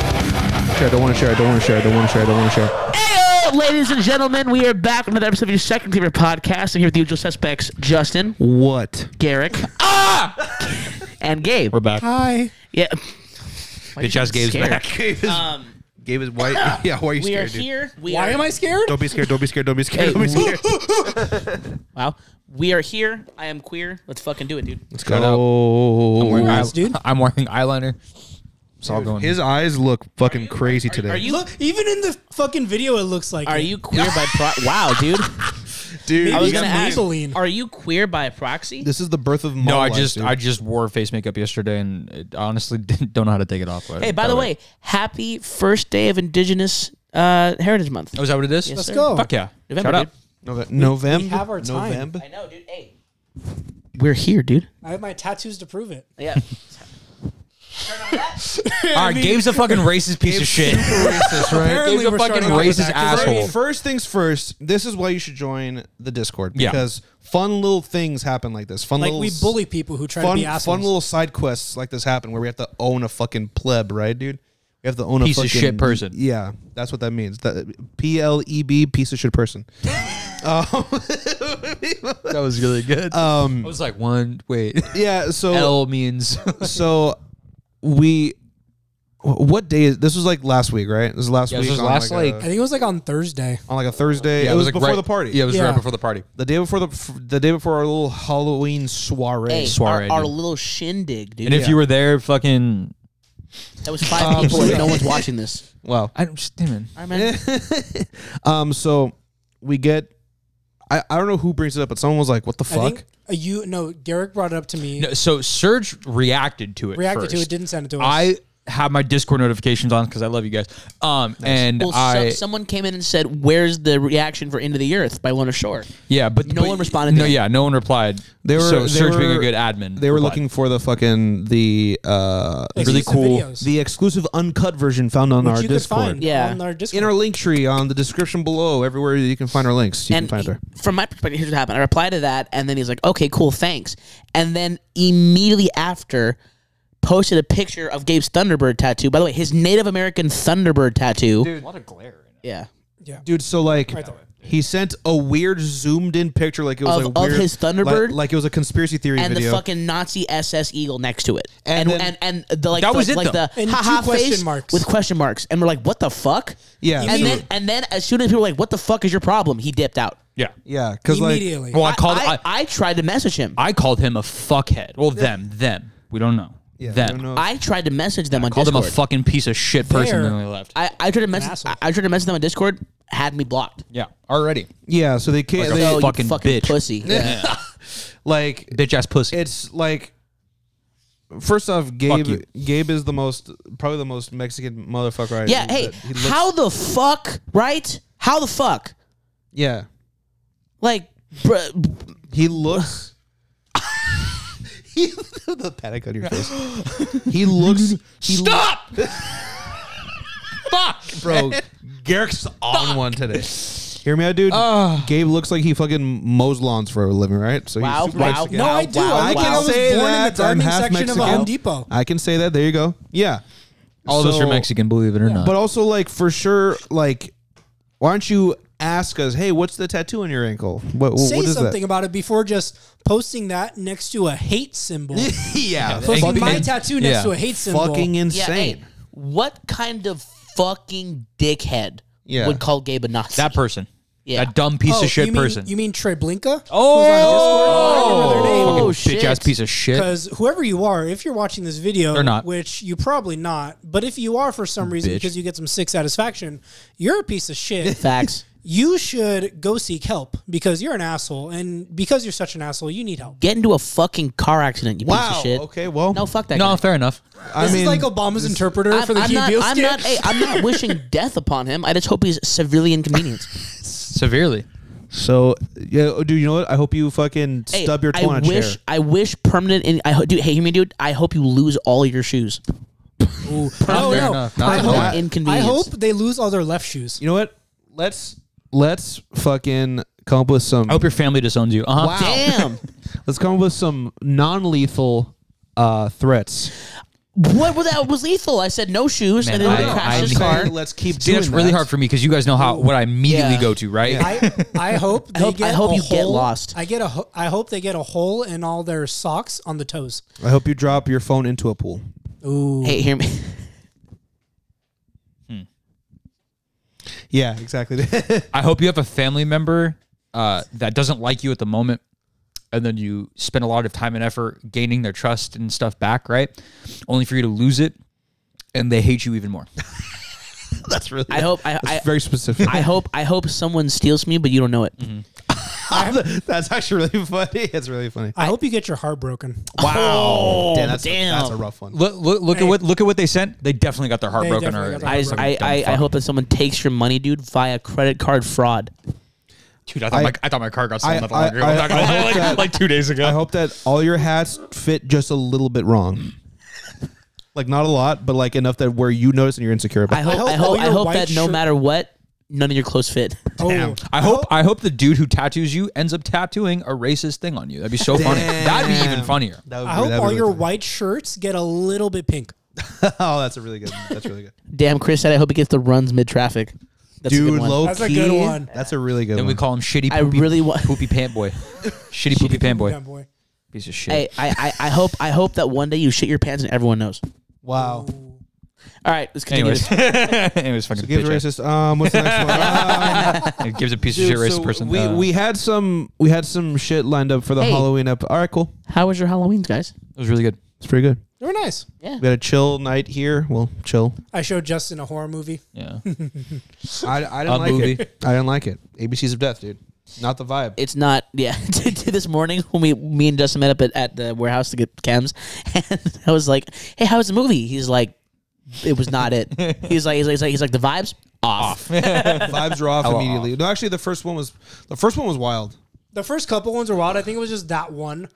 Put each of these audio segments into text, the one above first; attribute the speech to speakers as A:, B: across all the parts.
A: share. I don't want to share. I don't want to share. I don't want to share. I don't want to share.
B: Heyo, ladies and gentlemen, we are back with another episode of your second favorite podcast. I'm here with the usual suspects, Justin,
A: What?
B: Garrick, ah, and Gabe.
A: We're back.
C: Hi.
B: Yeah,
D: Bitch ass Gabe's
B: scared? Um,
D: back. Gabe is, Gabe is white. Yeah, why are you
B: we are
D: scared, dude?
B: here. We
C: Why
B: are,
C: am I scared?
D: Don't be scared. Don't be scared. Don't be scared. Don't be scared.
B: Wow, we are here. I am queer. Let's fucking do it, dude.
D: Let's
C: I'm
A: Oh,
C: wearing
D: I-
C: this, dude.
E: I'm wearing eyeliner. It's all going.
D: His eyes look fucking crazy today.
B: Are you
C: Look, even in the fucking video, it looks like.
B: are
C: it.
B: you queer by pro- wow, dude?
D: dude?
C: Maybe
B: I was
C: it's
B: gonna ask,
C: Maybelline.
B: are you queer by proxy?
A: This is the birth of
E: no, I just I just wore face makeup yesterday, and it, honestly didn't, don't know how to take it off.
B: hey, by the way, happy first day of Indigenous uh, Heritage Month.
E: oh, is that what it is?
B: Yes,
C: Let's
B: sir.
C: go.
E: Fuck yeah!
B: November,
E: Shout
B: dude.
E: out.
A: November.
C: We have our time.
A: November.
B: I know, dude. Hey, we're here, dude.
C: I have my tattoos to prove it.
B: Yeah.
E: All right, Gabe's a fucking racist piece of shit.
D: racist, right?
C: Apparently,
E: Gabe's a
C: we're
E: fucking
C: starting off with
E: racist
C: that.
E: asshole.
A: First things first. This is why you should join the Discord
E: Yeah.
A: because fun little things happen like this. Fun
C: Like
A: little
C: we
A: s-
C: bully people who try
A: fun,
C: to be assholes.
A: fun little side quests like this happen where we have to own a fucking pleb, right, dude? We have to own
E: Piece
A: a
E: of
A: fucking,
E: shit person.
A: Yeah, that's what that means. That P L E B piece of shit person.
E: That was really good. Um, I was like, one wait,
A: Yeah. So
E: L means
A: so we wh- what day is this? Was like last week, right? This was last
E: Yeah,
A: week.
E: this was
A: on
E: last,
A: like,
C: I
A: a-
C: think it was like on Thursday.
A: on like a Thursday. it, was,
E: like
A: before
E: right-
A: the party.
E: Yeah, it was
C: Yeah.
E: right before the party.
A: The day before the f- the day before our little Halloween soiree.
B: Hey, our,
E: Soiree,
B: our
E: dude.
B: little shindig, dude.
E: And if you were there, fucking,
B: that was five people and no one's watching this.
A: Wow.
E: I don't, damn it.
B: All right, man.
A: Um. So we get. I, I don't know who brings it up, but someone was like, "What the
C: I
A: fuck?"
C: think uh, you no. Garrick brought it up to me.
E: No, so Serge reacted to it.
C: reacted to
E: first.
C: it. Didn't send it to us.
E: I have my Discord notifications on because I love you guys. Um, and
B: Well, so-
E: I
B: someone came in and said, "Where's the reaction for Into the Earth by Lona Shore?"
E: yeah, but
B: No
E: but-
B: one responded to
E: No,
B: that.
E: yeah, no one replied.
A: They were
E: so
A: they
E: Serge being a
A: were-
E: good admin.
A: They were
E: replied.
A: looking for the fucking the uh
C: Like,
E: really
C: these are
E: cool-
C: videos,
A: the exclusive uncut version found on
C: which
A: our
C: you
A: Discord.
C: could find
B: Yeah.
C: on our Discord.
A: In our link tree on the description below, everywhere you can find our links, you
B: and
A: can find it there.
B: from my perspective, here's what happened. I replied to that, and then he's like, "Okay, cool, thanks." And then immediately after, posted a picture of Gabe's Thunderbird tattoo. By the way, his Native American Thunderbird tattoo.
E: What a glare!
B: yeah,
C: yeah.
A: Dude, so like
C: there.
A: he sent a weird zoomed in picture like it was
B: Of-
A: a
B: of
A: weird,
B: his Thunderbird?
A: like, like it was a conspiracy theory
B: and
A: video.
B: the fucking Nazi SS eagle next to it,
A: And
B: and and,
A: then-
B: and, the like
E: That
B: the,
E: was it,
B: like
E: though.
B: the
C: And
B: haha
C: two question
B: face
C: marks.
B: with question marks, and we're like, "What the fuck?"
A: yeah,
B: And
A: absolutely.
B: then and then as soon as people were like, "What the fuck is your problem?" He dipped out.
E: Yeah.
A: yeah, because like
C: Immediately.
E: Well, I called.
B: I,
E: I,
B: I tried to message him.
E: I called him a fuckhead. Well, them, them. We don't know.
A: yeah,
E: them.
A: I don't know.
B: I tried to message them on
E: Called him a
B: Discord.
E: fucking piece of shit person,
C: There.
E: and then they left.
B: I, I tried to message.
C: asshole.
B: I, I tried to message them on Discord. Had me blocked.
E: yeah, already.
A: yeah, so they can't
E: Like a
A: they,
B: Oh,
E: fucking
B: you fucking
E: bitch.
B: pussy. Yeah.
A: like
E: Bitch ass pussy.
A: it's like first off,
E: you.
A: Gabe Gabe is the most probably the most Mexican motherfucker. I
B: Yeah,
A: know
B: Hey,
A: that he looks-
B: how the fuck? Right? How the fuck?
A: yeah,
B: Like, bruh,
A: he looks. he, the panic on your face. He looks. He
E: Stop. Fuck,
A: bro. Garrick's on one today. Hear me out, dude. Gabe looks like he fucking mows lawns for a living, right? So
B: Wow,
A: he's super
B: wow.
A: Mexican.
C: no,
B: Wow,
C: I do.
B: wow,
C: I,
A: I
C: think
B: wow.
C: I
A: can
C: was
A: say
C: born in
A: that.
C: the gardening
A: I'm half
C: section
A: Mexican.
C: of a Home Depot.
A: I can say that. There you go. Yeah.
E: All of us are
A: So-
E: Mexican, believe it or not.
A: But also, like for sure, like why don't you ask us? Hey, what's the tattoo on your ankle? What, what,
C: Say
A: what is
C: something about it before just posting that next to a hate symbol.
A: that? yeah,
C: Posting
E: Fucking-
C: my tattoo next
E: yeah.
C: to a hate symbol.
A: fucking
B: yeah.
A: insane.
B: Hey, what kind of fucking dickhead
A: Yeah.
B: would call Gabe a Nazi?
E: that person.
B: Yeah.
E: That dumb piece
C: Oh,
E: of shit
C: you mean,
E: person.
C: You mean Trey Blinka?
E: oh,
B: Oh,
E: bitch ass
B: shit.
E: piece of shit.
C: Because whoever you are, if you're watching this video,
E: They're not.
C: which you probably not, but if you are for some reason
E: Bitch.
C: because you get some sick satisfaction, you're a piece of shit.
B: Facts.
C: you should go seek help because you're an asshole, and because you're such an asshole, you need help.
B: Get into a fucking car accident, you piece
A: Wow.
B: of shit.
A: Okay. Well,
B: No, fuck that.
E: No,
B: guy.
E: fair enough.
A: I
C: this
A: mean,
C: is like Obama's interpreter
B: I'm,
C: for the
B: I'm
C: Key
B: not.
C: Deal
B: I'm
C: skit.
B: not. Hey, I'm not wishing death upon him. I just hope he's severely inconvenienced.
E: Severely.
A: so yeah, oh, dude. You know what? I hope you fucking
B: Hey,
A: stub your toe
B: I
A: on a
B: wish.
A: chair.
B: I wish permanent. In, I ho- dude. Hey, hear me, dude. I hope you lose all your shoes.
C: Ooh, no,
E: fair
C: no.
E: enough. Not
C: I
E: fair
C: hope,
B: enough.
C: I
B: Inconvenience.
C: hope they lose all their left shoes.
A: You know what? Let's let's fucking come up with some.
E: I hope your family disowns you. Uh huh.
A: Wow.
B: Damn.
A: Let's come up with some non-lethal uh, threats.
B: what was that? Was lethal? I said no shoes, and then
E: Man, I-
B: he crashed
E: I-
B: his
E: I'm
B: car.
A: saying let's keep
E: See,
A: doing
E: that's really
A: that.
E: hard for me because you guys know how what I immediately
B: Yeah.
E: go to, right?
C: I, I hope they
B: hope- I
C: get.
B: hope
C: a
B: you get
C: hole-
B: lost.
C: I get a. ho- I hope they get a hole in all their socks on the toes.
A: I hope you drop your phone into a pool.
C: Ooh,
B: Hey, hear me.
A: Yeah, exactly.
E: I hope you have a family member uh, that doesn't like you at the moment, and then you spend a lot of time and effort gaining their trust and stuff back, right? Only for you to lose it, and they hate you even more.
A: that's really.
B: I hope. I, I,
A: that's very specific.
B: I hope. I hope someone steals me, but you don't know it.
A: that's actually really funny. It's really funny.
C: I hope you get your heart broken.
A: Wow.
B: Damn,
A: that's,
B: Oh, damn.
A: that's a rough one.
E: Look, look, look at
C: Hey.
E: what look at what they sent. They definitely got their heart
C: They
E: broken
C: definitely got
E: already.
C: their
B: I,
C: heart
B: just- I, I, I hope that someone takes your money, dude, via credit card fraud.
E: Dude, I thought,
A: I-
E: my, I thought my car got
A: I-
E: stolen not that long
A: I-
E: ago.
A: I-
E: I'm not gonna
A: I
E: lie,
A: hope
E: like,
A: that-
E: like two days ago.
A: I hope that all your hats fit just a little bit wrong. like not a lot, but like enough that where you notice and you're insecure about.
B: I hope. I hope.
C: hope
B: I
C: all
B: hope,
C: your white
B: that no
C: shirt-
B: matter what, none of your clothes fit.
C: Oh,
E: I hope I hope the dude who tattoos you ends up tattooing a racist thing on you. That'd be so funny. That'd be even funnier.
A: That would be-
C: I hope
A: that'd be
C: all
A: really
C: your
A: funny.
C: white shirts get a little bit pink.
A: Oh, that's a really good. That's really good.
B: Damn, Chris said. I hope he gets the runs mid traffic. That's a
A: Dude,
B: good one.
A: low
C: That's a
A: key,
C: good one.
A: That's a really good
E: Then
A: one.
E: we call him shitty. Poopy,
B: I really want-
E: poopy pant boy. Shitty poopy pant boy.
C: Yeah, boy.
E: Piece of shit.
B: I, I, I, I hope. I hope that one day you shit your pants and everyone knows.
A: wow.
B: All right, let's continue.
E: Anyways,
B: this.
E: anyways, fucking
A: Give the
E: bitch.
A: racist. Um, what's the next one? Um,
E: ass. It gives a piece of shit
A: dude,
E: racist
A: so
E: person.
A: we
E: uh,
A: we had some we had some shit lined up for the
B: Hey.
A: Halloween up. All right, cool.
B: How was your Halloween, guys?
E: it was really good.
A: It's pretty good.
C: They were nice.
B: Yeah.
A: We had a chill night here. Well, chill.
C: I showed Justin a horror movie.
E: Yeah,
A: I, I didn't
E: Odd
A: like
E: movie.
A: it. I didn't like it. ABCs of Death, dude. Not the vibe.
B: It's not. Yeah. this morning when we me and Justin met up at, at the warehouse to get cams, and I was like, "Hey, how was the movie?" He's like, "It was not it." he's like, he's like, he's like, he's like, the vibes off.
A: Vibes were off immediately. No, actually, the first one was the first one was wild.
C: The first couple ones were wild. I think it was just that one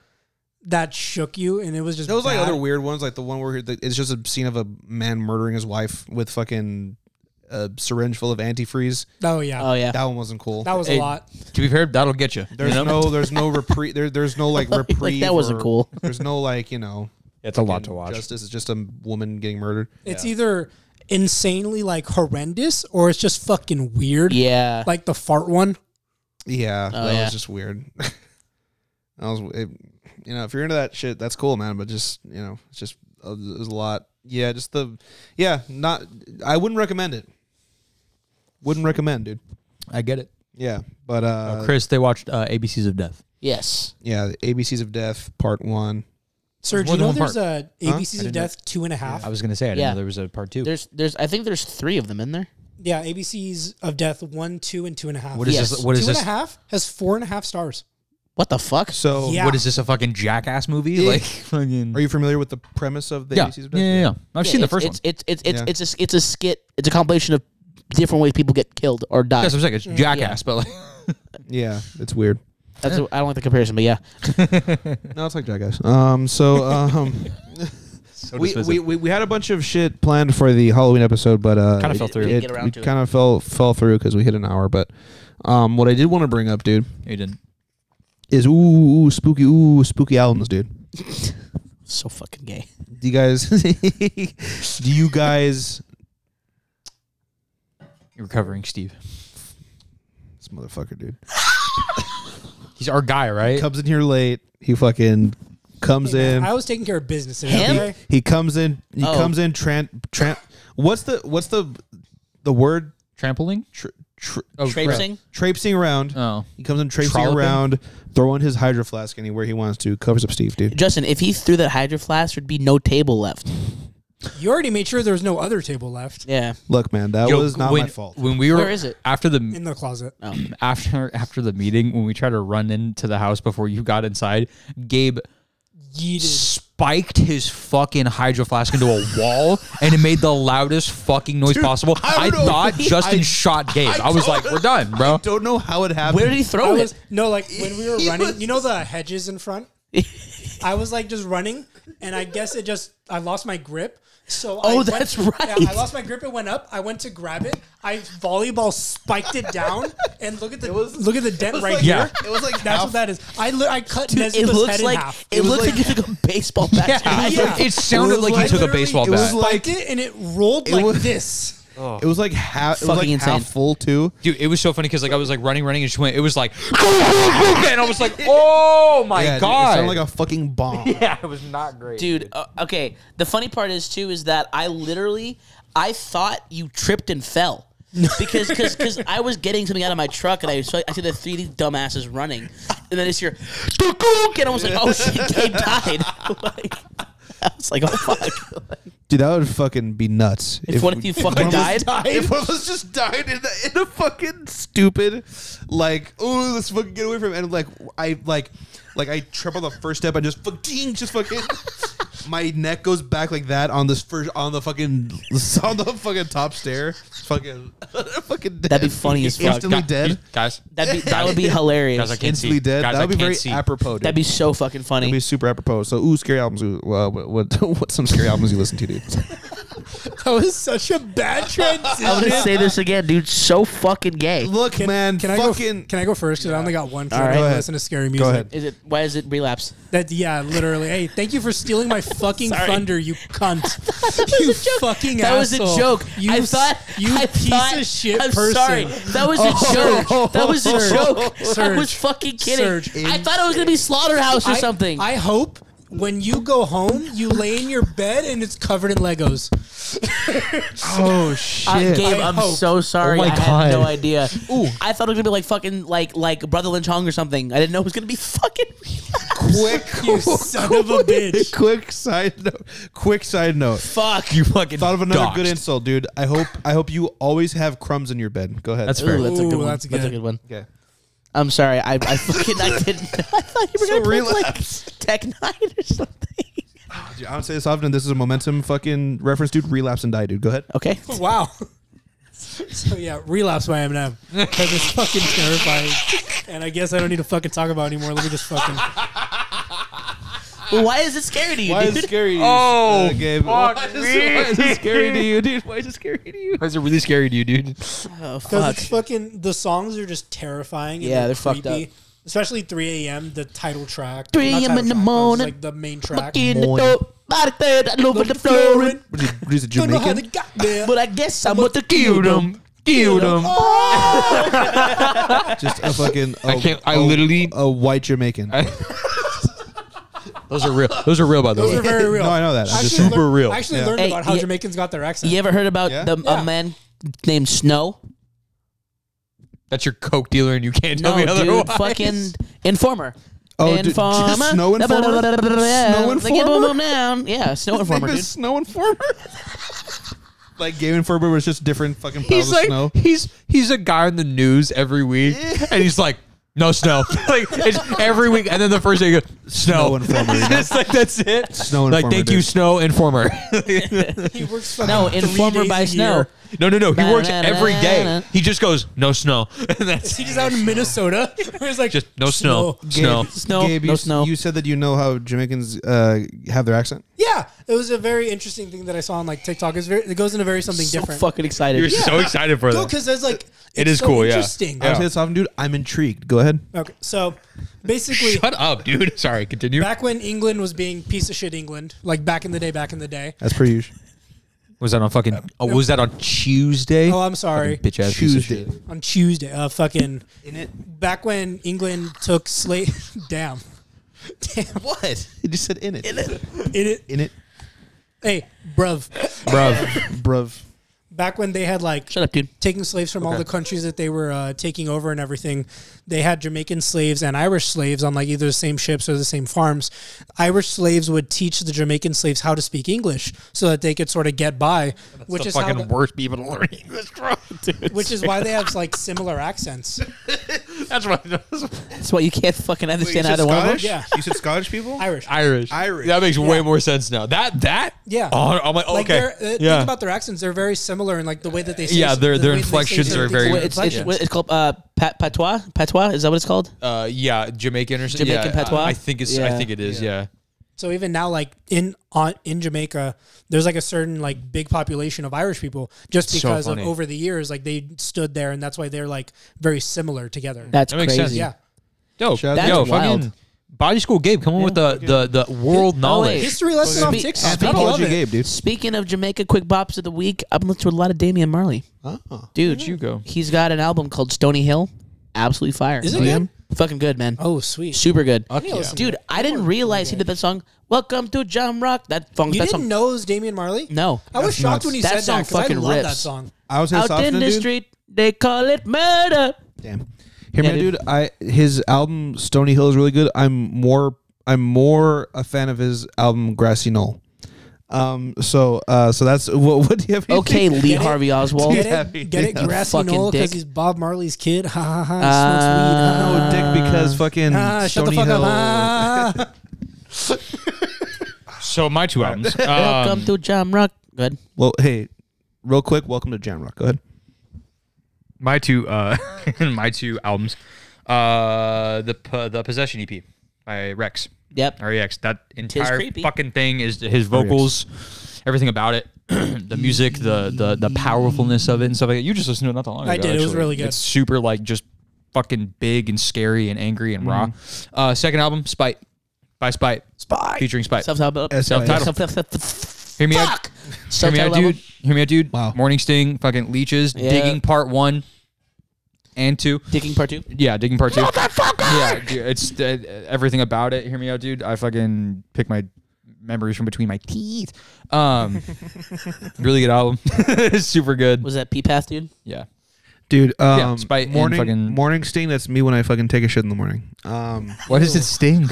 C: that shook you, and it was just.
A: There was like
C: bad.
A: other weird ones, like the one where the, it's just a scene of a man murdering his wife with fucking a syringe full of antifreeze.
C: Oh yeah.
B: Oh yeah.
A: That one wasn't cool.
C: That was
E: Hey,
C: a lot.
E: to be fair, that'll get you.
A: There's no, there's no reprieve. There, there's no like
B: Like,
A: reprieve.
B: that wasn't
A: or-
B: cool.
A: There's no like you know.
E: It's a lot to
A: fucking
E: watch.
A: Justice is just a woman getting murdered.
C: It's either insanely like horrendous, or it's just fucking weird.
B: Yeah.
C: Like the fart one.
A: Yeah,
B: Oh,
A: that
B: yeah.
A: was just weird. that was, it, you know, if you're into that shit, that's cool, man. But just you know, it's just uh, it was a lot. Yeah, just the yeah. Not I wouldn't recommend it. Wouldn't recommend, dude.
E: I get it.
A: Yeah, but uh,
E: Chris, they watched uh, ABCs of Death.
B: yes.
A: yeah, the ABCs of Death Part One.
C: Serge,
E: more
C: you
E: than
C: know
E: one
C: there's
E: part.
C: a ABCs of Death two and a half.
E: I was gonna say I didn't
B: Yeah.
E: know there was a part two.
B: There's there's I think there's three of them in there.
C: Yeah, ABCs of Death one, two, and two and a half.
E: What is
B: Yes.
E: this? What is
C: Two and a
E: this?
C: half has four and a half stars.
B: What the fuck?
A: So,
C: Yeah.
E: What is this? A fucking jackass movie? Like fucking.
A: are you familiar with the premise of the
E: yeah.
A: ABCs
E: Yeah,
A: of Death?
E: yeah, yeah. I've seen the
B: it's,
E: first one.
B: it's, It's it's it's
A: Yeah.
B: it's a s- it's a skit. It's a compilation of different ways people get killed or die.
E: That's
B: That's,
E: what I'm saying. It's
A: Mm,
E: jackass, but like.
A: Yeah, it's weird.
B: what- I don't like the comparison, but yeah.
A: No, it's like Jackass. Um, so um, we,
E: dismissive.
A: we, we we had a bunch of shit planned for the Halloween episode, but uh,
E: Kinda fell
A: it-
E: through.
A: It,
E: Didn't
B: get around
A: we
B: to it.
A: kind of fell fell through because we hit an hour. But um, what I did want to bring up, dude,
E: You didn't.
A: is ooh, ooh spooky ooh spooky albums, dude.
B: So fucking gay.
A: Do you guys? do you guys?
E: You're recovering, Steve.
A: This motherfucker, dude,
E: He's our guy, right?
A: comes in here late. He fucking comes
C: Hey,
A: in.
C: man, I was taking care of business. today,
B: Him?
C: okay?
A: He comes in. He
B: Oh.
A: comes in. Tran tran. What's the what's the the word?
E: Trampling.
A: Tr- tr-
E: Oh,
B: Traipsing?
A: traipsing around.
E: Oh.
A: He comes in traipsing
E: Trolloping?
A: around, throwing his hydro flask anywhere he wants to. Covers up Steve, dude.
B: Justin, if he threw that hydro flask, there'd be no table left.
C: You already made sure there was no other table left
B: Yeah.
A: Look, man, that
E: Yo,
A: was not
E: when,
A: my fault.
E: When we were
B: Where is it?
E: after the
C: in the closet.
E: after after the meeting when we tried to run into the house before you got inside, Gabe
C: Yeeted.
E: spiked his fucking hydro flask into a wall and it made the loudest fucking noise possible. I,
A: don't know.
E: thought Justin shot Gabe. I, was like, we're done, bro.
A: Don't know how it happened.
B: Where did he
C: I
B: throw it?
C: was no like when we were
A: He
C: running.
A: was-
C: You know the hedges in front. I was like just running, and I guess it just I lost my grip. So I
B: Oh,
C: went-
B: that's
C: yeah, I
B: right.
C: lost my grip. It went up. I went to grab it. I volleyball spiked it down, and look at the look at the dent right
A: like-
E: Yeah.
C: here.
A: It was like
C: That's
A: half-
C: what that is. I li- I cut
B: Dude, it
C: Nesbitt's
B: looks
C: head
B: like
C: in half.
B: it, looks like, you took a baseball bat.
E: Yeah,
C: Yeah.
E: it sounded
A: It was
E: like,
A: like-
E: he took a
A: literally,
E: baseball
A: it was
E: bat.
A: like-
C: spiked it, and it rolled
A: It
C: like
A: was-
C: this.
A: It was like half. It was like
B: Fucking insane.
A: half full too.
E: Dude, it was so funny because like I was like running, running, and she went. It was like, and I was like, oh my
A: yeah, dude, it
E: god!
A: sounded like a fucking bomb.
E: yeah, it was not great.
B: dude. Uh, okay, the funny part is too is that I literally I thought you tripped and fell. because cause, 'cause I was getting something out of my truck and I saw, I see the three dumbasses running and then it's your and I was like oh shit Gabe died like, I was like oh fuck
A: Dude, that would fucking be nuts.
B: if one of you fucking
A: of us
B: died
A: If one of us just died in the in a fucking stupid, like, oh, let's fucking get away from it. And like, I like, like I trip on the first step and just fucking, just fucking, my neck goes back like that on this first on the fucking on the fucking top stair. Fucking, fucking. Dead.
B: That'd be funny as fuck.
A: Instantly dead.
E: guys.
B: that'd be that would be hilarious
E: Guys, I can't
A: Instantly
E: see.
A: dead.
E: Guys,
A: that
E: I
A: would be
E: can't
A: very
E: see.
A: apropos. Dude.
B: that'd be so fucking
A: That'd be
B: funny
A: super apropos. So, ooh, scary albums. Ooh, uh, what, what, what's some scary albums you listen to, dude?
C: That was such a
A: Oh,
C: bad transition.
B: I'm gonna say this again dude so fucking gay
A: Look,
C: Can,
A: man,
C: can I go?
A: fucking.
C: Can I go first? Because I only got one. Because
B: All
C: I
B: right.
A: Go
C: don't
A: ahead.
C: listen to scary music.
A: ahead.
B: is it why is it relapse
C: That yeah, literally. Hey, thank you for stealing my fucking
B: Sorry.
C: thunder, you cunt.
B: That was
C: you
B: a joke.
C: fucking
B: That was a
C: asshole.
B: joke.
C: You
B: I
C: s-
B: thought
C: you
B: I
C: piece
B: thought-
C: of shit
B: I'm
C: person.
B: sorry. That was a joke. That was a
C: Surge.
B: joke. I
C: Surge.
B: was fucking kidding.
C: Surge.
B: I thought it was gonna be slaughterhouse or
C: I-
B: something.
C: I hope when you go home, you lay in your bed and it's covered in Legos.
A: Oh shit!
B: Uh, Gabe,
C: I
B: I'm
C: hope.
B: so sorry.
E: Oh my
B: I had no
E: God.
B: idea. Ooh, I thought it was gonna be like fucking like like Brother Lynch Hong or something. I didn't know it was gonna be fucking.
A: quick,
C: You son of a bitch.
A: quick side note. Quick side note.
B: Fuck.
E: You fucking
A: Thought of another good
E: doxed.
A: insult, dude. I hope I hope you always have crumbs in your bed. Go ahead.
E: That's fair.
B: Ooh, that's a good
C: Ooh,
B: one.
C: that's
B: That's a
C: good.
B: good one.
A: okay.
B: I'm sorry. I, I fucking I didn't. I thought you were
A: So
B: gonna play like
A: relapse.
B: Tech Night or something.
A: Dude, I don't say this often. This is a momentum fucking reference, dude. Relapse and die, dude. Go ahead.
B: Okay.
C: Wow. So yeah, relapse by Eminem. That was fucking terrifying. And I guess I don't need to fucking talk about it anymore. Let me just fucking.
B: Well, why is it scary to you, dude?
A: scary?
E: Oh, fuck
A: Why is,
E: me.
A: why is it scary to you, dude? Why is it scary to you?
E: Why is it really scary to you, dude?
B: Oh
C: Because
B: fuck.
C: it's fucking the songs are just terrifying. And
B: Yeah,
C: they're,
B: they're fucked
C: creepy.
B: up.
C: Especially 3 a.m. The title track.
B: 3
C: Not
B: a.m. in the
C: title track, but it's
B: morning.
C: Like the main track.
B: Fucking
A: Moin.
B: dope. Body third, I love
C: Love
B: the
C: the flooring.
B: flooring.
A: What is, it- what is it
C: Don't know how they
A: Jamaican?
C: got there.
B: But I guess I'm about to kill them.
E: Kill them.
B: Oh.
A: Just a fucking. I
E: I can't. I literally.
A: A white Jamaican.
E: Those are real. Those are real, by the
C: Those are
E: way.
C: very real.
A: No, I know that. I'm
C: Actually
A: just
C: learned-
E: Super real.
C: I actually
A: Yeah.
C: learned
B: Hey,
C: about how
B: yeah.
C: Jamaicans got their accent.
B: You ever heard about
A: Yeah?
B: the,
C: Yeah.
B: a man named Snow?
E: That's your coke dealer, and you can't tell
B: No,
E: me
B: dude,
E: otherwise.
B: fucking informer.
A: Oh, dude,
B: informer.
A: Snow Informer? Snow
B: They get
A: Informer?
B: him down. Yeah, snow informer, dude.
A: Snow Informer. like Game Informer was just different fucking piles
E: He's
A: of
E: like
A: snow.
E: he's he's a guy on the news every week, and he's like, no snow, like it's every week, and then the first day you go
A: Snow
E: snow,
A: Informer, you know?
E: it's like that's it.
A: Snow
E: like
A: Informer,
E: thank you,
A: dude.
E: snow informer.
C: He works fucking
B: No,
C: three
B: informer
C: days
B: by
C: a
B: snow.
C: year.
E: no, no, no. He works every
B: Ba-da-da-da-da.
E: day. He just goes no snow, and
C: Is
E: that's
C: he just out in Minnesota? He's like
E: just no snow, snow.
B: Snow,
A: Gabe,
B: no
A: you,
B: snow.
A: You said that you know how Jamaicans uh, have their accent.
C: Yeah, it was a very interesting thing that I saw on like TikTok. It's very, it goes into very something
B: so
C: different.
B: fucking excited.
E: You're so excited for
C: No,
E: that.
C: because it's like it's
E: It is
C: so
E: cool, yeah.
C: Interesting.
A: I say this often, dude. I'm intrigued. Go ahead.
C: Okay, so basically,
E: Shut up, dude. Sorry, continue.
C: back when England was being piece of shit England, like back in the day, back in the day.
A: That's per usual.
E: was that on fucking? Oh, was that on Tuesday?
C: Oh, I'm sorry.
E: Bitch ass
A: Tuesday.
C: On Tuesday, uh, fucking. In it. Back when England took slave. Damn. Damn.
A: What? You just said in it. In it.
C: In it.
A: In it.
C: Hey, bruv.
A: Bruv. Bruv.
C: Back when they had like
B: Shut up, dude.
C: taking slaves from all the countries that they were uh, taking over and everything. They had Jamaican slaves and Irish slaves on like either the same ships or the same farms. Irish slaves would teach the Jamaican slaves how to speak English so that they could sort of get by, which is how
E: fucking
C: the,
E: worst people to learn English from. Dude.
C: which is why they have like similar accents.
E: That's what. That's
B: That's why you can't fucking understand either one of them.
C: Yeah.
A: You said Scottish people.
C: Irish.
E: Irish.
A: Irish.
E: That makes way more sense now. That that.
C: Yeah.
E: Oh, I'm like
C: Like
E: okay.
C: they're, uh,
E: yeah.
C: think about their accents; they're very similar in like the way that they say.
E: Yeah, their-
C: the
E: their
C: way that they say
E: inflections
C: certain
E: are
C: things
E: very-
C: with
B: Wait, it's, it's,
C: inflections.
B: it's called uh, pat, patois. Patois is that what it's called?
A: Oh.
E: uh, yeah, Jamaican or something.
B: Jamaican
E: yeah,
B: patois?
E: I think it's.
B: Yeah.
E: I think it is. Yeah.
C: So even now, like in on, in Jamaica, there's like a certain like big population of Irish people just
E: So
C: because of
E: funny.
C: over the years, like they stood there, and that's why they're like very similar together.
B: That's
E: That makes
B: crazy.
E: sense.
C: yeah,
E: Yo,
A: Shout
B: out
E: yo,
B: to- That's
E: fucking
B: wild.
E: body school Gabe, come on with the, the the world knowledge.
C: history lesson on
B: Speak-
C: TikTok. I love
A: Anthropology
C: it.
A: Gabe, dude.
B: Speaking of Jamaica quick bops of the week, I've been listening to a lot of Damian Marley.
A: Oh.
B: Dude,
E: Did you go?
B: he's got an album called Stony Hill. Absolutely fire.
C: Is it good?
B: Fucking good, man.
C: Oh, sweet.
B: Super good.
C: yeah. listen to
B: Dude, I didn't realize he did that song. Welcome to Jam Rock. That funk.
C: You
B: that
C: didn't
B: song.
C: know it was Damian Marley?
B: No.
C: I was shocked
A: nuts.
C: when you
B: That
C: said
B: song
C: that because I
B: fucking
C: love
B: rips.
C: that song.
A: I was his
B: Out in
A: softener,
B: the
A: dude.
B: street, they call it murder.
A: Damn. Hear
B: Yeah,
A: me, out,
B: dude.
A: dude. I his album Stony Hill is really good. I'm more I'm more a fan of his album Grassy Knoll. Um. So uh. So that's what. What do you have?
B: Okay, Lee
C: it?
B: Harvey Oswald.
C: Get
A: happy.
C: it? Get it?
A: Oh, Yeah.
C: Grassy
B: Fucking
C: Knoll because
B: dick.
C: he's Bob Marley's kid. Ha ha ha.
B: Uh,
C: smokes weed. Ha, ha,
A: No,
C: ha.
A: Oh, Dick, because fucking
C: Ah, shut the
A: Stony
C: fuck
A: Hill.
C: up. Ah.
E: So my two albums. Um,
B: Welcome to Jam Rock. Good.
A: Well, hey, real quick, welcome to Jamrock. Go ahead.
E: my two uh my two albums uh the P- the possession ep by rex
B: Yep.
E: rex that entire
B: creepy.
E: fucking thing is his vocals everything about it the music the the the powerfulness of it and stuff like that you just listened to it not that long ago
C: I did. It was
E: actually.
C: really good.
E: it's super like just fucking big and scary and angry and raw uh second album spite by spite spite featuring spite
B: Self-titled.
A: Self-titled.
E: hear me out
B: Fuck.
E: Hear me out,
B: Self-titled
E: dude.
B: album.
E: Hear me out, dude.
A: Wow.
E: Morning Sting, fucking leeches,
B: Yeah.
E: digging part one and two.
B: Digging part two.
E: Yeah, digging part two. Yeah, dude, it's uh, everything about it. Hear me out, dude. I fucking pick my memories from between my teeth. Um, really good album. Super good.
B: Was that P Path, dude?
E: Yeah.
A: Dude, um,
E: Yeah, Spite and
A: morning,
E: fucking-
A: morning sting. That's me when I fucking take a shit in the morning. Um,
E: What is it, Sting?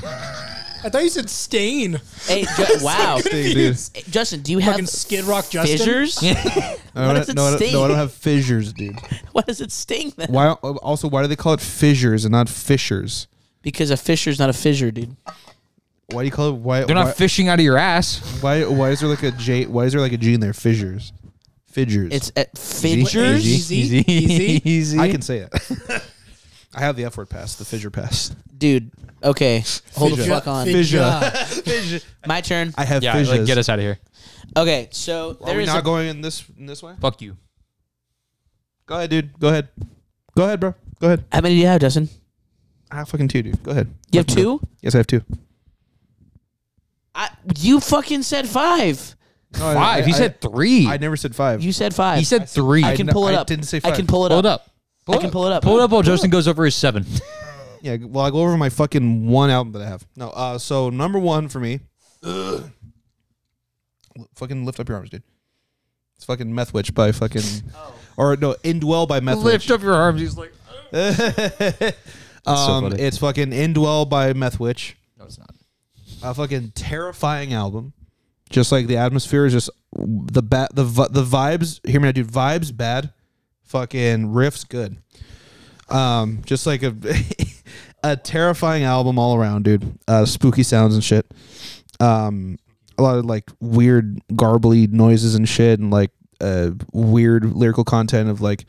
C: I thought you said stain.
B: Hey, Ju- wow.
A: sting, dude.
B: Hey, Justin, do you
C: Fucking
B: have
C: Skid Rock Justin.
B: fissures?
A: I don't
B: What
A: have-
B: does it
A: no, I don't, no, I
B: sting?
A: don't have fissures, dude.
B: Why does it sting then?
A: Why? Also, why do they call it fissures and not fissures?
B: Because a fissure's not a fissure, dude.
A: Why do you call it? Why?
E: They're
A: why-
E: not fishing out of your ass.
A: Why why is there like a J why is there like a G in there? Fissures. Fissures.
B: It's at fissures.
A: Easy.
C: Easy. Easy.
E: Easy.
A: I can say it. I have the F word pass, the fissure pass.
B: dude. Okay, hold the fuck on.
A: Fissure.
B: My turn.
A: I have
E: Yeah,
A: fissures.
E: like, get us out of here.
B: Okay, so
A: Are
B: there
A: we
B: is
A: not
B: a,
A: going in this in this way?
E: Fuck you.
A: Go ahead, dude. Go ahead. Go ahead, bro. Go ahead.
B: how many do you have, Justin?
A: I have Ah, fucking two, dude. Go ahead.
B: You have
A: Fucking go.
B: two.
A: Yes, I have two.
B: I, you fucking said five.
A: No, I-
E: Five.
A: I-
E: he
A: I-
E: said three.
A: I never said five.
B: You said five.
E: he said three.
B: I can
A: no,
B: pull it
A: I
B: up.
A: didn't say
B: I can
A: five.
B: pull it
E: pull
B: up.
E: it up. Pull
B: I can pull it up.
E: Pull it up while Justin goes over his seven.
A: Yeah, well, I go over my fucking one album that I have. No, uh, so number one for me, fucking lift up your arms, dude. It's fucking Meth Witch by fucking, or no, Indwell by Meth Witch.
E: up your arms. He's like,
A: Um,
E: funny.
A: it's fucking Indwell by Meth Witch.
E: no, it's not.
A: A fucking terrifying album. Just like the atmosphere is just the bat the vi- the vibes. Hear me, out, dude. Vibes bad, fucking riffs good. Um, just like a a terrifying album all around, dude. Uh, spooky sounds and shit. Um, a lot of like weird garbly noises and shit, and like uh weird lyrical content of like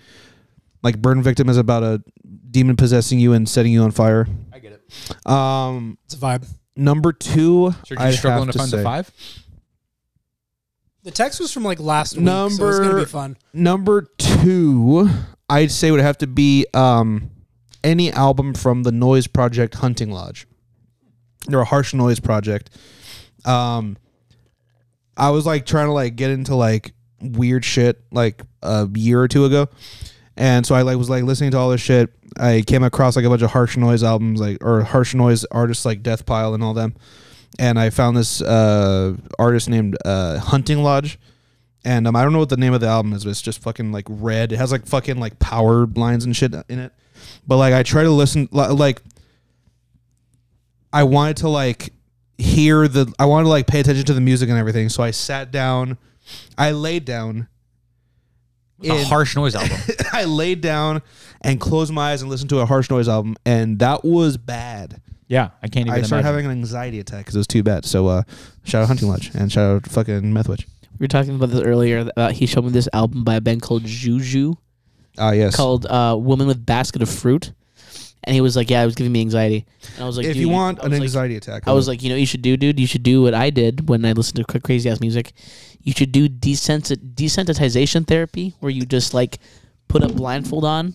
A: like burn victim is about a demon possessing you and setting you on fire.
E: I get it.
A: Um,
C: It's a vibe.
A: number two,
E: So
A: I
E: you're struggling
A: have
E: to
A: to,
E: find
A: say.
E: the five?
C: The text was from like last week, so it's
A: Number-
C: gonna be fun.
A: Number two, I'd say would have to be um, any album from the Noise Project Hunting Lodge. They're a harsh noise project. Um, I was like trying to like get into like weird shit like a year or two ago, and so I like was like listening to all this shit. I came across like a bunch of harsh noise albums like or harsh noise artists like Death Pile and all them, and I found this uh, artist named uh, Hunting Lodge and um, I don't know what the name of the album is, but it's just fucking like red. It has like fucking like power lines and shit in it. But like I try to listen, li- like I wanted to like hear the, I wanted to like pay attention to the music and everything. So I sat down, I laid down.
E: A
A: in-
E: harsh noise album.
A: I laid down and closed my eyes and listened to a harsh noise album, and that was bad.
E: yeah, I can't even.
A: I started having an anxiety attack because it was too bad. So uh, shout out Hunting Lodge and shout out fucking Methwitch.
B: We were talking about this earlier. About he showed me this album by a band called Juju
A: Ah yes,
B: called uh, "Woman with Basket of Fruit," And he was like, "Yeah, it was giving me anxiety." And I was like,
A: if
B: "Dude,
A: you want
B: I
A: an
B: was like-
A: anxiety attack,
B: I was like, you know, what you should do, dude. You should do what I did when I listened to cra- crazy ass music. You should do desensit- desensitization therapy, where you just like put a blindfold on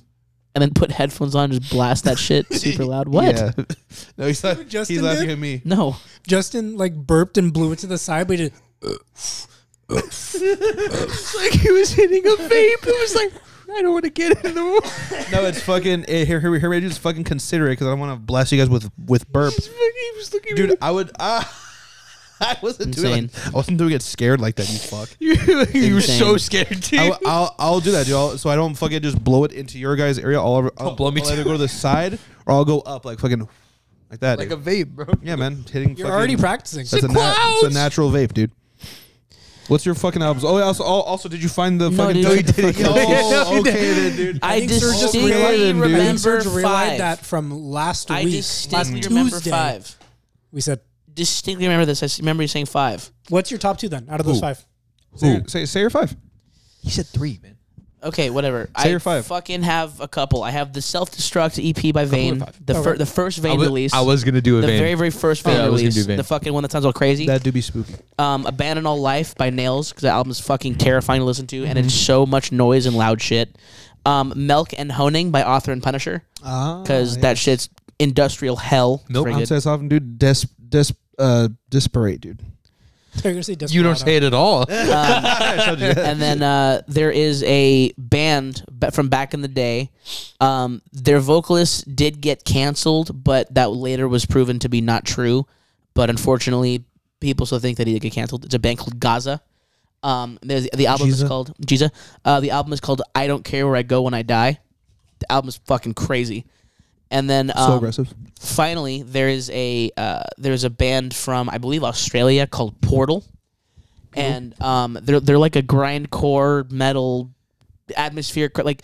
B: and then put headphones on, and just blast that shit super loud. What?
A: Yeah. no, he's, not,
C: what Justin
A: he's laughing
C: did?
A: at me.
B: No,
C: Justin like burped and blew it to the side, but he just,
A: like he was hitting a vape. It was like, I don't want to get in the room. No, it's fucking. eh, here, here, here, maybe just fucking consider it because I don't want to blast you guys with with burp. Dude, I would. ah I wasn't doing. It
B: Insane.
A: like, I wasn't doing it scared like that. You fuck.
E: you were so
B: Insane.
E: scared, dude.
A: I, will I'll do that, dude. I'll, so I don't fucking just blow it into your guys' area. I'll, ever- I'll,
E: blow me
A: I'll
E: too.
A: either go to the side or I'll go up like fucking like that.
E: like a
A: dude.
E: vape, bro.
A: yeah, man, hitting.
C: you're
A: fucking-
C: already practicing.
A: That's a, nat- it's a natural vape, dude. What's your fucking albums? Oh, yeah, also, al- also, did you find the
B: No,
A: fucking?
B: dude,
A: No,
B: shut
A: you
B: the
A: didn't.
B: fuck up.
A: Oh, okay then, dude.
B: I,
C: think Serge just
B: distinctly
C: realized-
A: dude.
C: I think
B: remember
C: Serge realized
B: five.
C: that from last
B: I
C: week. last
B: distinctly remember
C: Tuesday,
B: five.
C: We said,
B: Distinctly remember this. I s- remember you saying five.
C: "What's your top two then? Out of those
A: Who?
C: five?
A: Say, say, say your five.
E: He said three, man.
B: Okay, whatever.
A: Say
B: I
A: your five.
B: fucking have a couple. I have the self destruct EP by Vane,
E: five.
B: the fir- the first Vane release.
E: I was gonna do a
B: the
E: vein.
B: very very first Vane
E: Yeah, I was gonna
B: release,
E: do Vane.
B: the fucking one that sounds all crazy.
A: That do be spooky.
B: um, "Abandon All Life" by Nails because that album is fucking terrifying to listen to, and it's
E: Mm-hmm.
B: so much noise and loud shit. Um, "Milk and Honing" by Author and Punisher
E: Ah,
B: because that shit's industrial hell.
A: Nope.
B: Pretty
A: I'm
B: good.
A: says often, dude. Des, des, uh, disparate, dude.
C: They're gonna say
E: you don't say it at all.
B: and then uh, there is a band ba- from back in the day. Um, their vocalist did get canceled, but that later was proven to be not true. But unfortunately, people still think that he did get canceled. It's a band called Gaza. Um, there's- the album is called Jesus. Uh, the album is called "I Don't Care Where I Go When I Die." The album is fucking crazy. And then um,
A: So aggressive.
B: finally, there is a uh, there's a band from I believe Australia called Portal, and um, they're they're like a grindcore metal atmosphere. Like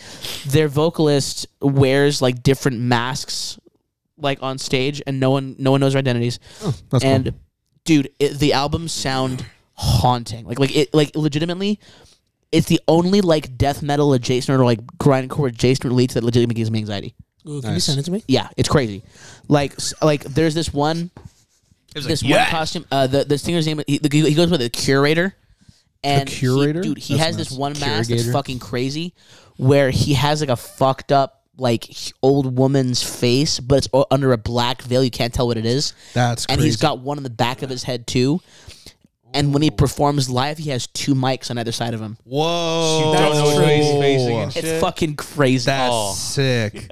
B: their vocalist wears like different masks, like on stage, and no one no one knows their identities.
A: That's
B: and dude, it, the albums sound haunting. Like like it like legitimately. It's the only like death metal adjacent or like grindcore adjacent release that legitimately gives me anxiety.
C: Ooh, can you send it to me?
B: Yeah, it's crazy. Like s- like there's this one this one costume uh the the singer's name he, the- he goes by the curator and he-
A: Curator?
B: dude he
A: That's
B: has this
A: nice.
B: one mask that's
E: Curigator.
B: fucking crazy where he has like a fucked up like h- old woman's face but it's o- under a black veil you can't tell what it is
A: That's
B: and
A: crazy.
B: he's got one in the back of his head too and when he performs live he has two mics on either side of him
A: Whoa.
C: That's Don't know true. what he's
A: facing
B: it's fucking crazy
A: That's sick.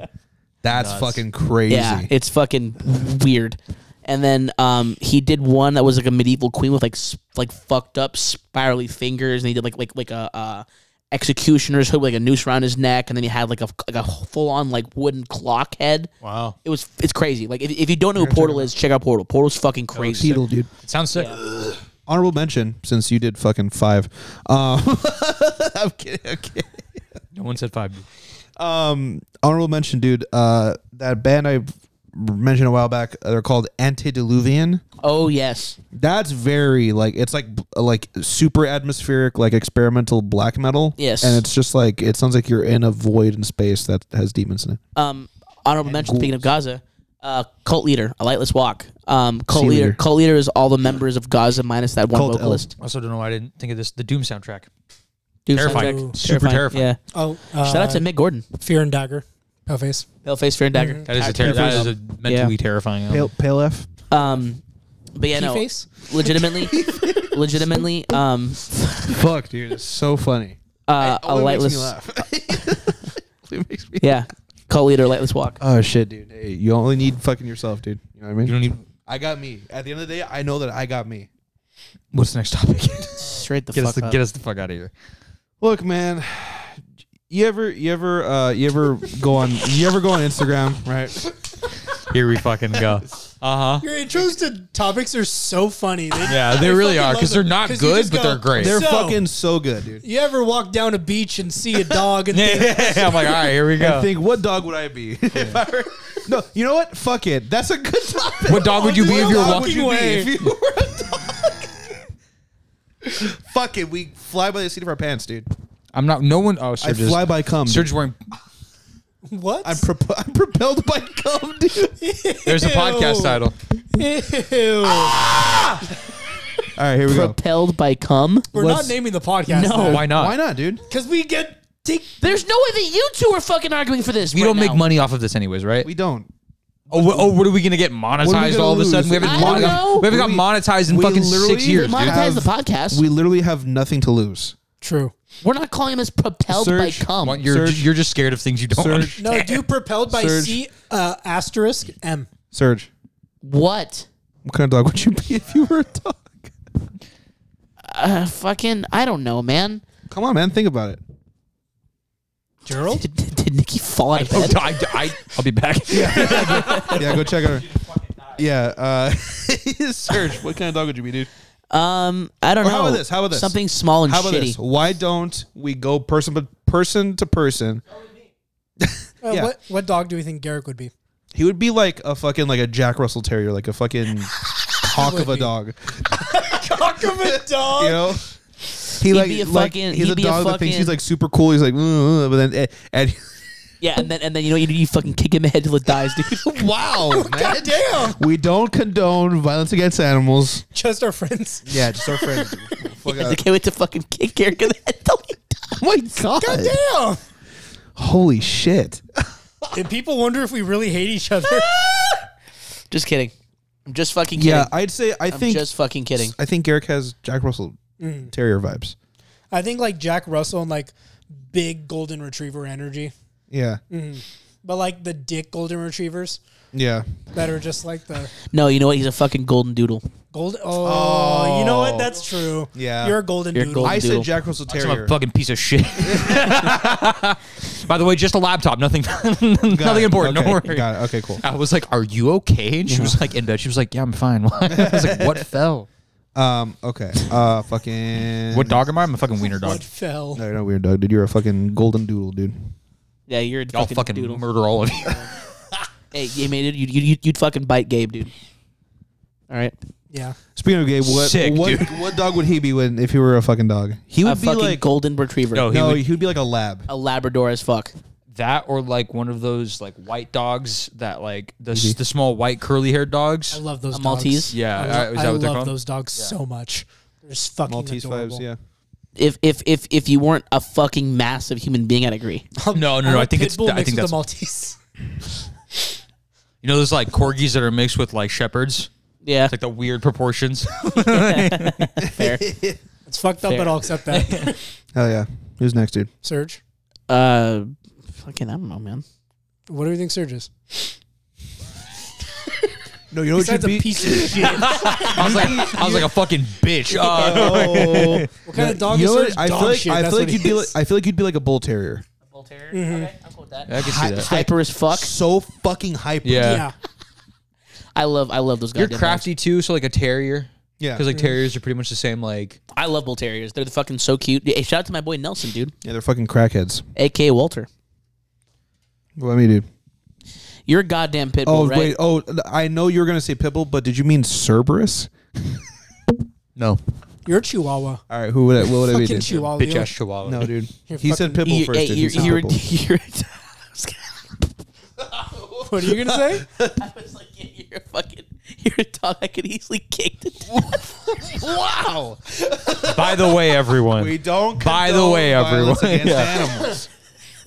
A: That's fucking crazy.
B: Yeah, it's fucking weird. And then um, he did one that was like a medieval queen with like s- like fucked up spirally fingers, and he did like like like a uh, executioner's hood with like a noose around his neck, and then he had like a like a full on like wooden clock head.
E: Wow,
B: It was it's crazy. Like if, if you don't know who Portal is, check out Portal. Portal's fucking crazy.
A: Beetle, dude.
E: it sounds sick.
A: Honorable mention since you did fucking five. Um, I'm kidding. I'm kidding.
E: No one said five.
A: Um, honorable mention, dude. Uh, that band I mentioned a while back. uh, They're called Antediluvian.
B: Oh yes,
A: That's very like it's like like super atmospheric, like experimental black metal.
B: Yes.
A: and it's just like it sounds like you're in a void in space that has demons in it.
B: um, honorable mention. Speaking of Gaza, uh, cult leader, a lightless walk. Um, cult
A: Sea
B: leader,
A: leader.
B: cult leader is all the members of Gaza minus that one
A: Cult L.
B: vocalist.
E: Also, don't know why I didn't think of this. The Doom soundtrack.
B: Dude,
E: Terrifying.
B: soundtrack.
E: Super terrifying.
B: Yeah.
C: Oh, uh,
B: Shout out to Mick Gordon.
C: Fear and Dagger, Mm-hmm. Paleface.
B: Paleface, Fear and Dagger.
E: That is a ter- that is a mentally terrifying. Album.
A: Pale, pale F.
B: Um, but yeah, no,
C: Keyface?
B: legitimately, legitimately, um,
A: Fuck, dude, it's so funny.
B: uh, a lightless,
A: it makes me.
B: yeah, cult leader, lightless walk.
A: Oh shit, dude. Hey, you only need fucking yourself, dude. You know what I
E: You
A: mean?
E: don't even.
A: I got me. At the end of the day, I know that I got me.
E: What's the next topic?
B: Straight the
E: get us
B: fuck
E: the
B: up.
E: get us the fuck out of here.
A: Look, man. You ever, you ever, uh, you ever go on, you ever go on Instagram, right?
E: Here we fucking go. Uh huh.
C: Your intros to topics are so funny. They,
E: Yeah, they
C: I
E: really
C: fucking
E: are
C: love
E: because they're
C: them.
E: not
C: 'Cause you
E: good,
C: just
E: but
C: go,
E: they're great.
A: They're
C: So-
A: fucking so good, dude.
C: You ever walk down a beach and see a dog and think,
E: I'm like, all right, here we
A: I
E: go.
A: think, what dog would I be? if I were, no, you know what? Fuck it. That's a good topic.
E: What dog would you be
A: What
E: if you were
A: dog
E: walking?
A: would you be
C: way.
A: if you were a dog? Fuck it. We fly by the seat of our pants, dude.
E: I'm not. No one. Oh, Serge is.
A: fly by cum,
E: Serge is wearing
C: What?
A: I'm, prop- I'm propelled by cum, dude.
E: There's a podcast
C: Ew.
E: title.
C: Ew.
A: All right, here we go.
B: Propelled by cum.
C: We're
A: Let's-
C: not naming the podcast.
B: No.
E: Why not?
A: Why not, dude?
C: Because we get. Take,
B: There's no way that you two are fucking arguing for this.
E: We
B: right
E: don't make
B: now.
E: money off of this, anyways, right?
A: We don't.
E: oh, wh- oh, what are we gonna get monetized
A: gonna
E: all of a
A: lose?
E: sudden? We haven't,
B: I don't
E: monetized-
B: know.
E: we haven't got
A: We-
E: monetized in
A: we
E: fucking
A: literally-
E: six years.
B: Monetize
A: have-
B: the podcast.
A: We literally have nothing to lose.
C: true.
B: We're not calling him as propelled by cum.
E: What, you're
A: Surge.
E: you're just scared of things you don't.
A: Surge.
E: understand.
C: No, do propelled by
A: Surge.
C: C uh, asterisk M.
A: Serge,
B: what?
A: what kind of dog would you be if you were a dog?
B: Uh, fucking, I don't know, man.
A: Come on, man. Think about it.
C: Gerald?
B: Did, did, did Nikki fall out of
E: Oh,
B: bed?
E: I, I, will be back.
A: Yeah, go check out. Yeah, uh, Serge, what kind of dog would you be, dude?
B: Um, I don't
A: Or
B: know.
A: how about this? How about this?
B: Something small and
A: How about
B: shitty.
A: this? Why don't we go person but person to person?
C: Uh,
A: Yeah.
C: what, what dog do we think Garrick would be?
A: He would be like a fucking like a Jack Russell Terrier, like a fucking cock of a
C: be.
A: dog.
C: Cock of a dog.
A: You know. He
B: He'd
A: like,
B: be a
A: like,
B: fucking-
A: he's
B: he'd
A: a
B: be a
A: dog that thinks he's
B: fucking-
A: like super cool. He's like, "Mm, mm," but then and, and
B: Yeah, and then and then you know you, you fucking kick him in the head till it dies, dude.
A: wow, man.
C: Damn.
A: we don't condone violence against animals.
C: Just our friends.
A: Yeah, just our friends. Fuck
B: I
A: out.
B: can't wait to fucking kick Garrick in the head till he dies.
A: Oh my god!
C: Damn.
A: Holy shit!
C: Did people wonder if we really hate each other?
B: Just kidding. I'm just fucking kidding.
A: Yeah, I'd say I
B: I'm
A: think
B: just fucking kidding.
A: I think Garrick has Jack Russell
E: Mm.
A: Terrier vibes.
C: I think like Jack Russell and like big golden retriever energy.
A: Yeah,
E: Mm.
C: But like the dick golden retrievers
A: yeah.
C: that are just like the
B: No, you know what? He's a fucking golden doodle.
C: gold. Oh, you know what? That's true.
A: Yeah.
C: You're a golden
B: You're
C: doodle.
B: golden.
A: I
B: doodle.
A: said Jack Russell
E: I'm
A: Terrier.
E: a fucking piece of shit. By the way, just a laptop, nothing,
A: Got
E: nothing
A: it.
E: important.
A: Okay,
E: Don't worry.
A: Got it. Okay, cool.
E: I was like, "Are you okay?" And she was like, "In bed." She was like, "Yeah, I'm fine." I was like, "What fell?
A: Um. Okay. Uh. Fucking.
E: What dog am I? I'm a fucking wiener dog.
C: What fell?
A: No, you're not a weird dog, dude. You're a fucking golden doodle, dude.
B: Yeah, you're a
E: I'll
B: fucking,
E: fucking
B: doodle.
E: murder all of you."
B: Hey, you made it. You'd, you'd, you'd fucking bite Gabe, dude. All right.
C: Yeah.
A: Speaking of gay, what
E: Sick,
A: what,
E: dude.
A: what dog would he be when if he were a fucking dog? He
B: a
A: would be
B: fucking
A: like
B: golden retriever.
E: No, he
A: no,
E: would-
A: he would be like a lab.
B: a Labrador as fuck.
E: that or like one of those like white dogs that like the s the small white curly
C: I
E: haired dogs.
C: love those
B: A
C: dogs.
B: Maltese?
E: Yeah,
C: I, lo-
E: uh, is that
C: I
E: what they're
C: love
E: called?
C: those dogs so much. They're just fucking
A: Maltese
C: adorable.
A: fives. Yeah.
B: If if if if you weren't a fucking massive human being, I'd agree.
E: No, no, no.
C: I'm a
E: I think
C: pit
E: it's.
C: bull
E: I
C: mixed
E: think
C: with
E: that's.
C: a Maltese.
E: You know, those like corgis that are mixed with like shepherds,
B: Yeah,
E: like the weird proportions.
B: fair.
C: It's fucked up,
B: Fair.
C: but I'll accept that.
A: Hell yeah. Who's next, dude?
C: Serge,
B: uh, fucking, I don't know, man.
C: what do you think Serge is?
A: No, you know
C: Besides a piece of shit. what
E: I was like, I was like a fucking bitch. Uh,
A: Oh,
C: kind of dog
A: you
C: is
A: know
C: Serge?
A: what? I
C: Dog
A: feel like
C: shit,
A: I
C: that's
A: feel like
C: what
A: you'd
C: he
A: be like
C: is.
A: I feel like you'd be like a bull terrier.
B: Okay, I'm cool with that.
E: I can see that.
B: Hyper as fuck.
A: So fucking hyper.
E: Yeah.
C: yeah.
B: I love I love those guys.
E: You're crafty too, so like a terrier.
A: Yeah.
E: Because like terriers are pretty much the same. Like
B: I love bull terriers. They're the fucking so cute. Hey, shout out to my boy Nelson, dude,
A: yeah, they're fucking crackheads.
B: aka Walter.
A: What me, dude?
B: You're a goddamn pitbull,
A: Oh
B: right?
A: wait. Oh, I know you were gonna say pitbull, but did you mean Cerberus?
E: no
C: You're a Chihuahua.
A: All right. Who would I, what would I be?
C: Fucking
A: Dude?
C: Chihuahua.
E: bitch
C: You're-
E: ass chihuahua.
A: Oh, No, dude.
C: You're
A: He said pitbull
B: You-
A: first.
B: hey,
A: dude.
B: e- you're-
A: He said
B: you're-
A: pitbull.
B: you're-
C: What are you gonna say?
B: I was like, yeah, you're a fucking, you're a dog I could easily kick to death. wow.
E: By the way, everyone,
A: We
E: we,
A: don't.
E: By the
A: condone
E: way,
A: violence
E: everyone.
A: against
E: Yeah.
A: animals.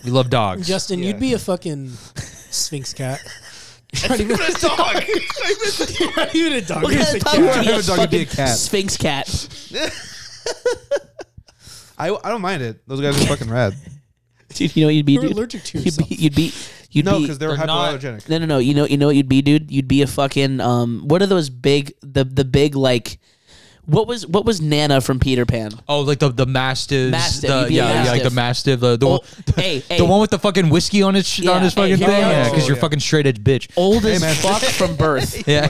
E: love dogs.
C: Justin, you'd be a fucking sphinx cat. You're not even,
A: It's a dog.
C: you're not even a dog.
B: What
C: You're
B: kind
C: just a
B: of dog
A: cat.
B: would be a
A: Dog would be a
B: fucking
A: cat.
B: Sphinx cat.
A: I, I don't mind it. Those guys are fucking rad.
B: Dude, you know what you'd be,
C: You're
B: dude?
C: allergic to
B: you'd be,
C: yourself.
B: you'd be, you'd
A: No,
B: be-
A: because they're
E: They're not-
A: hypoallergenic.
B: no, no, no. You know, you know what you'd be, dude. You'd be a fucking um. What are those big? The the big like, what was what was Nana from Peter Pan?
E: Oh, like the the mastiffs.
B: Mastiff,
E: the-
B: you'd be a
E: yeah, yeah, like the
B: mastiff.
E: mastiff. The the,
B: Oh,
E: one- the,
B: hey, hey.
E: one with the fucking whiskey on his sh-
B: Yeah,
E: on his
B: hey,
E: fucking
B: here we
E: thing.
B: go.
E: Yeah, because
A: Oh,
E: you're
A: yeah.
E: fucking straight edge bitch.
B: Old as fuck from birth.
E: Yeah,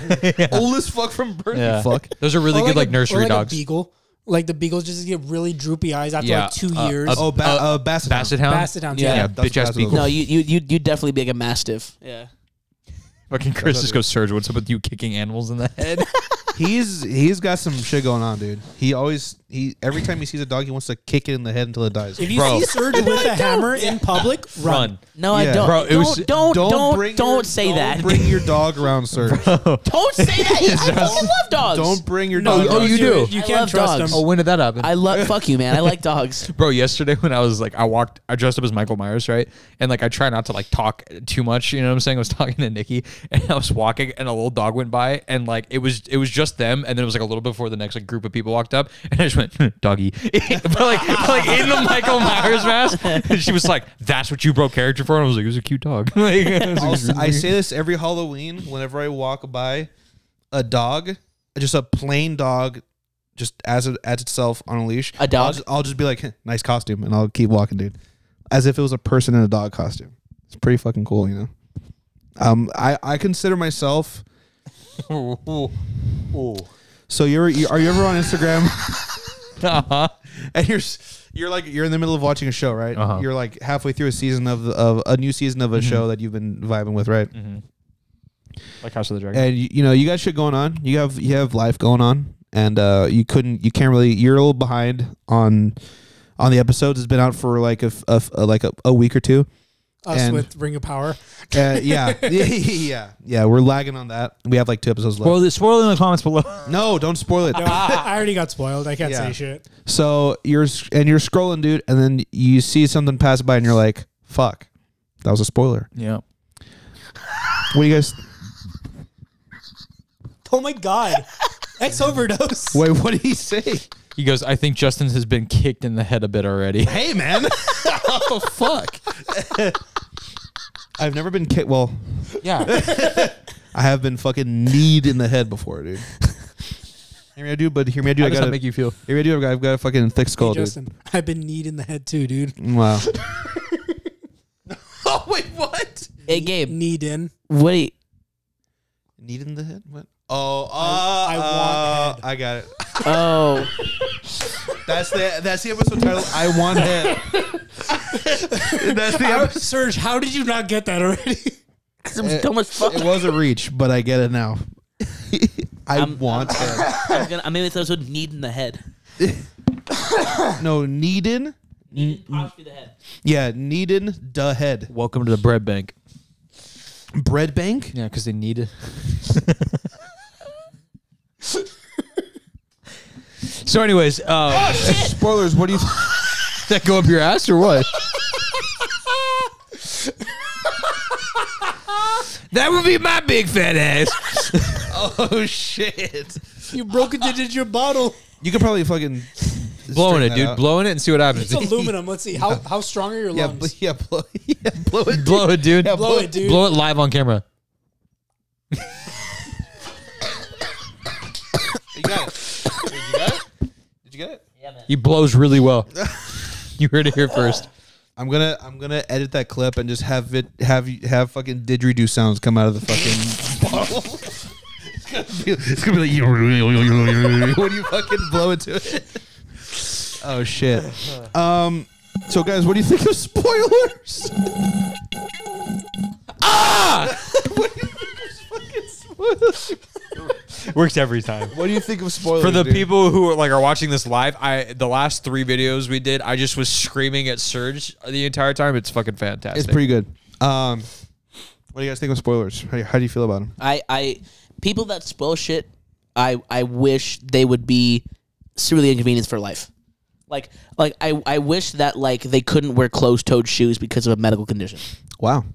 A: Old as fuck from birth.
E: yeah.
A: Fuck.
E: Those are
C: Or
E: really good, like
C: a- or
E: nursery
C: like A
E: dogs.
C: beagle. Like the beagles just get really droopy eyes after
E: Yeah,
C: like two
E: uh,
C: years.
E: a-
A: Oh, ba-
E: Uh,
A: uh, basset. hound.
E: Basset hound.
C: Basset hounds,
E: Yeah,
C: yeah.
A: That's
E: bitch ass
A: Basset
E: beagle.
B: No, you you you you definitely be like a mastiff. Yeah.
E: Fucking Chris just goes surge. What's up with you kicking animals in the head?
A: He's he's got some shit going on, dude. He always He every time he sees a dog, he wants to kick it in the head until it dies.
C: If you
E: Bro.
C: see Serge with a hammer in public, run.
E: Run.
B: No, I
A: Yeah.
B: don't.
E: Bro, it
B: don't,
E: was-
B: don't, don't, don't,
A: bring your-
B: say
A: don't
B: that.
A: Bring your dog around, sir.
B: don't say that. I fucking love dogs.
A: Don't bring your
C: No,
A: dog.
E: oh,
A: around.
E: you do.
C: You
B: I
C: can't
B: love
C: trust
B: dogs.
E: Oh,
C: him.
E: when did that happen?
B: I love. Fuck you, man. I like dogs.
E: Bro, yesterday when I was like, I walked, I dressed up as Michael Myers, right? And like, I try not to like talk too much. You know what I'm saying? I was talking to Nikki, and I was walking, and a little dog went by, and like, it was it was just them, and then it was like a little before the next like group of people walked up, and I just went "Hmm, doggy, but like but, like in the Michael Myers mask, and she was like, "That's what you broke character for," and I was like, "It was a cute dog." Like, it was, like,
A: I'll- I say this every Halloween whenever I walk by a dog, just a plain dog, just as it as itself on a leash.
B: A dog?
A: I'll just, I'll just be like, "Heh, nice costume, and I'll keep walking, dude, as if it was a person in a dog costume. It's pretty fucking cool, you know. Um, I I consider myself. So you're you, are you ever on Instagram?
E: uh-huh.
A: and you're s- you're like you're in the middle of watching a show, right?
E: Uh-huh.
A: You're like halfway through a season of of a new season of a show that you've been vibing with, right?
E: like House of the Dragon.
A: And you, you know you got shit going on. You have you have life going on, and uh, you couldn't you can't really you're a little behind on on the episodes. It's been out for like a, f- a f- uh, like a, a week or two.
C: Us
A: And-
C: with Ring of Power.
A: Uh, yeah, yeah, yeah. We're lagging on that. We have like two episodes left.
E: Well, spoil it in the comments below.
A: no, don't spoil it.
C: No, I already got spoiled. I can't
A: Yeah.
C: say shit.
A: So you're s- and you're scrolling, dude, and then you see something pass by, and you're like, "Fuck, that was a spoiler."
E: yeah.
A: What do you guys?
C: Oh my god. X overdose.
A: Wait, what did he say?
E: He goes, I think Justin has been kicked in the head a bit already.
A: Hey, man.
E: oh, fuck.
A: I've never been kicked. Well,
E: Yeah.
A: I have been fucking kneed in the head before, dude. hear me, I do, but hear me, I do.
E: How
A: I
E: does
A: got
E: that
A: to
E: make you feel?
A: Hear me, I do. I've got, I've got a fucking thick
C: Hey,
A: skull, dude.
C: Justin, I've been kneed in the head too, dude.
A: Wow.
E: Oh, wait, what?
B: Hey, Gabe.
C: Kneed in.
B: What? do you-
A: kneed in the head? What? Oh, uh,
C: I want
A: I got it.
B: Oh,
A: That's the that's the episode title. I want head. that's the
C: How,
A: episode.
C: Serge, how did you not get that already?
B: it
A: Eh.
B: was dumb as fuck.
A: It was a reach, but I get it now. I
B: I'm-
E: uh,
A: want head.
B: I was gonna. I mean, it's also need in the head.
A: No, Needin.
B: Need through the head.
A: Yeah, Needin the head.
E: Welcome to the bread bank.
A: Bread bank.
E: Yeah, because they need it. so, anyways, uh,
A: Spoilers. What do you?
E: that go up your ass or what? that would be my big fat ass.
A: oh shit.
C: you broke it into your bottle.
A: You could probably fucking
E: Blowing it,
A: straighten that
E: dude.
A: out.
E: Blowing it and see what happens.
C: It's aluminum. Let's see. How how strong are your
A: Yeah, bl-
C: lungs?
A: yeah, blow, yeah, blow it.
E: blow it, dude.
A: Yeah,
C: Blow it, dude.
E: Blow it live on camera.
A: You got it. Did you get it? Did you get it?
E: He blows really well. you heard it here first.
A: I'm gonna I'm gonna edit that clip and just have it have you have fucking didgeridoo sounds come out of the fucking bottle. It's gonna be- it's gonna be like when you fucking blow into it. Oh shit. Um. So guys, what do you think of spoilers? Ah!
E: Works every time.
A: What do you think of spoilers
E: For the
A: dude?
E: people who are like are watching this live, I the last three videos we did, I just was screaming at Surge the entire time. It's fucking fantastic.
A: It's pretty good. Um. What do you guys think of spoilers? How do you, how do you feel about them?
B: I, I people that spoil shit, I I wish they would be severely inconvenienced for life. Like like I, I wish that like they couldn't wear closed toed shoes because of a medical condition.
A: Wow.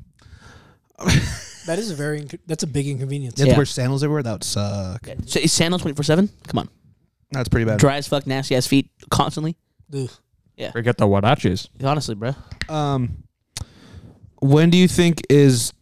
C: That is a very inco- that's a big inconvenience.
A: You have
B: Yeah.
A: to wear sandals everywhere. That would suck.
B: So is sandals twenty four seven? Come on.
A: That's pretty bad.
B: Dry as fuck, nasty ass feet constantly.
C: Ugh.
E: Forget the watches.
B: Honestly, bro.
A: Um, when do you think is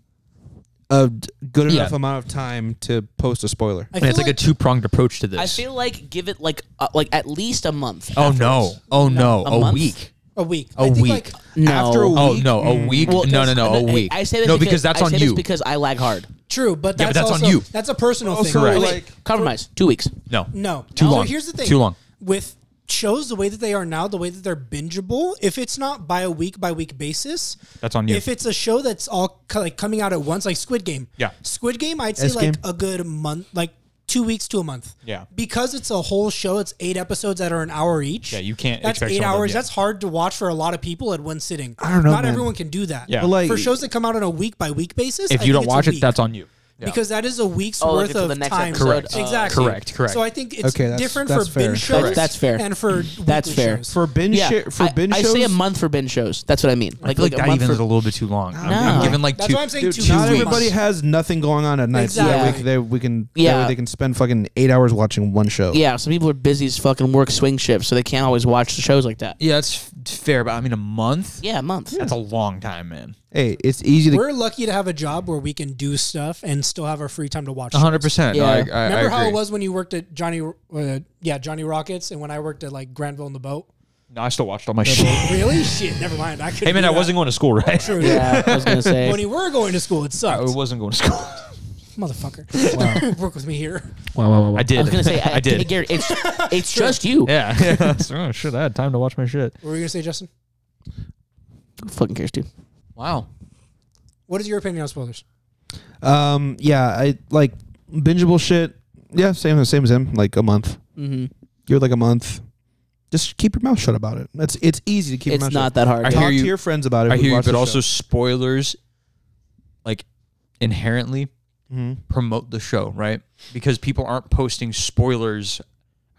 A: a d- good enough
E: Yeah.
A: amount of time to post a spoiler?
C: I feel
E: it's like, a two pronged approach to this.
B: I feel like give it like uh, like at least a month.
E: oh no! Oh no!
B: A
E: A,
B: month?
E: week.
C: a week.
E: A
C: I think
E: week.
C: Like,
B: No.
A: After a
E: Oh
A: week?
E: no! A week?
B: Mm. Well,
E: no! No!
B: that's-
E: No! A
B: I-
E: week.
B: I say this
E: no, because that's
B: I
E: on
B: say this
E: you.
B: because I lag hard.
C: true, but that's,
E: Yeah, but that's on
C: also-
E: you.
C: That's a personal thing.
E: correct.
C: Wait,
A: Like-
B: Compromise. Two weeks.
E: no.
C: no.
E: Too
C: no,
E: long.
C: Here's the thing.
E: Too long.
C: With shows the way that they are now, the way that they're bingeable, if it's not by a week by week basis,
E: That's on you.
C: If it's a show that's all co- like coming out at once, like Squid Game,
E: Yeah.
C: Squid Game, I'd say
A: S
C: like
A: Game?
C: a good month, like two weeks to a month.
E: Yeah.
C: Because it's a whole show, it's eight episodes that are an hour each.
E: Yeah, you can't
C: That's
E: expect
C: eight
E: some of them,
C: hours.
E: yeah.
C: That's hard to watch for a lot of people at one sitting. I
A: don't know,
C: Not
A: man.
C: everyone can do that.
E: Yeah.
A: But, like-
C: for shows that come out on a week by week basis, I
E: If
C: think
E: you don't
C: it's a
E: watch it,
C: week.
E: that's on you. Yeah.
C: because that is a week's
B: Oh, like
C: worth
B: for
C: of
B: the next
C: time.
B: episode Correct. of-
C: Exactly.
E: Correct, correct.
C: So I think it's
A: Okay, that's-
C: different
A: that's
C: for
A: fair.
C: binge shows.
B: That's- that's fair.
C: And for
B: That's
C: weekly
B: fair.
C: shows.
A: for binge
B: yeah,
A: shit for
B: I,
A: binge
B: I
A: shows.
B: say a month for binge shows. That's what I mean.
E: I feel like, that
B: a month
E: even
B: for,
E: is a little bit too long. I'm, I'm
B: No.
E: giving like
C: That's
E: two.
C: why I'm saying
A: Dude,
C: two.
A: not
C: weeks.
A: everybody has nothing going on at night, so that
B: Exactly.
A: way they, we can that
B: Yeah.
A: way they can spend fucking eight hours watching one show.
B: yeah, some people are busy as fucking work swing shifts, so they can't always watch the shows like that.
E: yeah, that's f- fair, but I mean a month.
B: Yeah, a month.
E: That's a long time, man.
A: Hey, it's easy to
C: We're lucky to have a job where we can do stuff and still have our free time to watch.
E: A hundred percent. No, I, I,
B: Yeah.
E: I
C: Remember how
E: agree.
C: it was when you worked at Johnny, uh, yeah, Johnny Rockets, and when I worked at like Granville and the boat.
E: No, I still watched all my shit.
C: really? Shit. Never mind. I could.
E: Hey man, I wasn't going to school, right?
C: True.
B: Yeah, I was gonna say.
C: When you were going to school, it
E: I
C: sucked,
E: wasn't going to school.
C: motherfucker. Don't work with me here.
E: I did.
B: I was gonna say. I,
E: I did.
B: Garrett, it's it's just you.
E: Yeah. oh, shit, I had time to watch my shit.
C: What were you gonna say, Justin?
B: Who fucking cares, dude.
E: Wow.
C: What is your opinion on spoilers?
A: Um, yeah, I like bingeable shit. Yeah, same same as him. Like a month.
B: Mm-hmm.
A: You're like a month. Just keep your mouth shut about it. It's it's easy to keep your
B: It's
A: mouth
B: not
A: shut.
B: that hard.
E: I
A: Talk
E: hear you.
A: to your friends about it.
E: I
A: We
E: hear you,
A: watch
E: but
A: the
E: also
A: show.
E: spoilers, like inherently
A: Mm-hmm.
E: promote the show, right? Because people aren't posting spoilers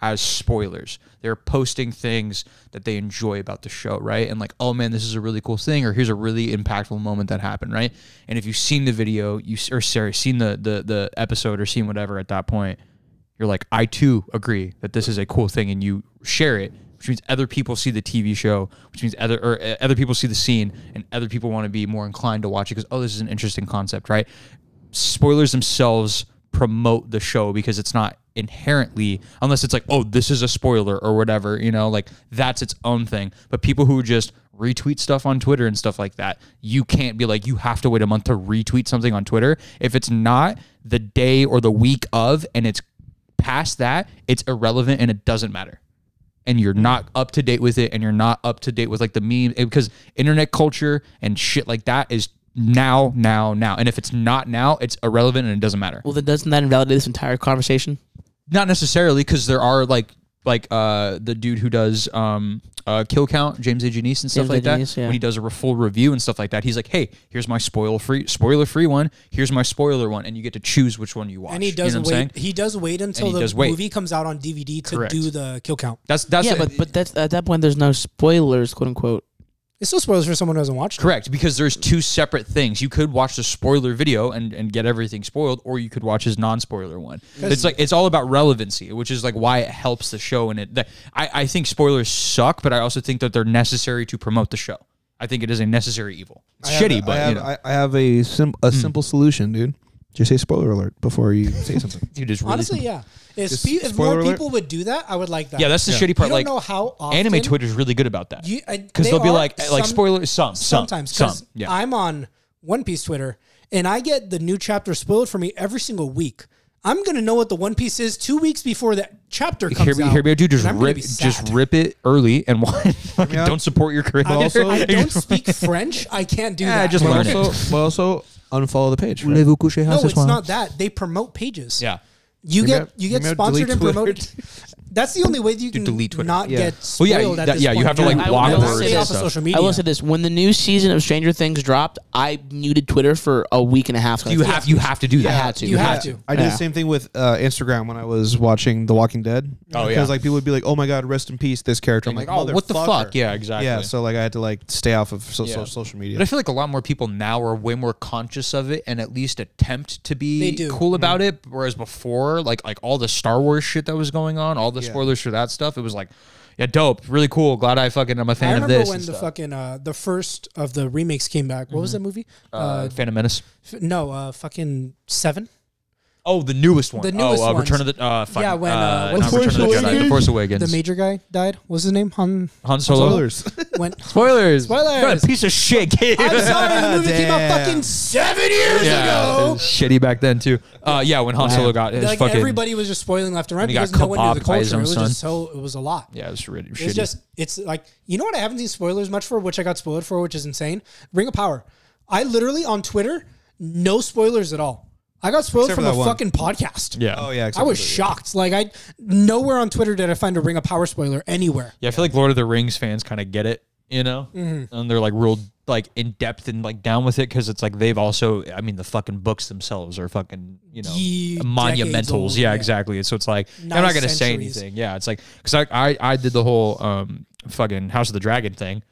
E: as spoilers. They're posting things that they enjoy about the show, right? And like, oh man, this is a really cool thing, or here's a really impactful moment that happened, right? And if you've seen the video, you s- or sorry, seen the the the episode or seen whatever at that point, you're like, I too agree that this is a cool thing, and you share it, which means other people see the TV show, which means other or uh, other people see the scene, and other people want to be more inclined to watch it because oh, this is an interesting concept, right? Spoilers themselves promote the show because it's not inherently unless it's like oh this is a spoiler or whatever you know like that's its own thing but people who just retweet stuff on twitter and stuff like that you can't be like you have to wait a month to retweet something on twitter if it's not the day or the week of and it's past that, it's irrelevant and it doesn't matter. And you're not up to date with it, and you're not up to date with like the meme because internet culture and shit like that is now, now, now. And if it's not now, it's irrelevant and it doesn't matter.
B: well, then doesn't that invalidate this entire conversation?
E: Not necessarily because there are like like uh the dude who does um uh kill count James A. Janice and stuff
B: James A.
E: like that
B: Janice, yeah.
E: when he does a re- full review and stuff like that he's like hey here's my spoiler free spoiler free one here's my spoiler one and you get to choose which one you watch
C: And he
E: You
C: does
E: know what I'm saying?
C: wait. He does wait until
E: he
C: the
E: does wait.
C: movie comes out on DVD to
E: Correct.
C: do the kill count.
E: that's that's
B: yeah, but but that's at that point there's no spoilers, quote unquote.
C: It's still spoilers for someone who hasn't watched. it.
E: Correct, because there's two separate things. You could watch the spoiler video and, and get everything spoiled, or you could watch his non-spoiler one. It's like it's all about relevancy, which is like why it helps the show. And it, that I, I think spoilers suck, but I also think that they're necessary to promote the show. I think it is a necessary evil. It's
A: I have-
E: shitty, but
A: I have,
E: you know,
A: I, I have a sim- a simple solution, dude. Just say spoiler alert before you say something.
E: dude, it's really
C: Honestly, yeah. If,
A: Just
C: pe- if
A: spoiler
C: more
A: alert.
C: people would do that, I would like that.
E: yeah. That's the shitty part.
C: You don't
E: like
C: know how often
E: anime Twitter's really good about that
C: You- I-
E: because
C: they
E: they'll be
C: are
E: like
C: some-
E: like spoilers some some
C: sometimes
E: some
C: 'cause
E: yeah.
C: I'm on One Piece Twitter and I get the new chapter spoiled for me every single week. I'm gonna know what the One Piece is two weeks before that chapter comes
E: Here, me-
C: out.
E: here, me, dude. Just
C: and I'm gonna
E: rip,
C: be
E: just
C: sad.
E: rip it early and why? don't support your creator.
C: I,
A: also-
C: I don't speak French. I can't do
E: Yeah,
C: that.
E: just
A: But
E: learn it.
A: also, but also unfollow the page. right?
C: no, it's not that. They promote pages.
E: Yeah.
C: You
A: Maybe I-
C: get you get
A: maybe I
C: sponsored
A: delete
C: and
A: Twitter.
C: promoted. That's the only way that you can
E: delete Twitter.
C: not
A: Yeah.
C: get
E: Well,
C: spoiled
E: yeah,
C: at
E: that-
C: this
E: yeah, you
C: point.
E: have to,
B: like, block
C: I will
B: words
C: stay
B: and
C: off of
E: stuff.
C: social media.
B: I will say this: when the new season of Stranger Things dropped, I muted Twitter for a week and a half.
E: You have you have to do that.
B: I had to.
C: You have to.
A: I did
B: Yeah.
A: the same thing with uh, Instagram when I was watching The Walking Dead.
E: Oh, yeah.
A: because like people would be like, "Oh my god, rest in peace, this character." I'm like,
E: oh, what the
A: "Motherfucker."
E: fuck? Yeah, exactly.
A: Yeah, so like I had to like stay off of so- so-
E: Yeah.
A: social
E: But I
A: media.
E: feel like a lot more people now are way more conscious of it and at least attempt to
C: They
E: be
C: do. Mm-hmm.
E: cool about it. Whereas before, like like all the Star Wars shit that was going on, all the spoilers for that stuff, it was like, yeah, dope, really cool. Glad I fucking am a
C: I
E: fan of
C: remember
E: this.
C: when
E: and
C: the
E: stuff.
C: fucking uh, the first of the remakes came back. What was that movie? Uh,
E: uh, Phantom Menace.
C: f- no, uh, fucking seven.
E: Oh, the newest one.
C: The newest
E: oh, uh,
C: ones.
E: Return of the uh, fuck,
C: Yeah, when, uh, when
E: not
C: The
E: Return of the
A: Force
E: Jedi, The
A: Awakens.
E: Force Awakens.
C: The major guy died. What's his name? Han.
E: Han Solo.
A: Spoilers.
C: When
E: Spoilers.
C: Spoilers.
E: What a piece of shit, kid.
C: I'm sorry, the movie came out
A: Damn.
C: fucking seven years
E: it
C: ago.
E: was shitty back then too. Uh, yeah, when Han Solo got his
C: Like
E: fucking
C: everybody was just spoiling left and right
E: When he got
C: because no one knew the
E: kabobbed by his
C: culture. It
E: own
C: was
E: son.
C: just so it was a lot.
E: yeah, it was really shitty.
C: It's just it's like you know what I haven't seen spoilers much for, which I got spoiled for, which is insane. Ring of Power. I literally on Twitter, no spoilers at all. I got spoiled
A: Except for
C: from a
A: that one.
C: fucking podcast.
E: Yeah.
A: Oh yeah,
C: I
A: except
C: was
A: for the-
C: shocked. Like I nowhere on Twitter did I find a Ring of Power spoiler anywhere.
E: Yeah, I feel like Lord of the Rings fans kind of get it, you know,
C: Mm-hmm.
E: and they're like real like in depth and like down with it because it's like they've also, I mean, the fucking books themselves are fucking, you know,
C: Ye- decades
E: monumentals.
C: old,
E: yeah,
C: yeah.
E: exactly. So it's like I'm
C: Nine
E: not gonna say
C: centuries.
E: anything. Yeah, it's like because I, I I did the whole um fucking House of the Dragon thing.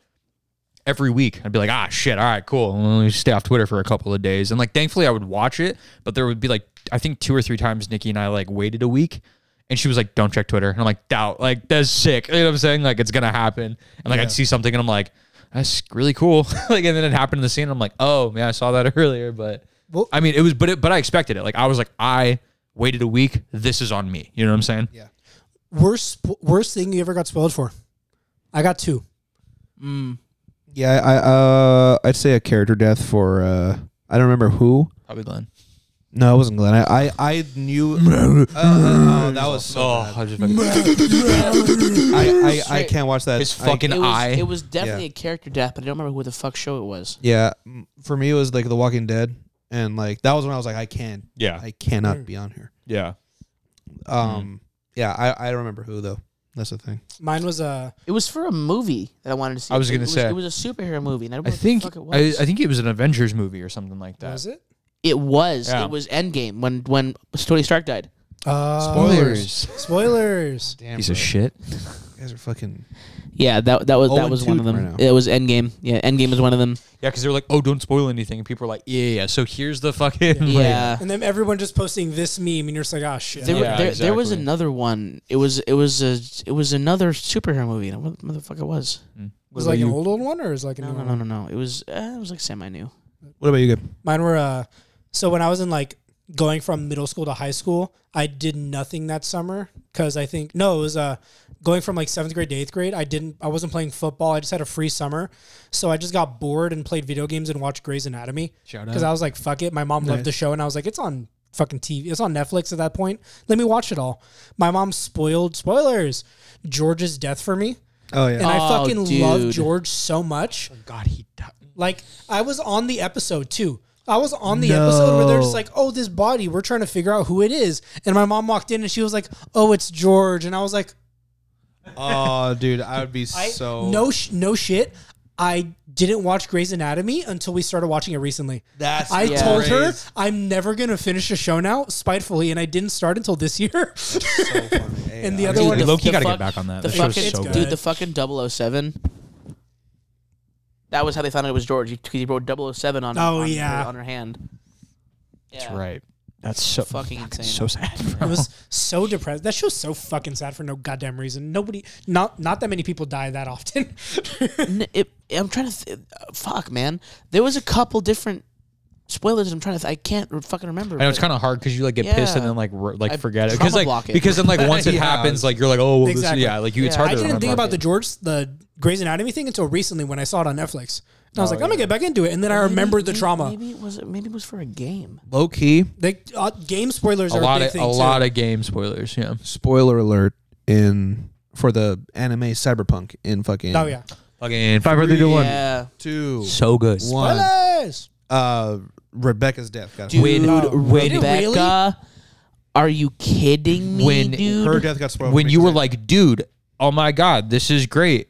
E: Every week, I'd be like, ah, shit, all right, cool. Well, Let me stay off Twitter for a couple of days. And like, thankfully, I would watch it, but there would be like, I think two or three times Nikki and I like waited a week and she was like, "Don't check Twitter." And I'm like, "Doubt, like that's sick." You know what I'm saying? Like it's gonna happen. And like I'd see something and I'm like, "That's really cool." like and then it happened in the scene. And I'm like, "Oh man, I saw that earlier." But
C: Well-
E: I mean, it was, but it, but I expected it. Like I was like, I waited a week. This is on me. You know what I'm saying? Yeah.
C: Worst sp- worst thing you ever got spoiled for? I got two.
A: Yeah, I uh, I'd say a character death for uh, I don't remember who.
E: Probably Glenn.
A: No, it wasn't Glenn. I I, I knew. Uh, oh, that was so.
E: Oh,
A: bad.
E: I just fucking,
A: I, I, I can't watch that.
E: his
A: I-
E: fucking
B: it was,
E: eye.
B: it was definitely
A: Yeah.
B: a character death, but I don't remember who the fuck show it was.
A: yeah, m- for me it was like The Walking Dead, and like that was when I was like, I can't.
E: yeah,
A: I cannot be on here.
E: yeah.
A: Um, yeah, I I don't remember who though. That's the thing.
C: Mine was uh
B: It was for a movie that I wanted to see.
E: I was
B: It
E: gonna say.
B: it was a superhero movie. And I, don't
E: I
B: remember
E: think
B: what the fuck
E: I,
B: it was.
E: I think it was an Avengers movie or something like that.
C: was it?
B: it was.
E: Yeah.
B: It was Endgame when when Tony Stark died.
C: Uh,
E: Spoilers.
C: Spoilers.
A: Damn,
E: Piece of shit.
A: You guys are fucking.
B: Yeah, that that was
A: Oh,
B: that
A: and
B: was
A: two
B: one of
A: right
B: them.
A: now.
B: it was Endgame. Yeah, Endgame was one of them.
E: Yeah, because they were like, "Oh, don't spoil anything," and people were like, "Yeah, yeah." yeah. So here's the fucking like-
B: Yeah.
C: And then everyone just posting this meme, and you're just like, ah, shit.
B: There, were-
E: Yeah,
B: there, there was
E: exactly.
B: another one. It was it was a it was another superhero movie. I don't know what the motherfucker it was?
C: was
E: about
C: it like an
E: you?
C: old old one, or is it like a
B: No,
C: new
B: no,
C: one?
B: no, no, no. It was uh, it was like semi new.
A: What about you, Gabe?
C: Mine were uh so when I was in like going from middle school to high school, I did nothing that summer cuz I think no, it was uh going from like 7th grade to 8th grade, I didn't I wasn't playing football. I just had a free summer. So I just got bored and played video games and watched Grey's Anatomy
E: Shout
C: cuz I was like fuck it. My mom loved the show and I was like it's on fucking TV. It's on Netflix at that point. Let me watch it all. My mom spoiled spoilers George's death for me.
A: Oh yeah.
C: And I
B: Oh,
C: fucking love
B: dude.
C: George so much.
E: God, he died.
C: Like I was on the episode too. I was on the episode where they're just
A: No.
C: like, "Oh, this body. We're trying to figure out who it is." And my mom walked in and she was like, "Oh, it's George." And I was like,
A: oh, dude, I would be
C: "I
A: so.
C: no sh- no shit. I didn't watch Grey's Anatomy until we started watching it recently.
A: That's
C: I
B: Yeah.
C: told her
A: crazy.
C: I'm never gonna finish the show now, spitefully, and I didn't start until this year.
A: So funny. Hey,
C: And the
A: I-
C: other one-
E: Loki gotta get back on that.
B: The
E: That show's
B: fucking,
C: so It's good.
B: dude, the fucking 007. That was how they found out it was George because he wrote 007 on,
C: Oh,
B: on
C: yeah.
B: her, on her hand. Yeah.
E: That's right. That's so
B: Fucking insane.
E: so sad.
C: it was so depressed. That show's so fucking sad for no goddamn reason. Nobody, not not that many people die that often.
B: N- it- I'm trying to. Th- uh, fuck, man. There was a couple different spoilers. I'm trying to. Th- I can't re- fucking remember.
E: I know
B: but
E: it's kind of hard because you like get pissed and
B: Yeah.
E: then like re- like
B: I
E: forget it
B: trauma
E: because like
B: block it.
E: because then like once it
A: Yeah.
E: happens like you're like oh well
C: Exactly.
E: this, yeah like you it's
B: Yeah.
E: hard
C: I
E: to
C: didn't
E: remember.
C: think about the George, the Grey's Anatomy thing until recently when I saw it on Netflix. And I
E: Oh,
C: was like, I'm gonna get back into it, and then I
B: Maybe-
C: remembered the
B: maybe-
C: trauma.
B: Maybe it was. Maybe it was for a game.
A: Low key,
C: They, uh, game spoilers
E: a
C: are
E: lot
C: a big
E: of
C: thing
E: a
C: too.
E: lot of game spoilers. Yeah.
A: spoiler alert in for the anime Cyberpunk in fucking.
C: Oh yeah,
E: Fucking
D: Five, four, three, two, one.
B: Yeah,
A: Two.
E: so good.
A: One.
C: spoilers.
A: Uh, Rebecca's death. Got
B: dude.
C: Oh,
E: when-
B: Rebecca, are you kidding me,
E: When
B: dude?
A: her death got spoiled. for
E: When
A: me
E: you
A: 'cause
E: were
A: I-
E: like, dude, oh my god, this is great.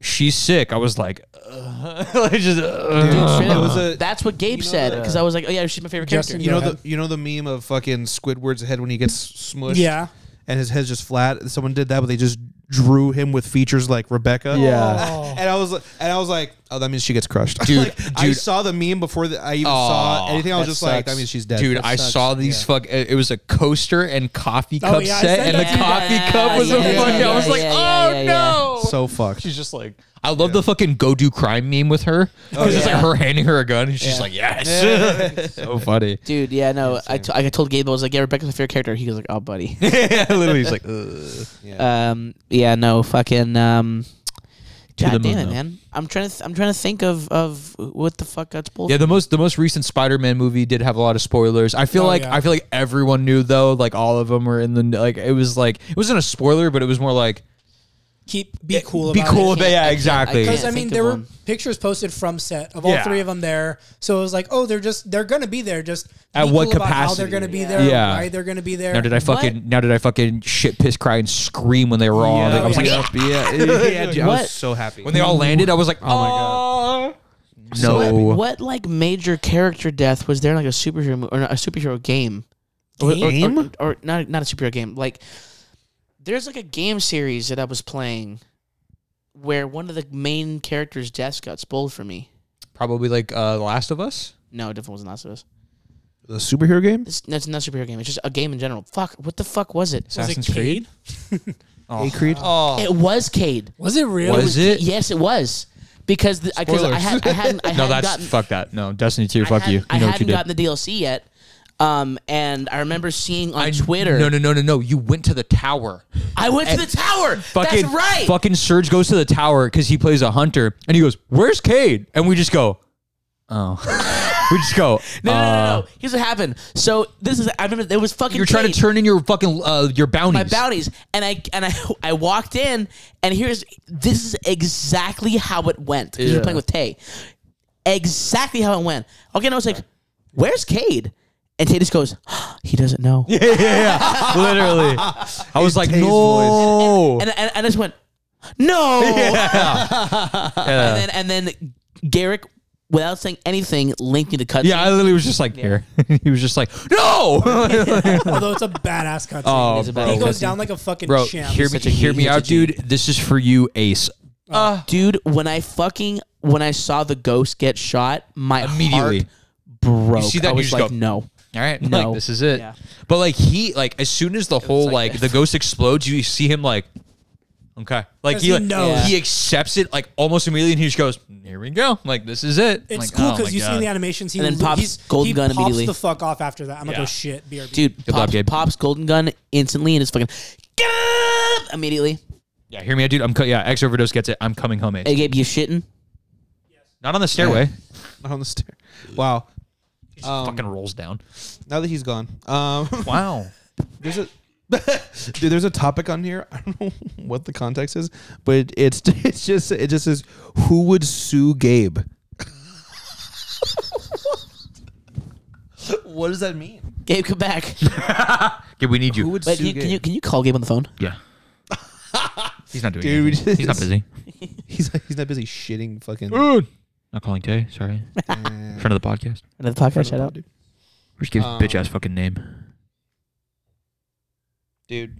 E: She's sick. I was like, uh, I just, uh,
B: Dude, straight up,
A: It was a-
B: that's what Gabe said because I was like, oh yeah, she's my favorite character.
C: Justin,
A: you know
C: Go
A: the you know the meme of fucking Squidward's head when he gets smushed.
C: Yeah,
A: and his head's just flat. Someone did that, but they just drew him with features like Rebecca.
E: Yeah.
C: Oh.
A: And I was and I was like, oh, that means she gets crushed,
E: Dude,
A: Like, I
E: dude.
A: saw the meme before the, I even
E: Aw,
A: saw anything. I was
E: that
A: just like,
E: sucks.
A: that means she's dead.
E: Dude,
A: That
E: I
A: sucks.
E: saw these fuck. It it was a coaster and coffee
C: Oh,
E: cup
C: yeah, I
E: set,
C: said
E: and the
C: that.
E: coffee
B: Yeah,
E: cup was a
A: yeah,
E: fucking. I was
B: yeah,
E: like,
B: yeah,
E: oh
B: yeah,
E: no.
A: so fucked.
E: She's just like, I love the fucking go do crime meme with her. Because it's like her handing her a gun and she's like, yes. so funny.
B: Dude, yeah, no, I, t- I told Gabe I was like, yeah, Rebecca's my favorite character. He was like, oh, buddy.
E: Literally, he's like, Ugh.
B: Um, yeah, no, fucking. Um,
E: the
B: God damn
E: moon,
B: it,
E: though.
B: man! I'm trying to th- I'm trying to think of of what the fuck got spoiled.
E: yeah. The most the most recent Spider Man movie did have a lot of spoilers. I feel
C: Oh,
E: like
C: yeah.
E: I feel like everyone knew though. Like all of them were in the like. It was like it wasn't a spoiler, but it was more like
C: keep be cool.
E: Be
C: about
E: cool
C: it.
E: about yeah, exactly.
B: I
C: Because
B: can't
C: I mean,
B: think
C: there
B: of
C: were
B: one.
C: pictures posted from set of all
E: Yeah.
C: three of them there, so it was like, oh, they're just they're gonna be there. Just be
E: At what
C: about How they're
E: capacity?
C: gonna be there?
E: Yeah.
C: Why they're gonna be there?
E: Now did I fucking now did I fucking shit piss cry and scream when they were all I was like
D: Yep, yeah, yeah, yeah, dude, I
B: What?
D: was so happy.
E: when they all landed I was like oh, my god
B: What,
E: no
B: what like major character death was there in, like a superhero mo- or not, a superhero game?
E: Oh,
B: Or- or- or-
A: Game?
B: Or, not not a superhero game. Like there's like a game series that I was playing where one of the main characters' deaths got spoiled for me.
E: probably like uh, The Last of Us
B: No, it definitely wasn't Last of Us.
A: The superhero game?
B: It's, no, it's not a superhero game. It's just a game in general. Fuck, what the fuck was it?
C: was it
E: Assassin's Creed?
C: Cade?
E: oh.
A: Creed?
E: oh
B: It was Cade.
C: Was it real?
E: Was it?
B: Yes, it was. Because the, I, 'cause I
E: Spoilers.
B: had I hadn't I
E: no
B: hadn't
E: that's
B: gotten,
E: fuck that no Destiny 2 fuck
B: I
E: you
B: hadn't-
E: you
B: I
E: know what you
B: hadn't
E: did
B: gotten the DLC yet. Um, and I remember seeing on
E: I-
B: Twitter.
E: no no no no no you went to the tower
B: I went to the tower.
E: fucking
B: That's right.
E: fucking Serge goes to the tower because he plays a hunter and he goes where's Cade and we just go oh we just go
B: no, no,
E: uh,
B: no, no. Here's what happened. So this is I remember it was fucking.
E: You're trying to
B: Cade,
E: turn in your fucking uh, your bounties.
B: my bounties, and I and I I walked in, and here's this is exactly how it went. 'Cause You're playing with Tay. Exactly how it went. Okay, and I was like, "Where's Cade?" And Tay just goes, "He doesn't know."
E: yeah, yeah, yeah. literally. I was like,
D: Taze
E: no.
B: And, and and I just went, "No."
E: Yeah.
B: And then and then Garrick, without saying anything, linked me to cut.
E: yeah, I literally was just like, here. he was just like, no.
C: Although it's a badass cutscene.
E: Oh,
B: It's a
E: bro.
B: badass
C: he goes
B: cutscene.
C: down like a fucking
E: Bro,
C: champ.
E: hear me,
B: such a
E: hear me
B: he's
E: out,
B: such a
E: dude. This is for you, Ace.
B: dude when i fucking when i saw the ghost get shot my
E: Immediately.
B: heart broke
E: You see that,
B: i
E: you
B: was
E: just
B: like
E: go-
B: no
E: All right,
B: No.
E: like this is it.
B: Yeah.
E: But like he, like as soon as the whole like,
B: like-
E: the ghost explodes, you see him like, okay, like
C: 'Cause
E: he,
C: he
E: like,
C: knows.
E: he accepts it like almost immediately, and he just goes, here we go, like this is it.
C: It's
E: like,
C: cool
E: oh
C: because
E: my
C: you see
E: God.
C: in the animations. He
B: And then
C: was-
B: pops
C: he's,
B: Golden
C: he
B: Gun
C: pops
B: immediately.
C: the fuck off after that. I'm gonna
E: Yeah.
C: go shit. BRB.
B: dude
E: Good luck,
B: pops,
E: Gabe.
B: pops golden gun instantly and it's fucking get up immediately
E: Yeah, hear me out, dude. I'm co- yeah, X overdose gets it. I'm coming home, Ace.
B: hey gabe you shitting
E: Not on the stairway.
A: Not on the stair. Wow. Um,
E: Fucking rolls down.
A: now that he's gone. Um,
E: Wow.
A: there's a dude. There's a topic on here. I don't know what the context is, but it, it's it's just it just says who would sue Gabe. what does that mean?
B: gabe come back
E: Okay, we need you.
A: Who would
B: Wait,
A: sue
B: can you, can
A: Gabe?
B: you can you call gabe on the phone
E: yeah. He's not doing
A: Dude, we
E: anything.
A: just-
E: He's not busy.
A: he's he's not busy shitting fucking.
E: Not calling today. Sorry.
A: Uh,
E: Friend of the podcast.
B: another podcast shout out
E: Which gives
A: Um,
E: bitch ass fucking name.
A: dude.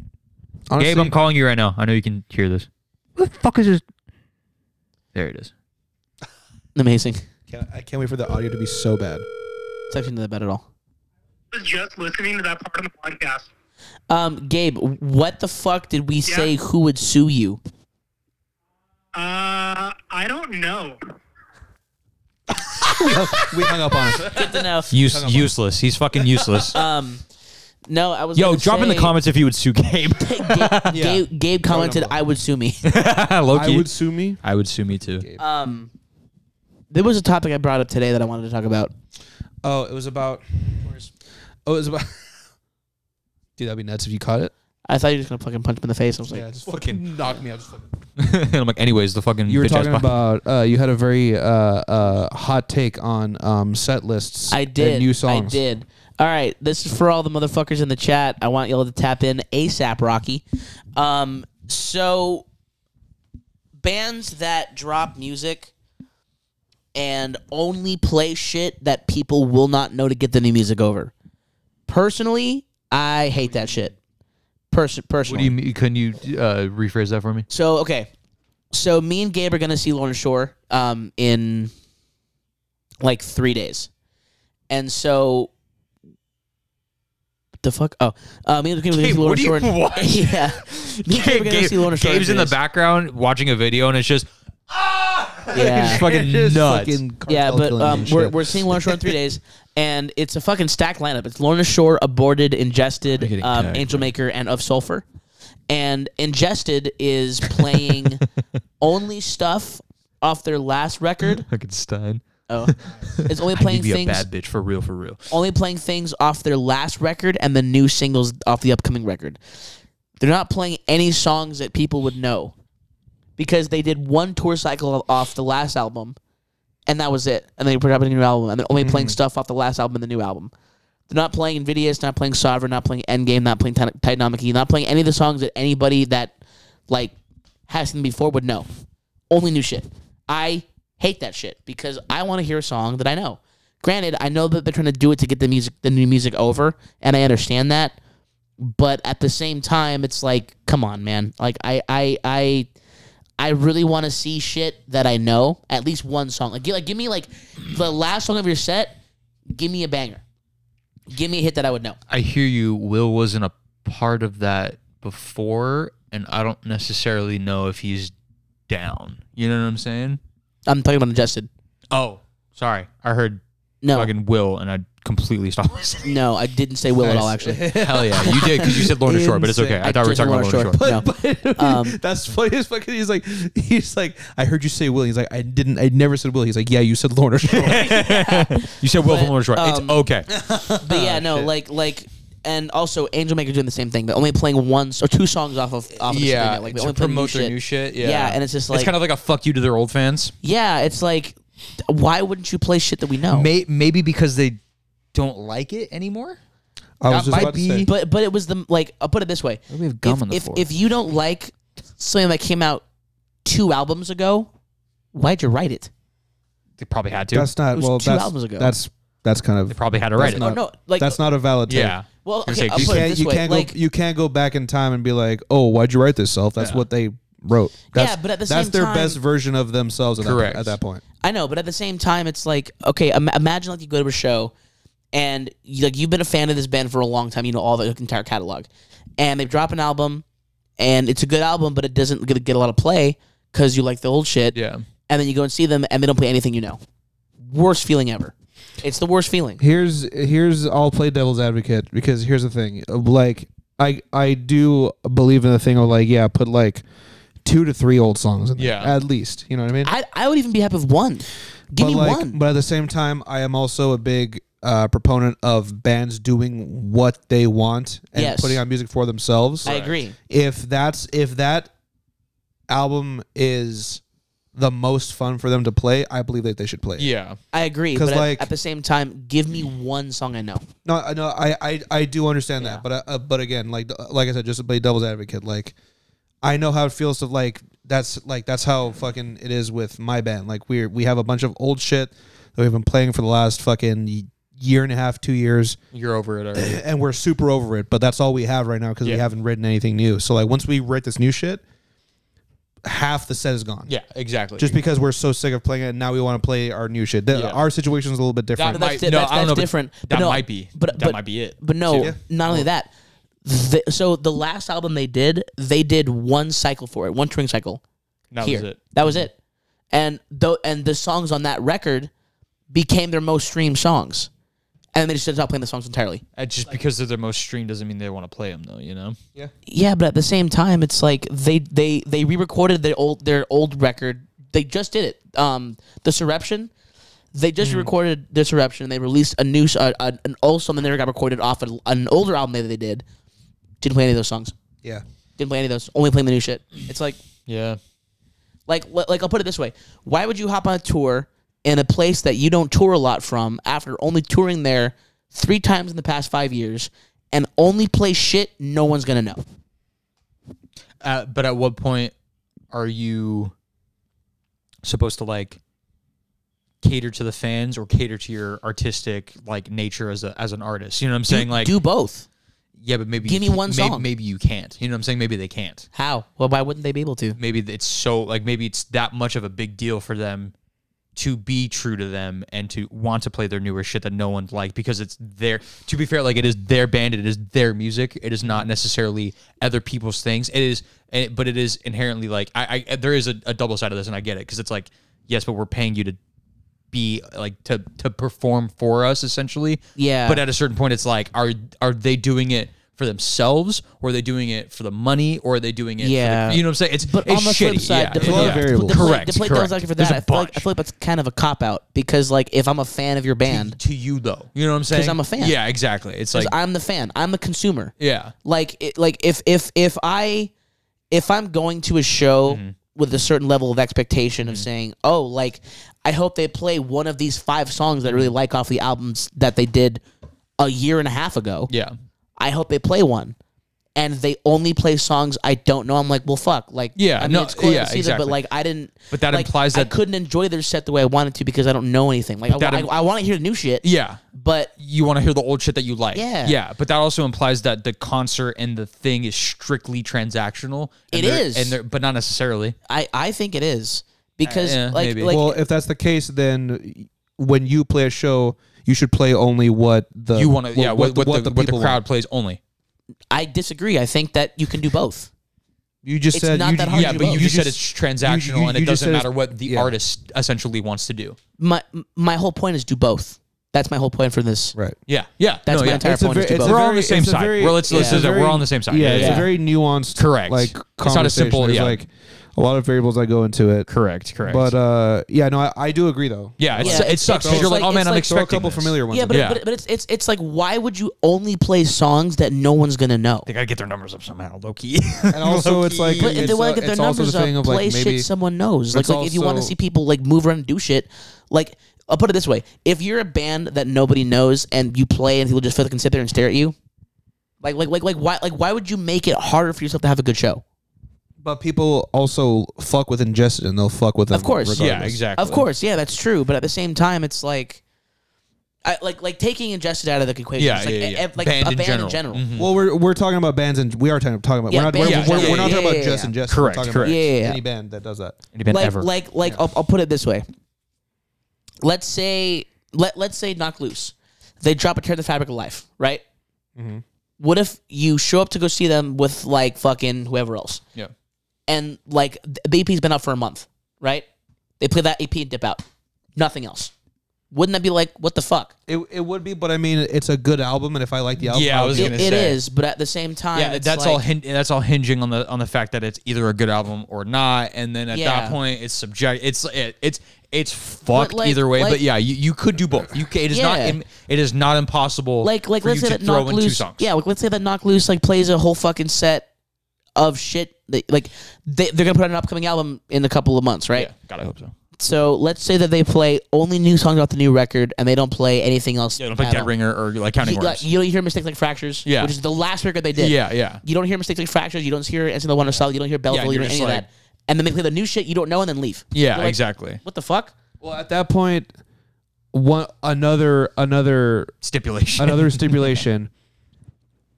E: Gabe, I'm calling you right now. I know you can hear this. What the fuck is this? There it is.
B: amazing
A: Can't- I can't wait for the audio to be so bad.
B: it's actually not that bad at all
F: was just listening to that part of the podcast.
B: um gabe what the fuck did we say who would sue you
F: Uh, I don't know.
A: We hung up on it.
B: good to know
E: Use, useless. He's fucking useless.
B: um no i was
E: Yo,
B: gonna
E: drop in the
B: say-
E: comments if you would sue Gabe.
B: Gabe, Gabe, Gabe commented, "I would sue me."
E: Loki.
A: I would sue me.
E: I would sue me too.
B: Um, there was a topic I brought up today that I wanted to talk about.
A: Oh, it was about. Oh, it was about. Dude, that'd be nuts if you caught it.
B: I thought you were just gonna fucking punch him in the face. I was like,
A: just fucking knock me out.
E: and I'm like, anyways, the fucking
A: You were
E: bitch ass
A: talking about uh, you had a very uh, uh, hot take on um, set lists.
B: I
A: and
B: did.
A: new songs.
B: I did. All right, this is for all the motherfuckers in the chat. I want y'all to tap in ASAP, Rocky. Um, so bands that drop music and only play shit that people will not know to get the new music over. Personally, I hate that shit. Person, personally,
E: What do you mean? Can you uh, rephrase that for me?
B: So okay, so me and Gabe are gonna see Lauren Shore um, in like three days, and so the fuck. Oh, uh, me and Gabe are gonna
E: Gabe,
B: see Lauren
E: what do you
B: Shore. in-
E: watch?
B: Yeah, me and Gabe are gonna see Lauren Shore.
E: Gabe's in
B: three
E: the
B: days.
E: background watching a video, and it's just
B: Yeah.
E: fucking
A: Just
E: nuts.
A: fucking
B: Yeah,
A: cartel
B: but
A: killing
B: um,
A: and
B: we're,
A: shit.
B: we're seeing Lorna Shore in three days, and it's a fucking stacked lineup. It's Lorna Shore, Aborted,
E: I'm
B: Ingested,
E: getting
B: um,
E: tired,
B: Angel Maker, and Of Sulfur. And Ingested is playing only stuff off their last record.
E: fucking Stein.
B: Oh, it's only
E: I'd
B: playing
E: be a
B: things
E: bad bitch for real, for real.
B: only playing things off their last record and the new singles off the upcoming record. They're not playing any songs that people would know. because they did one tour cycle off the last album, and that was it. And they put out a new album, and they're only playing stuff off the last album and the new album. They're not playing Invidious, not playing Sovereign, not playing Endgame, not playing Titan- Titanomachy, not playing any of the songs that anybody that like has seen before would know. Only new shit. I hate that shit because I want to hear a song that I know. Granted, I know that they're trying to do it to get the music, the new music over, and I understand that. But at the same time, it's like, come on, man. Like I, I, I, I really want to see shit that I know. At least one song. Like, gi- like, give me like the last song of your set. Give me a banger. Give me a hit that I would know.
E: I hear you. Will wasn't a part of that before, and I don't necessarily know if he's down. You know what I'm saying?
B: I'm talking about adjusted.
E: Oh, sorry. I heard
B: No,
E: fucking Will, and I completely stopped listening.
B: no, I didn't say will at all. Actually,
E: Hell yeah, you did because you said Lorna Shore, but it's okay. I,
B: I
E: thought we were
B: just
E: talking about
B: Lorna
E: Lorna Shore.
B: Shore. No.
A: But
B: Um,
A: that's funny as fucking. He's like, he's like, I heard you say Will. He's like, I didn't. I never said Will. He's like, yeah, you said Lorna Shore.
E: You said Will from
B: But,
E: Lorna Shore.
B: um,
E: it's okay.
B: but
E: Ah,
B: yeah, no, like like. And also, Angel Maker doing the same thing. They're only playing one or two songs off of off of the
E: yeah,
B: thing. Like they
E: to
B: only play
E: promote their new shit. Yeah,
B: Yeah, and it's just like-
E: it's kind of like a fuck you to their old fans.
B: Yeah, it's like, why wouldn't you play shit that we know?
E: May- maybe because they don't like it anymore.
A: I was just
E: That might
A: about to say.
E: be-
B: But but it was the like I'll put it this way.
E: We have gum
B: if,
E: on the
B: if,
E: floor.
B: if you don't like something that came out two albums ago, why'd you write it?
E: They probably had to.
A: That's not
B: It was
A: well.
B: two
A: that's,
B: albums ago.
A: That's that's kind of
E: they probably had to write
A: that's
E: it.
A: not-
B: Oh, no, like-
A: that's not a valid. take.
E: yeah.
B: Well,
E: Uh, You're
B: okay,
E: saying
B: I'll
E: you
B: put
A: You
B: it
A: can't,
B: this
A: you
B: way,
A: can't
B: like-
A: go. You can't go back in time and be like, "Oh, why'd you write this, self?" That's what they wrote. That's,
B: but at the
A: that's
B: same
A: their
B: time-
A: best version of themselves. At
E: Correct.
A: That, at that point,
B: I know, but at the same time, it's like okay, Im- imagine like you go to a show, and you, like you've been a fan of this band for a long time, you know all the entire catalog, and they drop an album, and it's a good album, but it doesn't get, get a lot of play because you like the old shit,
E: Yeah.
B: and then you go and see them, and they don't play anything you know. Worst feeling ever. It's the worst feeling.
A: here's here's I'll play devil's advocate because here's the thing. Like I I do believe in the thing of like yeah, put like two to three old songs in there
E: Yeah.
A: at least. You know what I mean?
B: I I would even be happy with one.
A: but
B: Give me
A: like,
B: one.
A: But at the same time, I am also a big uh, proponent of bands doing what they want and
B: Yes.
A: putting out music for themselves.
B: I agree.
A: if that's if that album is the most fun for them to play, I believe that they should play. it.
E: Yeah.
B: I agree.
A: 'Cause,
B: But at-
A: like-
B: at, the same time, give me one song I know.
A: No, I- no, I, I, I do understand
B: Yeah.
A: that, but uh, but again, like like I said, just to play devil's advocate, like I know how it feels to like that's like that's how fucking it is with my band. Like we are we have a bunch of old shit that we've been playing for the last fucking year and a half, two years,
E: You're over it already.
A: and we're super over it. But that's all we have right now because we
E: Yeah.
A: haven't written anything new. So like once we write this new shit, half the set is gone.
E: yeah, exactly.
A: just because we're so sick of playing it and now we want to play our new shit. The-
E: Yeah.
A: Our situation is a little bit different.
E: That
B: But
E: might-
B: that's, di-
E: no,
B: that's,
E: I don't
B: that's
E: know, but
B: different.
E: that
B: But no,
E: might be- that might be it.
B: But no,
A: Yeah.
B: not only that. The, so the last album they did, they did one cycle for it, one touring cycle.
E: that
B: here.
E: was it.
B: That was it. And though, and the songs on that record became their most streamed songs, and they just stopped playing the songs entirely.
E: Uh, just because they're their most streamed doesn't mean they want to play them though. You know.
B: Yeah, but at the same time, it's like they they they re-recorded their old their old record. They just did it. Um, the Surruption. They just recorded the Surruption. They released a new s- uh, an an old song that never got recorded off an, an older album that they did. Didn't play any of those songs.
A: yeah.
B: Didn't play any of those. Only playing the new shit. It's like
E: Yeah.
B: like li- like I'll put it this way: Why would you hop on a tour in a place that you don't tour a lot from after only touring there three times in the past five years and only play shit no one's gonna know?
E: Uh, but at what point are you supposed to like cater to the fans or cater to your artistic like nature as a as an artist? You know what I'm saying? Like,
B: Do both.
E: yeah, but maybe
B: give
E: you-
B: me one
E: maybe,
B: song.
E: Maybe you can't. You know what I'm saying? Maybe they can't.
B: How? Well, why wouldn't they be able to?
E: maybe it's so like maybe it's that much of a big deal for them to be true to them and to want to play their newer shit that no one liked because it's their to be fair like it is their band it is their music it is not necessarily other people's things it is and it, but it is inherently like i, I there is a, a double side of this and i get it because it's like yes but we're paying you to be like to to perform for us essentially
B: Yeah.
E: but at a certain point it's like are are they doing it for themselves or are they doing it for the money or are they doing it for the-
B: Yeah.
E: you know what i'm saying it's
B: But
E: it's
B: on the
E: shitty.
B: flip side,
E: yeah.
B: to play-
A: lot of
B: to play-
A: variables.
B: to play-
E: Correct,
B: To play devil's
E: correct.
B: advocate for
E: There's
B: that,
E: a
B: I feel, like,
E: bunch.
B: I feel like that's kind of a cop out because, like, if I'm a fan of your band,
E: to you though. You know what I'm saying?
B: 'Cause I'm a fan.
E: Yeah, exactly. It's like
B: 'cause I'm the fan, I'm the consumer.
E: yeah, Mm-hmm.
B: Like, it, like if if if I if I'm going to a show with a certain level of expectation of saying, "Oh, like I hope they play one of these five songs that I really like off the albums that they did a year and a half ago."
E: Yeah.
B: I hope they play one. And they only play songs I don't know. I'm like, well, fuck. Like,
E: Yeah,
B: I mean,
E: no,
B: it's cool
E: yeah,
B: to see them,
E: exactly.
B: but like, I didn't.
E: But that
B: like,
E: implies
B: I
E: that-
B: couldn't enjoy their set the way I wanted to because I don't know anything. Like, I,
E: that
B: I,
E: im-
B: want to hear the new shit.
E: Yeah.
B: but
E: You want to hear the old shit that you like.
B: Yeah.
E: Yeah. But that also implies that the concert and the thing is strictly transactional. And
B: It
E: they're-
B: is.
E: And they're, but not necessarily.
B: I, I think it is because,
E: Uh, yeah,
B: like,
E: maybe.
B: like
A: well, if that's the case, then when you play a show, you should play only Uh, what the
E: You want to, yeah, what, what, the, what the
A: people
E: crowd
A: want.
E: plays only.
B: I disagree. I think that you can do both.
A: You just
B: It's
A: said
B: not
A: you,
B: that
A: you-
B: hard
E: yeah,
B: Oh, do
E: but you,
B: both.
E: just said it's transactional
A: you-
E: and it
A: you just
E: doesn't
A: said
E: matter
A: it's-
E: what the
A: yeah.
E: artist essentially wants to do.
B: My my whole point is do both. That's my whole point for this.
A: right.
E: Yeah. Yeah.
B: That's
E: No,
B: my
E: yeah.
B: entire
A: It's a
B: point.
A: very-
B: is do
A: it's
B: both.
A: a
E: We're all on
A: very-
E: the same
A: it's a
E: side.
A: very-
E: well, let's, let's
A: yeah.
E: just-
A: very-
E: we're all on the same side.
A: Yeah, it's
B: Yeah.
A: a very nuanced,
E: Correct.
A: Like
E: It's
A: conversation.
E: not a simple-
A: There's
E: yeah.
A: like a lot of variables that go into it.
E: Correct. Correct.
A: But uh, yeah, no, I, I do agree though.
E: yeah, it's,
B: Yeah,
E: it
B: it's-
E: sucks because
B: it's
E: you're like,
B: like-
E: oh man,
B: it's
E: I'm
B: like-
A: throw a
E: expecting
A: couple
E: this.
A: familiar ones.
B: Yeah,
A: in
B: but,
A: there.
E: Yeah.
B: But, but it's it's it's like why would you only play songs that no one's gonna know?
E: They gotta get their numbers up somehow, low key.
A: and also it's like
B: But if
A: it's,
B: they want
A: uh,
B: to get their
A: it's also
B: numbers
A: the
B: up,
A: thing of
B: play
A: like maybe
B: shit someone knows. Like,
A: It's
B: like if you want to
A: also-
B: see people like move around and do shit, like I'll put it this way: if you're a band that nobody knows and you play and people just fucking sit there and stare at you, like like like like why like why would you make it harder for yourself to have a good show?
A: but people also fuck with ingested and they'll fuck with them
B: Of course.
A: regardless.
B: Yeah,
E: exactly.
B: Of course, yeah, that's true. But at the same time, it's like. I, like like taking ingested out of the equation,
E: Yeah,
B: it's like,
E: yeah,
B: e-
E: yeah.
B: ev- like
E: Band
B: a
E: in
B: band in general.
E: general. Mhm.
A: Well, we're we're talking about bands and we are talking talking about
B: Yeah,
A: we're not
B: bands
A: we're,
B: in
A: we're,
E: general.
A: we're not
B: Yeah,
A: talking
B: yeah,
A: about
B: yeah,
A: just
B: yeah.
A: ingested.
E: Correct,
A: We're talking
E: correct.
A: About
B: Yeah, yeah, yeah.
A: Any band that does that.
B: like like like I'll, I'll put it this way. Let's say let let's say knock loose. They drop a tear the fabric of life, right? What if you show up to go see them with like fucking whoever else,
E: yeah.
B: and like the EP's been out for a month, right? They play that EP and dip out, nothing else. Wouldn't that be like what the fuck?
A: It, it would be, but I mean, it's a good album, and if I like the album,
E: Yeah, I
A: I'll
E: was
A: be-
E: gonna
B: It- it
E: say.
B: is, but at the same time,
E: Yeah,
B: it's
E: that's
B: like-
E: all. Hin- that's all hinging on the on the fact that it's either a good album or not, and then at
B: Yeah.
E: that point, it's subject. It's it, it's it's fucked
B: like-
E: either way.
B: like-
E: but yeah, you, you could do both. You ca- it is not
B: Yeah.
E: im- it is not impossible.
B: like like
E: for
B: let's
E: you
B: say
E: to
B: that
E: throw
B: knock
E: in two
B: loose
E: songs.
B: yeah like let's say that knock loose like plays a whole fucking set of shit that, like they, they're gonna put out an upcoming album in a couple of months right
E: yeah. God, I hope so.
B: so let's say that they play only new songs off the new record and they don't play anything else
E: Yeah, don't play
B: at
E: Dead
B: all.
E: Ringer or like Counting
B: you, like,
E: Worms.
B: you don't hear mistakes like fractures
E: Yeah.
B: which is the last record they did
E: yeah, yeah.
B: you don't hear mistakes like fractures you don't hear Answer the one or solid you don't hear belleville
E: you're
B: you don't hear
E: just
B: any
E: like-
B: of that and then they play the new shit you don't know and then leave
E: Yeah,
B: You're like,
E: exactly.
B: what the fuck
A: well, at that point, one another another
E: Stipulation.
A: another stipulation.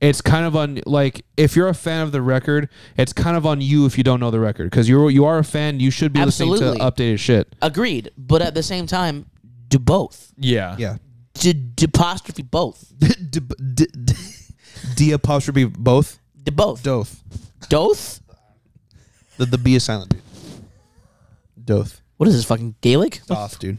A: It's kind of on like if you're a fan of the record, it's kind of on you if you don't know the record because you're you are a fan. You should be listening to
B: Absolutely.
A: updated shit.
B: agreed but at the same time do both
E: yeah,
B: do, do apostrophe both
A: d, d, d, d apostrophe both
B: do both
A: doth
B: doth
A: the the b is silent, dude. Doth
B: What is this fucking Gaelic?
A: doth, dude.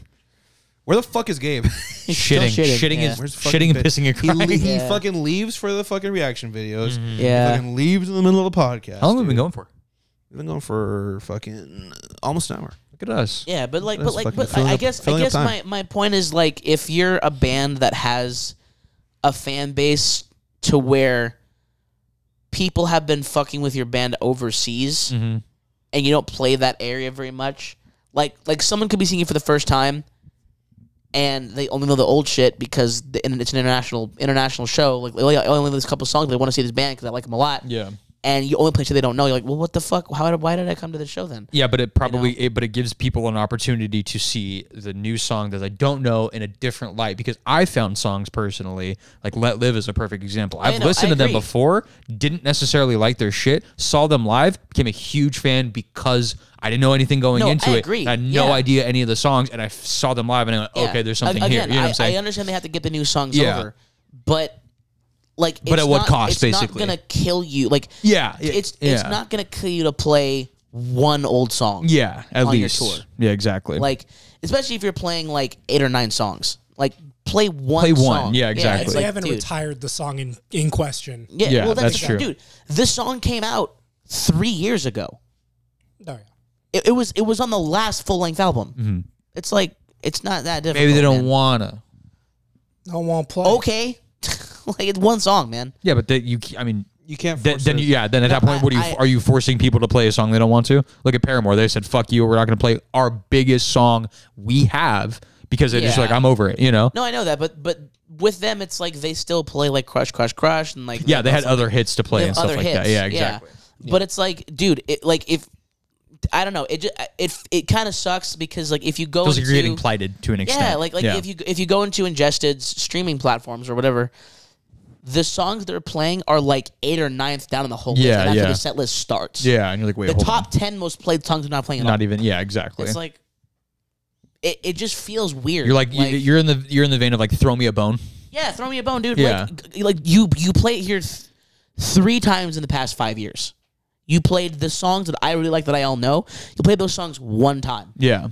A: Where the fuck is Gabe?
B: He's still
E: Shitting, shitting
B: yeah.
E: is
A: Where's fucking
E: shitting and
A: Ben?
E: pissing and
A: He,
E: crying.
A: le- he
B: Yeah.
A: fucking leaves for the fucking reaction videos.
B: Yeah.
A: Fucking leaves in the middle of the podcast.
E: How long have we
A: dude.
E: been going for?
A: We've been going for fucking almost an hour.
E: Look at us.
B: yeah, but like, but
A: That's
B: like,
A: fucking
B: but
A: filling
B: I, I
A: up-
B: guess, I
A: filling up
B: guess
A: time.
B: my, my point is like, if you're a band that has a fan base to where people have been fucking with your band overseas,
A: Mm-hmm.
B: and you don't play that area very much, like, like someone could be seeing you for the first time, and they only know the old shit because the, and it's an international international show. Like, they only they only know this couple songs. They want to see this band because I like them a lot.
E: Yeah.
B: and you only play shit they don't know. You're like, well, what the fuck? How did, why did I come to the show then?
E: Yeah, but it probably it, but it gives people an opportunity to see the new song that they don't know in a different light because I found songs personally like "Let Live" is a perfect example. I've
B: know, I
E: listened to them
B: agree.
E: before, didn't necessarily like their shit, saw them live, became a huge fan because I didn't know anything going
B: No,
E: into
B: I
E: it.
B: agree.
E: I had no
B: Yeah.
E: idea any of the songs, and I f- saw them live and I went,
B: Yeah.
E: okay, there's something
B: Ag-
E: here.
B: again,
E: You know what I'm
B: I,
E: saying?
B: I understand they have to get the new songs
E: Yeah.
B: over, but like, it's
E: But at what
B: not-
E: cost,
B: It's
E: basically?
B: not gonna kill you. Like,
E: Yeah, it-
B: it's it's
E: yeah.
B: not gonna kill you to play one old song.
E: yeah, at
B: on your
E: least.
B: tour.
E: Yeah, exactly.
B: like especially if you're playing like eight or nine songs. Like, play one.
E: Play one.
B: song.
E: Yeah,
B: it's
E: exactly.
C: They
B: like,
C: haven't
B: dude.
C: retired the song in, in question.
B: Yeah,
E: Yeah,
B: well, that's,
E: that's
B: true.
E: true.
B: Dude, this song came out three years ago.
C: Oh, yeah.
B: It, it was it was on the last full length album. It's like it's not that different.
E: Mm-hmm. Maybe they don't wanna.
C: No one will play.
B: Okay, like it's one song, man.
E: Yeah, but they, you, I mean,
A: you can't.
E: Then,
A: force
E: then
A: it.
E: you, yeah, then at that point,
B: I-
E: what are you
B: I-
E: are you forcing people to play a song they don't want to? Look at Paramore; they said, "Fuck you, we're not going to play our biggest song we have." Because they're just
B: Yeah.
E: like, I'm over it, you know.
B: No, I know that, but but with them, it's like they still play like Crush, Crush, Crush, and like
E: Yeah, they had
B: also-
E: other hits to play
B: they have
E: and stuff
B: other
E: like
B: hits.
E: that. Yeah, exactly.
B: But it's like, dude, it like if I don't know, it just, it it kind of sucks because like if you go
E: Feels like
B: into,
E: you're getting plighted to an extent.
B: yeah, like like if you if you go into ingested streaming platforms or whatever. The songs they're playing are like eight or ninth down in the whole list
E: Yeah,
B: and after
E: yeah.
B: the set list starts.
E: yeah, and you're like, wait,
B: the
E: hold
B: top ten most played songs are not playing at
E: on. not
B: all.
E: even. Yeah, exactly.
B: It's like it, it just feels weird.
E: you're like, you- you're in the you're in the vein of like, throw me a bone.
B: Yeah, throw me a bone, dude.
E: Yeah.
B: Like, g- like you you play it here th- three times in the past five years. You played the songs that I really like that I all know. You played those songs one time.
E: Yeah,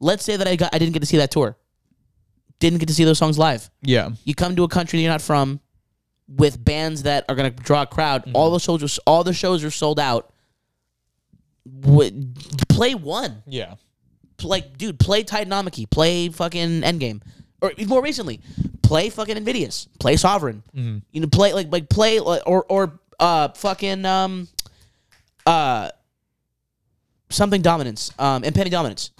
B: Let's say that I got I didn't get to see that tour. Didn't get to see those songs live.
E: yeah,
B: You come to a country that you're not from with bands that are gonna draw a crowd. All the shows are- all the shows are sold out. Would play one.
E: yeah.
B: Like, dude, play Titanomachy. Play fucking Endgame. Or more recently, play fucking Invidious. Play Sovereign.
E: Mm-hmm.
B: You know, play like like play like, or or uh fucking um uh something dominance um and penny dominance.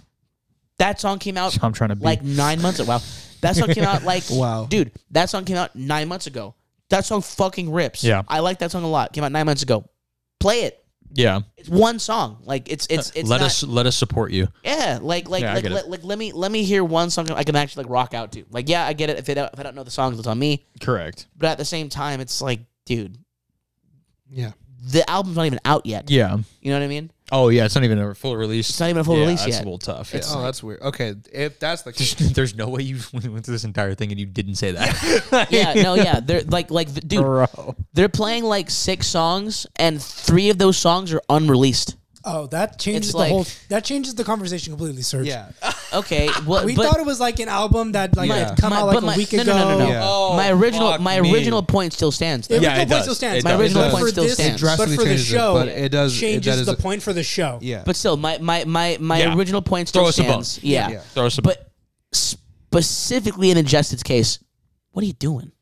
B: That song came out
E: So I'm trying to be
B: like nine months ago. Wow, that song came out like
C: Wow.
B: dude. That song came out nine months ago. That song fucking rips.
E: Yeah.
B: I like that song a lot. Came out nine months ago. Play it.
E: yeah.
B: It's one song. Like it's it's it's
E: let
B: not,
E: us let us support you.
B: yeah, like like
E: Yeah, I
B: like,
E: get it.
B: like, like let me let me hear one song I can actually like rock out to. Like yeah, I get it. If it if I don't know the songs, it's on me.
E: Correct.
B: But at the same time, it's like, dude,
A: Yeah.
B: the album's not even out yet.
E: Yeah.
B: You know what I mean?
E: Oh yeah, it's not even a full release.
B: It's not even a full
E: yeah,
B: release
E: that's
B: yet.
E: a little tough.
B: It's-
E: yeah.
A: Oh, that's weird. Okay, if that's the case,
E: There's no way you went through this entire thing and you didn't say that.
B: yeah, no, yeah. They're like like the- dude,
E: Bro.
B: they're playing like six songs, and three of those songs are unreleased.
C: Oh, that changes
B: It's
C: the
B: like-
C: whole. That changes the conversation completely, Serge.
A: yeah,
B: Okay, well,
C: We
B: but
C: thought it was like an album that like
B: my,
C: had come
B: my-
C: out
B: but
C: like
B: my-
C: a week
B: no,
C: ago.
B: No, no, no,
A: Yeah.
E: Oh,
B: my original
E: fuck
B: my
E: me.
B: original point still stands.
C: The
B: Though.
E: Yeah,
C: original
E: it
C: point
E: does.
C: still
E: It
C: stands.
E: My does.
B: original
C: But
B: point
C: for
B: still
C: this-
B: stands.
C: But
A: Drastically
C: for the
A: changes it,
C: show,
A: but it does- it-
C: changes
A: that is
C: the
A: a-
C: point for the show.
A: yeah.
B: But still, my my my my
E: Yeah.
B: original point still
E: Throw us a bone.
B: stands. Yeah.
A: Yeah.
E: Throw us a
B: but specifically in Injustice case, what are you doing?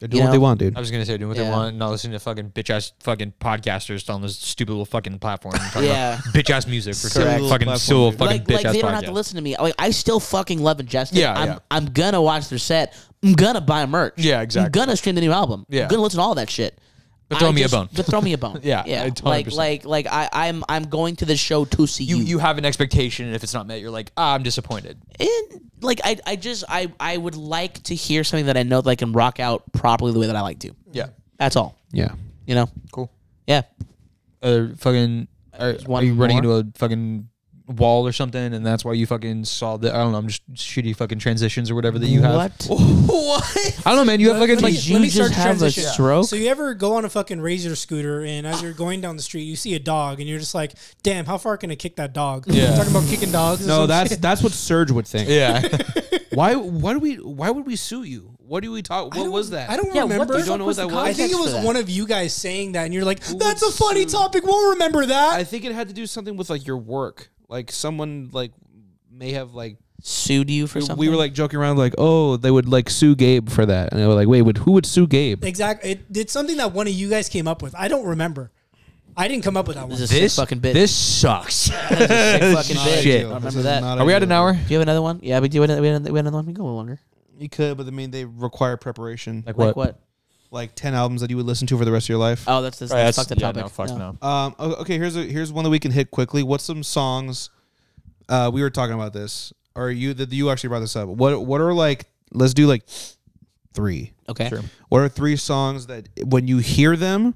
A: they're
B: You
A: doing what they
B: know?
A: want, dude.
E: I was gonna say doing what
B: Yeah.
E: they want, and not listening to fucking bitch ass fucking podcasters on this stupid little fucking platform. and talking
B: Yeah.
E: about Bitch ass music for
A: Correct.
E: some fucking
A: Platform,
E: still
A: dude.
E: fucking
B: like,
E: bitch
B: like
E: ass
B: they don't
E: podcast.
B: have to listen to me. Like, I still fucking love Injustice.
E: Yeah,
B: I'm,
E: yeah.
B: I'm gonna watch their set. I'm gonna buy merch.
E: Yeah,
B: I'm
E: exactly.
B: gonna stream the new album.
E: Yeah.
B: I'm gonna listen to all that shit.
E: But throw
B: I
E: me a
B: just-
E: bone.
B: But throw me a bone.
E: Yeah,
B: yeah.
E: I
B: Like,
E: 100%.
B: like, like I, I'm, I'm going to the show to see
E: you you have an expectation, and if it's not met, you're like, ah, I'm disappointed.
B: And, like, I, I just, I, I would like to hear something that I know that I can rock out properly the way that I like to.
E: Yeah.
B: That's all.
A: Yeah,
B: You know.
E: Cool.
B: Yeah.
E: Uh, fucking. Are,
B: one
E: are you running
B: more.
E: into a fucking wall or something, and that's why you fucking saw the I don't know, I'm just shitty fucking transitions or whatever that you have.
B: What?
E: What? I don't know, man. You have fucking like
B: you just
C: start the
B: have a
C: transition.
B: stroke?
C: So you ever go on a fucking razor scooter and as you're going down the street, you see a dog and you're just like, "Damn, how far can I kick that dog?"
E: Yeah.
C: talking about kicking dogs. or
A: no,
C: some
A: that's
C: shit.
A: that's what Surge would think.
E: yeah.
A: Why? Why do we? Why would we sue you? What do we talk?
C: I
A: What
C: don't-
A: was that?
C: I don't
B: Yeah, what
C: remember.
B: the
A: You don't know what that was?
C: I
B: context
C: think it
B: for
C: was
B: that?
C: one of you guys saying that, and you're like, "That's a
A: would
C: funny
A: sue?
C: topic. We'll remember that."
A: I think it had to do something with like your work. Like someone like may have like
B: Sued you for something.
A: we were like joking around like oh they would like sue Gabe for that and they were like wait would who would sue Gabe?
C: exactly. It, it's something that one of you guys came up with. I don't remember. I didn't come up with that one.
B: This is a
E: this
B: sick fucking bitch.
E: This sucks.
B: This is a sick fucking bitch.
E: Shit.
B: I
A: This
B: remember
A: is
B: that.
A: not
E: Are we at an
A: ideal.
E: hour?
B: do you have another one? Yeah, but do you have another, we had another- we had another one? We can go longer.
A: You could, but I mean they require preparation. Like, Uh.
B: Like what?
A: ten albums that you would listen to for the rest of your life.
B: Oh, that's this.
E: Right,
B: that's
E: that's-
B: fuck the
E: yeah,
B: topic.
E: no, fuck no.
A: Um, o- okay, here's a, here's one that we can hit quickly. What's some songs? Uh, we were talking about this. Or you that you actually brought this up. What what are like? Let's do like three.
B: Okay.
A: What are three songs that when you hear them,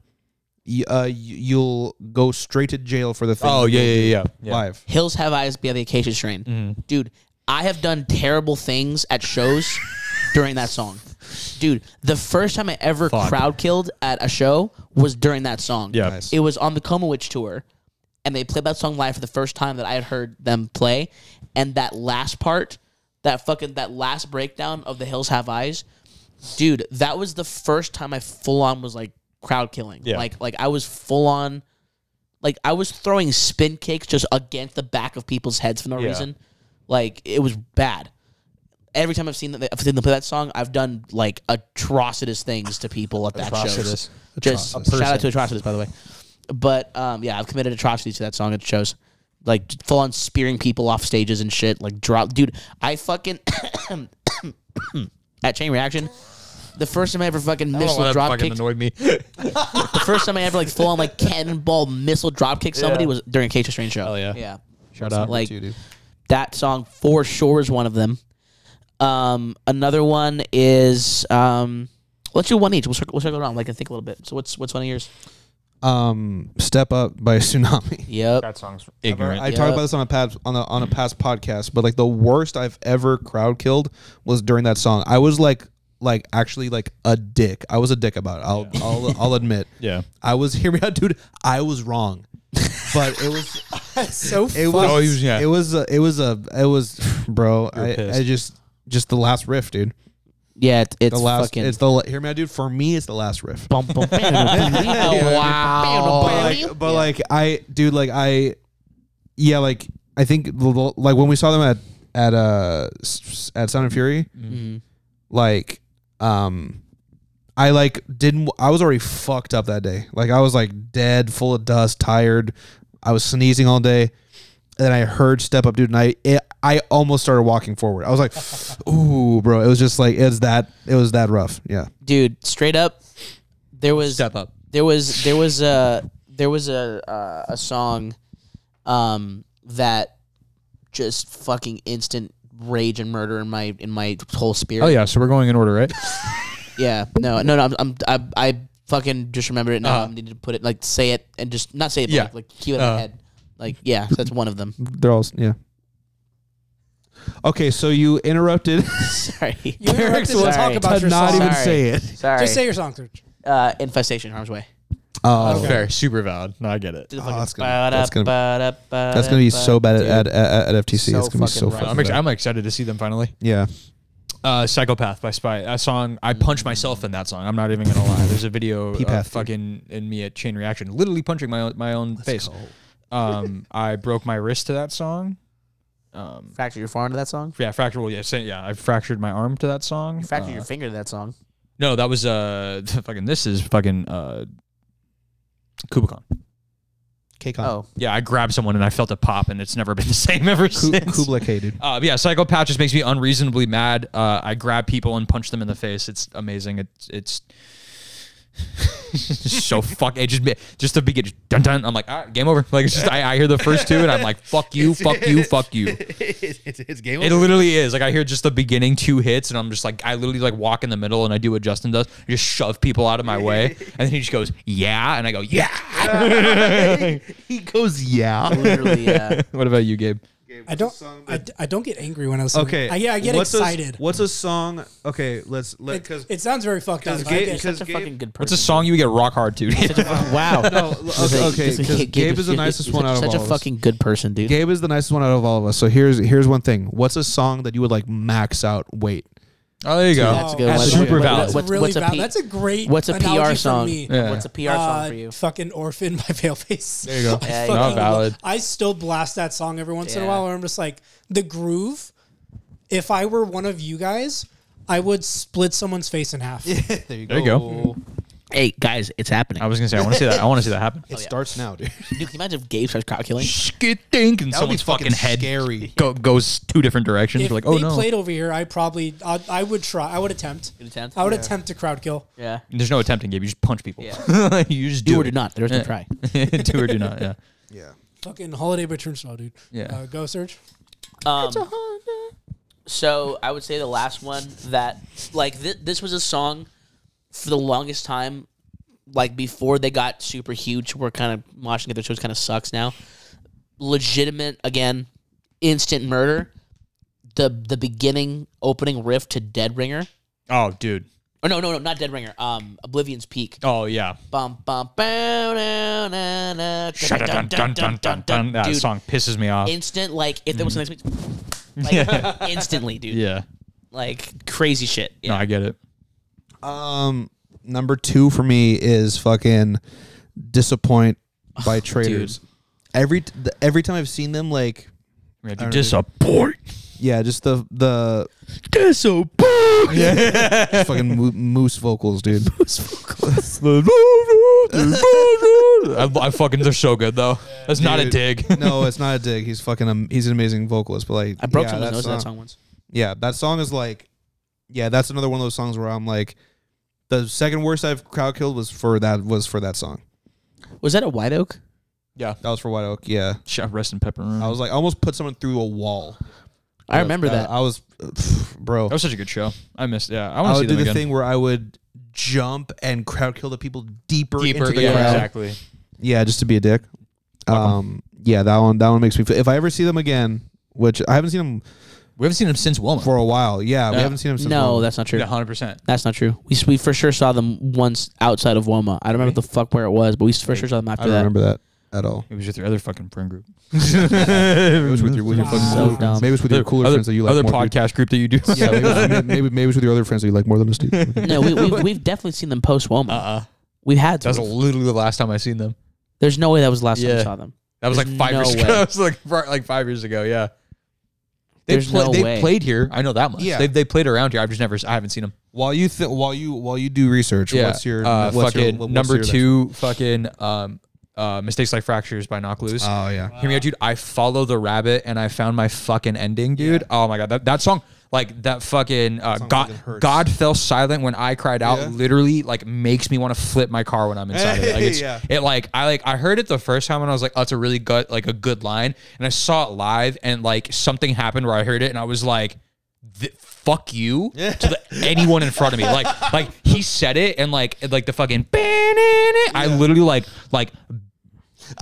A: y- uh, y- you'll go straight to jail for the thing?
E: Oh
A: that
E: yeah,
A: you'll do
E: yeah, yeah. yeah.
A: Live.
B: Hills Have Eyes by the Acacia Strain.
E: Mm-hmm.
B: Dude, I have done terrible things at shows during that song. Dude, the first time I ever
E: Fuck.
B: crowd killed at a show was during that song.
E: Yeah.
A: Nice.
B: It was on the Coma Witch tour, and they played that song live for the first time that I had heard them play. And that last part, that fucking that last breakdown of the Hills Have Eyes, dude, that was the first time I full on was like crowd killing.
E: Yeah.
B: Like like I was full on like I was throwing spin kicks just against the back of people's heads for no
E: Yeah.
B: reason. Like it was bad. every time I've seen that I've seen them play that song, I've done like atrocious things to people at that
E: Atrocitus.
B: shows. Just shout out to atrocious, by the way. But um, yeah, I've committed atrocities to that song at shows, like full on spearing people off stages and shit. Like drop, dude. I fucking at Chain Reaction. The first time I ever fucking missile drop
E: fucking
B: kicked
E: annoyed me.
B: the first time I ever like full on like cannonball missile dropkick somebody was during a Cage Strange show. Oh
E: yeah.
B: yeah.
E: Shout out.
B: Like
A: dude.
B: that song for sure is one of them. Um, another one is um, let's do one each. We'll circle, we'll circle around. Like I think a little bit. So what's what's one of yours?
A: Um, Step Up by Tsunami.
B: Yep.
E: that song's
A: I
E: ignorant.
A: talked
B: Yep.
A: about this on a past on a on a past podcast, but like the worst I've ever crowd killed was during that song. I was like like actually like a dick. I was a dick about it. I'll I'll, I'll admit.
E: Yeah.
A: I was hear me out, dude. I was wrong. But it was
C: So
A: it
C: funny.
A: was,
E: Oh, he was- yeah.
A: it was a, it was a it was bro. I, I
E: pissed.
A: just just the last riff, dude.
B: Yeah. It, it's
A: The last
B: fucking.
A: it's the la- hear me out, dude. For me, it's the last riff.
B: bum, bum, bam, bam, bam. Oh, wow.
A: but like, but like I, dude, like I, yeah, like I think the- the- like when we saw them at at uh s- at Sound and Fury, like um, I like didn't I was already fucked up that day. Like I was like dead, full of dust, tired. I was sneezing all day. And then I heard step up, dude, and I it, I almost started walking forward. I was like, "Ooh, bro!" It was just like it was that it was that rough. Yeah,
B: dude. Straight up, there was
E: Step up.
B: There was there was a there was a uh, a song, um, that just fucking instant rage and murder in my in my whole spirit.
E: Oh yeah, so we're going in order, right?
B: Yeah. No, no, no. I'm, I'm I, I fucking just remembered it
A: Uh-huh.
B: now. I need to put it like say it and just not say it. But
E: Yeah.
B: Like, like keep it in my head. Like yeah, that's one of them.
A: they're all yeah. Okay, so you interrupted.
B: Sorry.
C: You interrupted
B: Sorry.
C: to talk about
A: But
C: your
A: not
C: song.
A: even
B: Sorry.
A: say it.
B: Sorry.
C: Just say your song, Serge.
B: uh, infestation. Harm's way.
A: Oh,
E: Fair, super valid. No, I get it.
B: Do the
A: Oh,
B: fucking
A: that's gonna-
B: ba-da,
A: that's gonna be-
B: ba-da, ba-da,
A: that's gonna be so bad
B: ba-da.
A: at, at, at, at FTC.
B: So
A: it's gonna be
B: fucking
A: so
B: rough.
A: fucking
E: I'm, ex- I'm excited to see them finally.
A: yeah.
E: Uh, Psychopath by Spy. That song, I punch myself in that song. I'm not even gonna lie. There's a video
A: P-Path,
E: of
A: dude.
E: fucking in me at Chain Reaction, literally punching my own, my own face. Um, I broke my wrist to that song. Um,
B: Fracture your forearm to that song.
E: yeah, fractured. Well, yeah, sa- yeah. I fractured my arm to that song.
B: You fractured your
E: Uh,
B: finger to that song.
E: no, that was uh fucking. This is fucking uh, Kubicon.
A: KCON.
B: Oh,
E: Yeah, I grabbed someone and I felt a pop, and it's never been the same ever
A: Ku-
E: since.
A: Kublai K, dude.
E: Uh, but yeah, psychopath just makes me unreasonably mad. Uh, I grab people and punch them in the face. It's amazing. It's it's so fuck. It just be- just the beginning. Dun dun. I'm like, all right, game over. Like it's just I, I hear the first two and I'm like, fuck you, fuck you, fuck you.
D: it's, it's, it's game
E: It literally is. Like I hear just the beginning two hits and I'm just like, I literally like walk in the middle and I do what Justin does. I just shove people out of my way and then he just goes, yeah, and I go, yeah.
D: He goes, yeah.
B: Oh, literally. uh, Yeah.
E: what about you, Gabe?
C: I don't. I, I don't get angry when I listen. to
A: Okay.
C: it. I, yeah, I get
A: what's
C: excited.
A: A, what's a song? Okay, let's let
C: it,
A: because
C: it sounds very fucked up. but I get it.
B: Such a fucking good person.
E: What's a song you would get rock hard to?
B: Wow.
A: no, okay, okay, 'cause Gabe is the nicest one out of all
B: Such a
A: of us.
B: fucking good person, dude.
A: Gabe is the nicest one out of all of us. So here's here's one thing. What's a song that you would like max out weight?
E: oh, there you go.
B: That's a good
C: Oh,
B: one.
E: That's super
B: What-
E: valid.
C: That's
B: what's-
C: really
B: what's a
C: valid.
B: P-
C: That's a great.
B: What's a
C: analogy
B: PR
C: from
B: song?
C: me.
E: Yeah.
B: What's a PR
C: Uh,
B: song for you?
C: Fucking Orphan by Paleface. There you go.
B: Yeah,
E: Not valid.
C: I still blast that song every once in
B: Yeah.
C: a while where I'm just like, the groove, if I were one of you guys, I would split someone's face in half.
A: There you go.
E: There you go.
B: Hey guys, it's happening.
E: I was gonna say I want to see that. I want to see that happen.
A: It starts now, dude.
B: Dude, can you imagine if Gabe starts crowd killing?
E: Skitink, and
A: That would be
E: someone's fucking, head
A: scary.
E: go, goes two different directions.
C: if
E: We're like, oh
C: they
E: no,
C: played over here, I probably, I, I would try, I would attempt.
B: You'd attempt?
C: I would
B: Yeah.
C: attempt to crowd kill.
B: Yeah.
E: there's no attempting, Gabe. You just punch people. you just do,
B: Do or
E: it.
B: do not. There's no try.
E: do or do not. Yeah.
C: Fucking Holiday by Turnstile, dude.
E: Yeah.
C: Uh, go, Serge.
B: Um, so I would say the last one that like th- this was a song for the longest time, like before they got super huge. We're kind of watching other shows kind of sucks now. Legitimate again, instant murder. The the beginning opening riff to Dead Ringer.
E: Oh, dude.
B: Or no no no not Dead Ringer. Um, Oblivion's Peak.
E: Oh, yeah.
B: Bum bum bow, na, na, na,
E: Dun, dun, dun, dun, dun, dun. That
B: Dude,
E: song pisses me off.
B: instant like if there was the next week, like instantly, dude.
E: yeah.
B: Like crazy shit. Yeah.
E: No, I get it.
A: Um, number two for me is fucking disappoint by traders. Every t- the, every time I've seen them, like
E: Yeah, you disappoint.
A: yeah, just the the
B: so
A: fucking mo- moose vocals, dude.
E: I, I fucking they're so good though. That's not a
A: Dude,
E: dig.
A: no, it's not a dig. He's fucking um, he's an amazing vocalist, but like
B: I broke
A: yeah,
B: someone's nose in
A: song-
B: that song once.
A: Yeah, that song is like yeah, that's another one of those songs where I'm like the second worst I've crowd killed was for that was for that song.
B: Was that a White Oak?
A: That was for White Oak, yeah.
E: Shit, Rest in pepperoni.
A: I was like I almost put someone through a wall.
B: I remember that.
A: I was bro.
E: that was such a good show. I missed. Yeah, I
A: I
E: want to see
A: would do
E: them
A: the
E: again.
A: thing where I would jump and crowd kill the people deeper, into the
E: yeah,
A: crowd.
E: exactly.
A: Yeah, just to be a dick. Um, yeah, that one that one makes me feel. If I ever see them again, which I haven't seen them
E: We haven't seen him since Wilma.
A: for a while. Yeah, we
E: Yeah.
A: haven't seen them since.
B: no,
A: Wilma.
B: that's not true.
E: Yeah, hundred percent.
B: That's not true. We, we for sure saw them once outside of Woma. I don't remember the fuck where it was, but we for sure saw them
A: I
B: after
A: don't
B: that.
A: remember that at all.
E: It was with your other fucking friend group.
A: Maybe it's with your, with your fucking
C: So
A: cooler friends.
B: dumb.
A: Maybe it's with your cooler
E: other,
A: friends that you like
E: other
A: more. than-
E: podcast group that you do.
A: Yeah, maybe, it's- may- maybe maybe it's with your other friends that you like more than us. Dude.
B: No, we, we've, we've definitely seen them post Woma.
E: Uh-uh.
B: We've had to.
E: That was literally the last time I seen them.
B: There's no way that was the last time
E: Yeah.
B: we saw them.
E: That was
B: There's
E: like five
B: no
E: years
B: way.
E: ago. That was like fr- like five years ago. Yeah. They
B: There's
E: play-
B: no
E: they
B: way.
E: played here. I know that much.
A: Yeah.
E: They they played around here. I've just never. I haven't seen them.
A: while you th- while you while you do research,
E: Yeah.
A: what's your
E: uh,
A: what's your-
E: fucking
A: what's
E: number
A: your-
E: two? Fucking um, uh, mistakes like fractures by knock loose.
A: Oh yeah,
E: Hear me out, dude. I follow the rabbit and I found my fucking ending, dude. Oh my god, that, that song, like that fucking uh, God,
A: fucking hurts.
E: God fell silent when I cried out.
A: Yeah.
E: Literally, like makes me want to flip my car when I'm inside of it. Like, it's,
A: Yeah.
E: it like I like I heard it the first time and I was like, oh, it's a really good like a good line. And I saw it live and like something happened where I heard it and I was like. "Th- fuck you to the, anyone in front of me like like he said it and like like the fucking i literally like like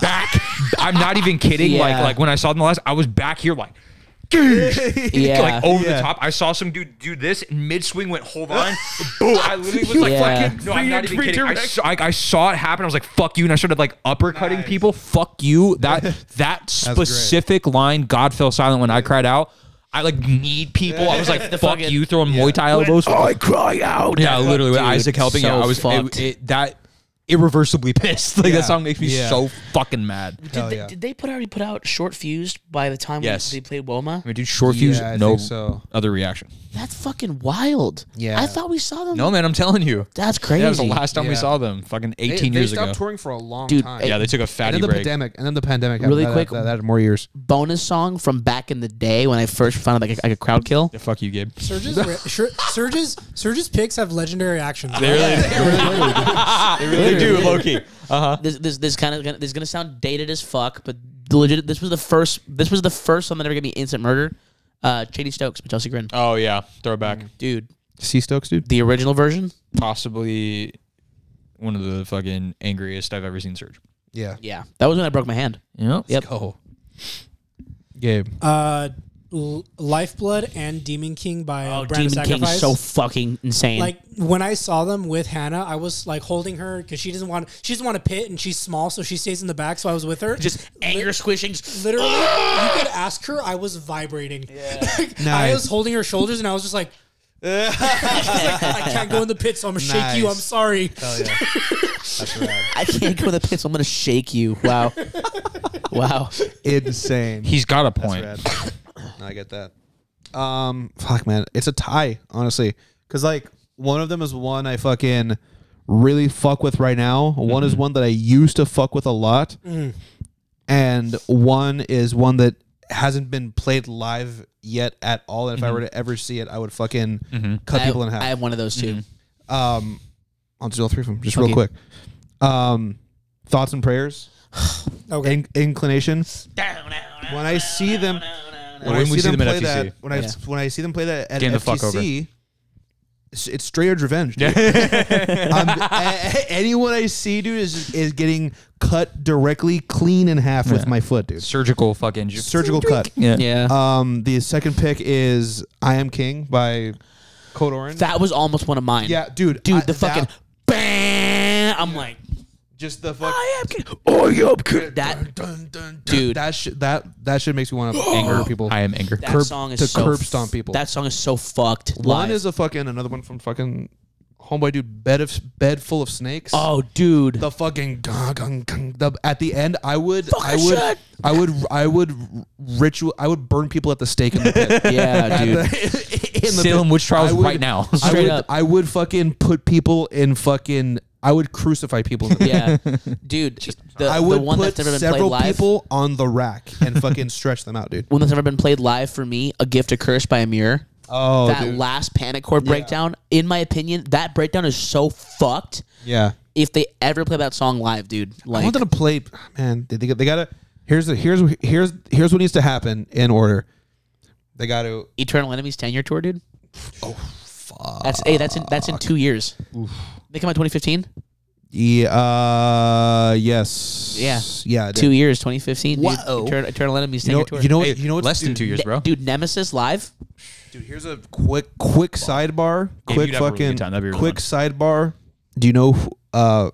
E: back. I'm not even kidding.
B: Yeah.
E: Like like when I saw them last, I was back here like.
B: Yeah.
E: Like over
A: Yeah.
E: the top, I saw some dude do this mid swing. Went hold on, boom! I literally was like,
B: Yeah.
E: "Fucking no!" I'm not even kidding. I saw, I, I saw it happen. I was like, "Fuck you!" And I started like uppercutting people. Fuck you! That that
A: great.
E: specific line. God fell silent when I cried out. I like need people. I was like,
B: The
E: "Fuck
B: fucking-
E: you!" Throwing Muay Thai elbows. I cry out. Yeah, literally. with
B: Dude,
E: Isaac helping.
B: so
E: out. I was
B: fucked.
E: it, it, that irreversibly pissed. Like
A: Yeah.
E: that song makes me
A: Yeah.
E: so fucking mad.
B: Did,
A: Hell
B: they,
A: yeah.
B: did they put already put out Short Fused by the time we-
E: Yes.
B: they played Woma?
E: I mean, dude, short
A: Yeah,
E: fuse,
A: I
E: no
A: think so.
E: other reaction.
B: That's fucking wild.
A: Yeah.
B: I thought we saw them.
E: No, man, I'm telling you.
B: That's crazy.
E: That was the last time we
A: Yeah.
E: saw them, fucking 18
A: they,
E: years
A: they
E: ago.
A: stopped touring for a long
B: Dude,
A: time.
B: it-
E: yeah, they took a
A: and
E: fatty
A: then the
E: break.
A: pandemic, and then the pandemic. happened.
B: Really
A: That-
B: quick-
A: that, that had more years.
B: Bonus song from back in the day when I first found out like I could crowd kill.
E: Yeah, fuck you, Gabe.
C: Surges, ra- sur- surges, surges. Picks have legendary actions.
E: they do, Loki.
A: Uh,
B: This this this kind of gonna, this is gonna sound dated as fuck, but legit. This was the first. This was the first song that ever gave me instant murder. Uh, Chady Stokes by Chelsea Grin.
E: Oh, yeah. Throwback.
B: Dude,
A: Sea Stokes, dude.
B: the original version.
E: Possibly one of the fucking angriest I've ever seen Surge.
A: Yeah,
B: Yeah, that was when I broke my hand.
E: Yep.
B: Yep.
E: Go.
A: Gabe.
C: Uh, L- Lifeblood and Demon King by uh,
B: Oh,
C: Brand of
B: Demon King
C: Sacrifice.
B: is so fucking insane.
C: like when I saw them with Hannah, I was like holding her because she doesn't want she doesn't want to pit and she's small, so she stays in the back. So I was with her.
B: just anger squishings.
C: literally, you could ask her. I was vibrating. Like, I
A: Nice.
C: was holding her shoulders and I was just like, I, was like, I can't go in the pit, so I'm gonna shake you. I'm
A: Nice.
C: sorry.
A: Hell yeah. That's rad.
B: I can't go to the pits. I'm gonna shake you. Wow, wow.
A: Insane.
E: He's got a point.
A: That's rad. no, I get that. Um, fuck, man, it's a tie, honestly, because like one of them is one I fucking really fuck with right now. One is one that I used to fuck with a lot,
B: Mm.
A: and one is one that hasn't been played live yet at all. And if I were to ever see it, I would fucking cut
B: I,
A: people in half.
B: I have one of those too.
A: um, I'll do all three of them just real
B: Okay.
A: quick. Um, thoughts and prayers,
C: Okay.
A: in- inclination. When I see them, when, I
E: When
A: see,
E: we see
A: them
E: them at
A: play that,
E: FTC.
A: when I when I see them play that at
E: Game the
A: FTC,
E: fuck over.
A: it's, it's straight edge revenge. Dude. I'm- a- a- anyone I see, dude, is is getting cut directly clean in half with my foot, dude.
E: Surgical fucking. ju-
A: Surgical cut.
B: Yeah,
A: Um, the second pick is "I Am King" by Code Orange.
B: that was almost one of mine.
A: yeah, dude,
B: dude,
A: I-
B: the fucking
A: that-
B: bam. I'm like,
A: just the fuck.
B: I am. King. Oh, you that
A: Dun, dun, dun.
B: Dude.
A: that shit that that shit makes me want to anger people.
E: I am anger.
B: that
A: Curb-
B: song is
A: to
B: so
A: curb stomp people.
B: That song is so fucked.
A: One
B: live.
A: is a fucking another one from fucking homeboy dude bed of bed full of snakes.
B: Oh, dude.
A: the fucking gung, gung, gung, the, at the end, I would, I
B: Fucking
A: would,
B: shit.
A: I would, I would r- ritual, I would burn people at the stake in the pit.
B: yeah,
A: At
B: dude.
A: the- in the
E: Salem
A: pit.
E: witch trials
A: I would-
E: right now.
A: I
B: Straight
A: would,
B: up.
A: I would fucking put people in fucking. I would crucify people. in the pit.
B: yeah, dude. the,
A: I would
B: the one
A: put
B: that's never been played
A: several
B: live.
A: people on the rack and fucking stretch them out, dude.
B: one that's never been played live for me, A Gift or Curse by Amir.
A: Oh,
B: that
A: dude.
B: last panic chord breakdown, in my opinion, that breakdown is so fucked.
A: yeah.
B: If they ever play that song live, dude,
A: I
B: like
A: want them to play. Man, they, they, they gotta. Here's the here's here's here's what needs to happen in order. They got to.
B: Eternal Enemies ten year tour, dude. Oh fuck. That's hey, that's in that's in two years. They come out twenty fifteen.
A: Yeah. Uh, yes.
B: Yeah.
A: Yeah.
B: Two years, twenty fifteen.
A: Whoa.
B: Eternal, Eternal
A: You
B: Enemies ten
A: know.
B: year tour.
A: You know.
E: Hey,
A: what, you know. What's,
E: less than
A: dude,
E: two years,
B: Ne-
E: bro.
B: dude, Nemesis live.
A: Dude, here's a quick quick sidebar.
E: Yeah,
A: Quick
E: you'd have a really good
A: fucking
E: time. That'd be really
A: quick sidebar. Do you know uh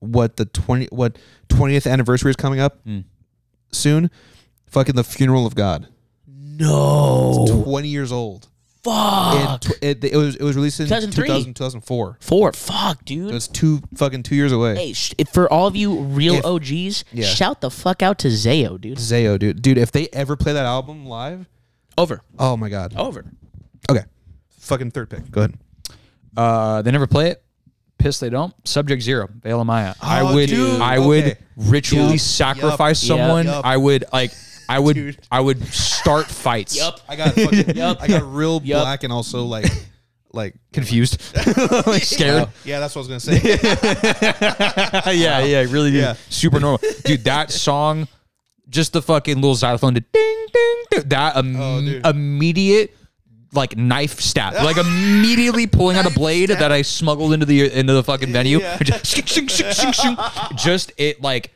A: what the twenty what twentieth anniversary is coming up
E: Hmm.
A: soon? Fucking the funeral of God.
B: No.
A: Twenty years old.
B: Fuck.
A: It, tw- it, it was it was released in
B: 2003.
A: 2000, 2004.
B: Four. Fuck,
A: It
B: dude.
A: was two fucking two years away.
B: Hey, sh- if for all of you real
A: If-
B: OGs,
A: yeah.
B: shout the fuck out to Zayo, dude.
A: Zayo, dude, dude, if they ever play that album live,
B: Over.
A: oh my god.
B: Over.
A: Okay, fucking third pick. Go ahead.
E: Uh, they never play it. Piss, they don't. Subject zero, Bela Maya. I
A: Oh,
E: would,
A: dude.
E: I would
A: Okay.
E: ritually
A: Yup.
E: sacrifice
B: Yup.
E: someone.
A: Yup.
E: I would like, I would,
A: Dude.
E: I would start fights.
B: Yup.
A: I got fucking,
B: Yup.
A: I got real
B: Yup.
A: black and also like like
E: Confused, like scared.
A: Yeah, that's what I was gonna say.
E: yeah, yeah, really, dude.
A: Yeah.
E: super normal, dude. That song, just the fucking little xylophone did ding ding. ding. that um,
A: Oh, dude.
E: immediate like knife stab, like immediately pulling out a blade that I smuggled into the into the fucking venue.
A: Yeah.
E: Just, shink, shink, shink, shink, shink. just it like.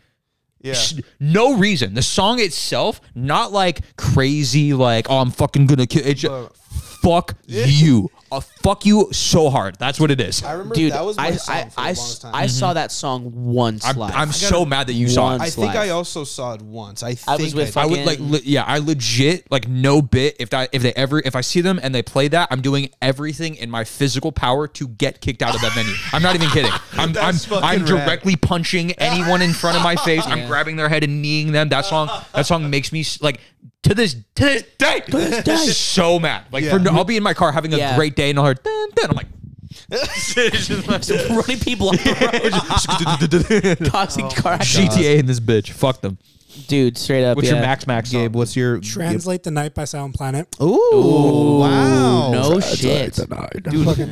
A: yeah.
E: s- No reason. The song itself, not like crazy, like oh, I'm fucking gonna kill. It just, fuck you, uh, fuck you so hard. That's what it is.
A: I remember
B: Dude,
A: that was my
B: I,
A: song for
B: I, I,
A: the
B: s-
A: longest time.
B: I saw that song once
E: Mm-hmm. I'm,
B: live.
E: I'm so mad that you saw it.
B: Once.
A: I think
B: live.
A: I also saw it once. I think
B: I was with
E: I
A: did.
E: would like, le- yeah, I legit like no bit. If that, if they ever, if I see them and they play that, I'm doing everything in my physical power to get kicked out of that venue. I'm not even kidding. I'm, I'm,
A: That's fucking
E: I'm
A: rad.
E: directly punching anyone in front of my face. I'm grabbing their head and kneeing them. That song, that song makes me s- like to this, to this day,
B: day.
E: so mad. Like
A: Yeah.
E: for no, I'll be in my car having a
B: Yeah.
E: great day and I'll hear dun, dun. I'm like. It's just like-
B: running people off the road, causing car accidents.
E: GTA in this bitch. Fuck them.
B: Dude, straight up.
E: What's
B: yeah.
E: your max max?
A: Gabe, what's your
C: Translate the night by Silent Planet.
A: Ooh, wow!
B: No shit.
A: Dude,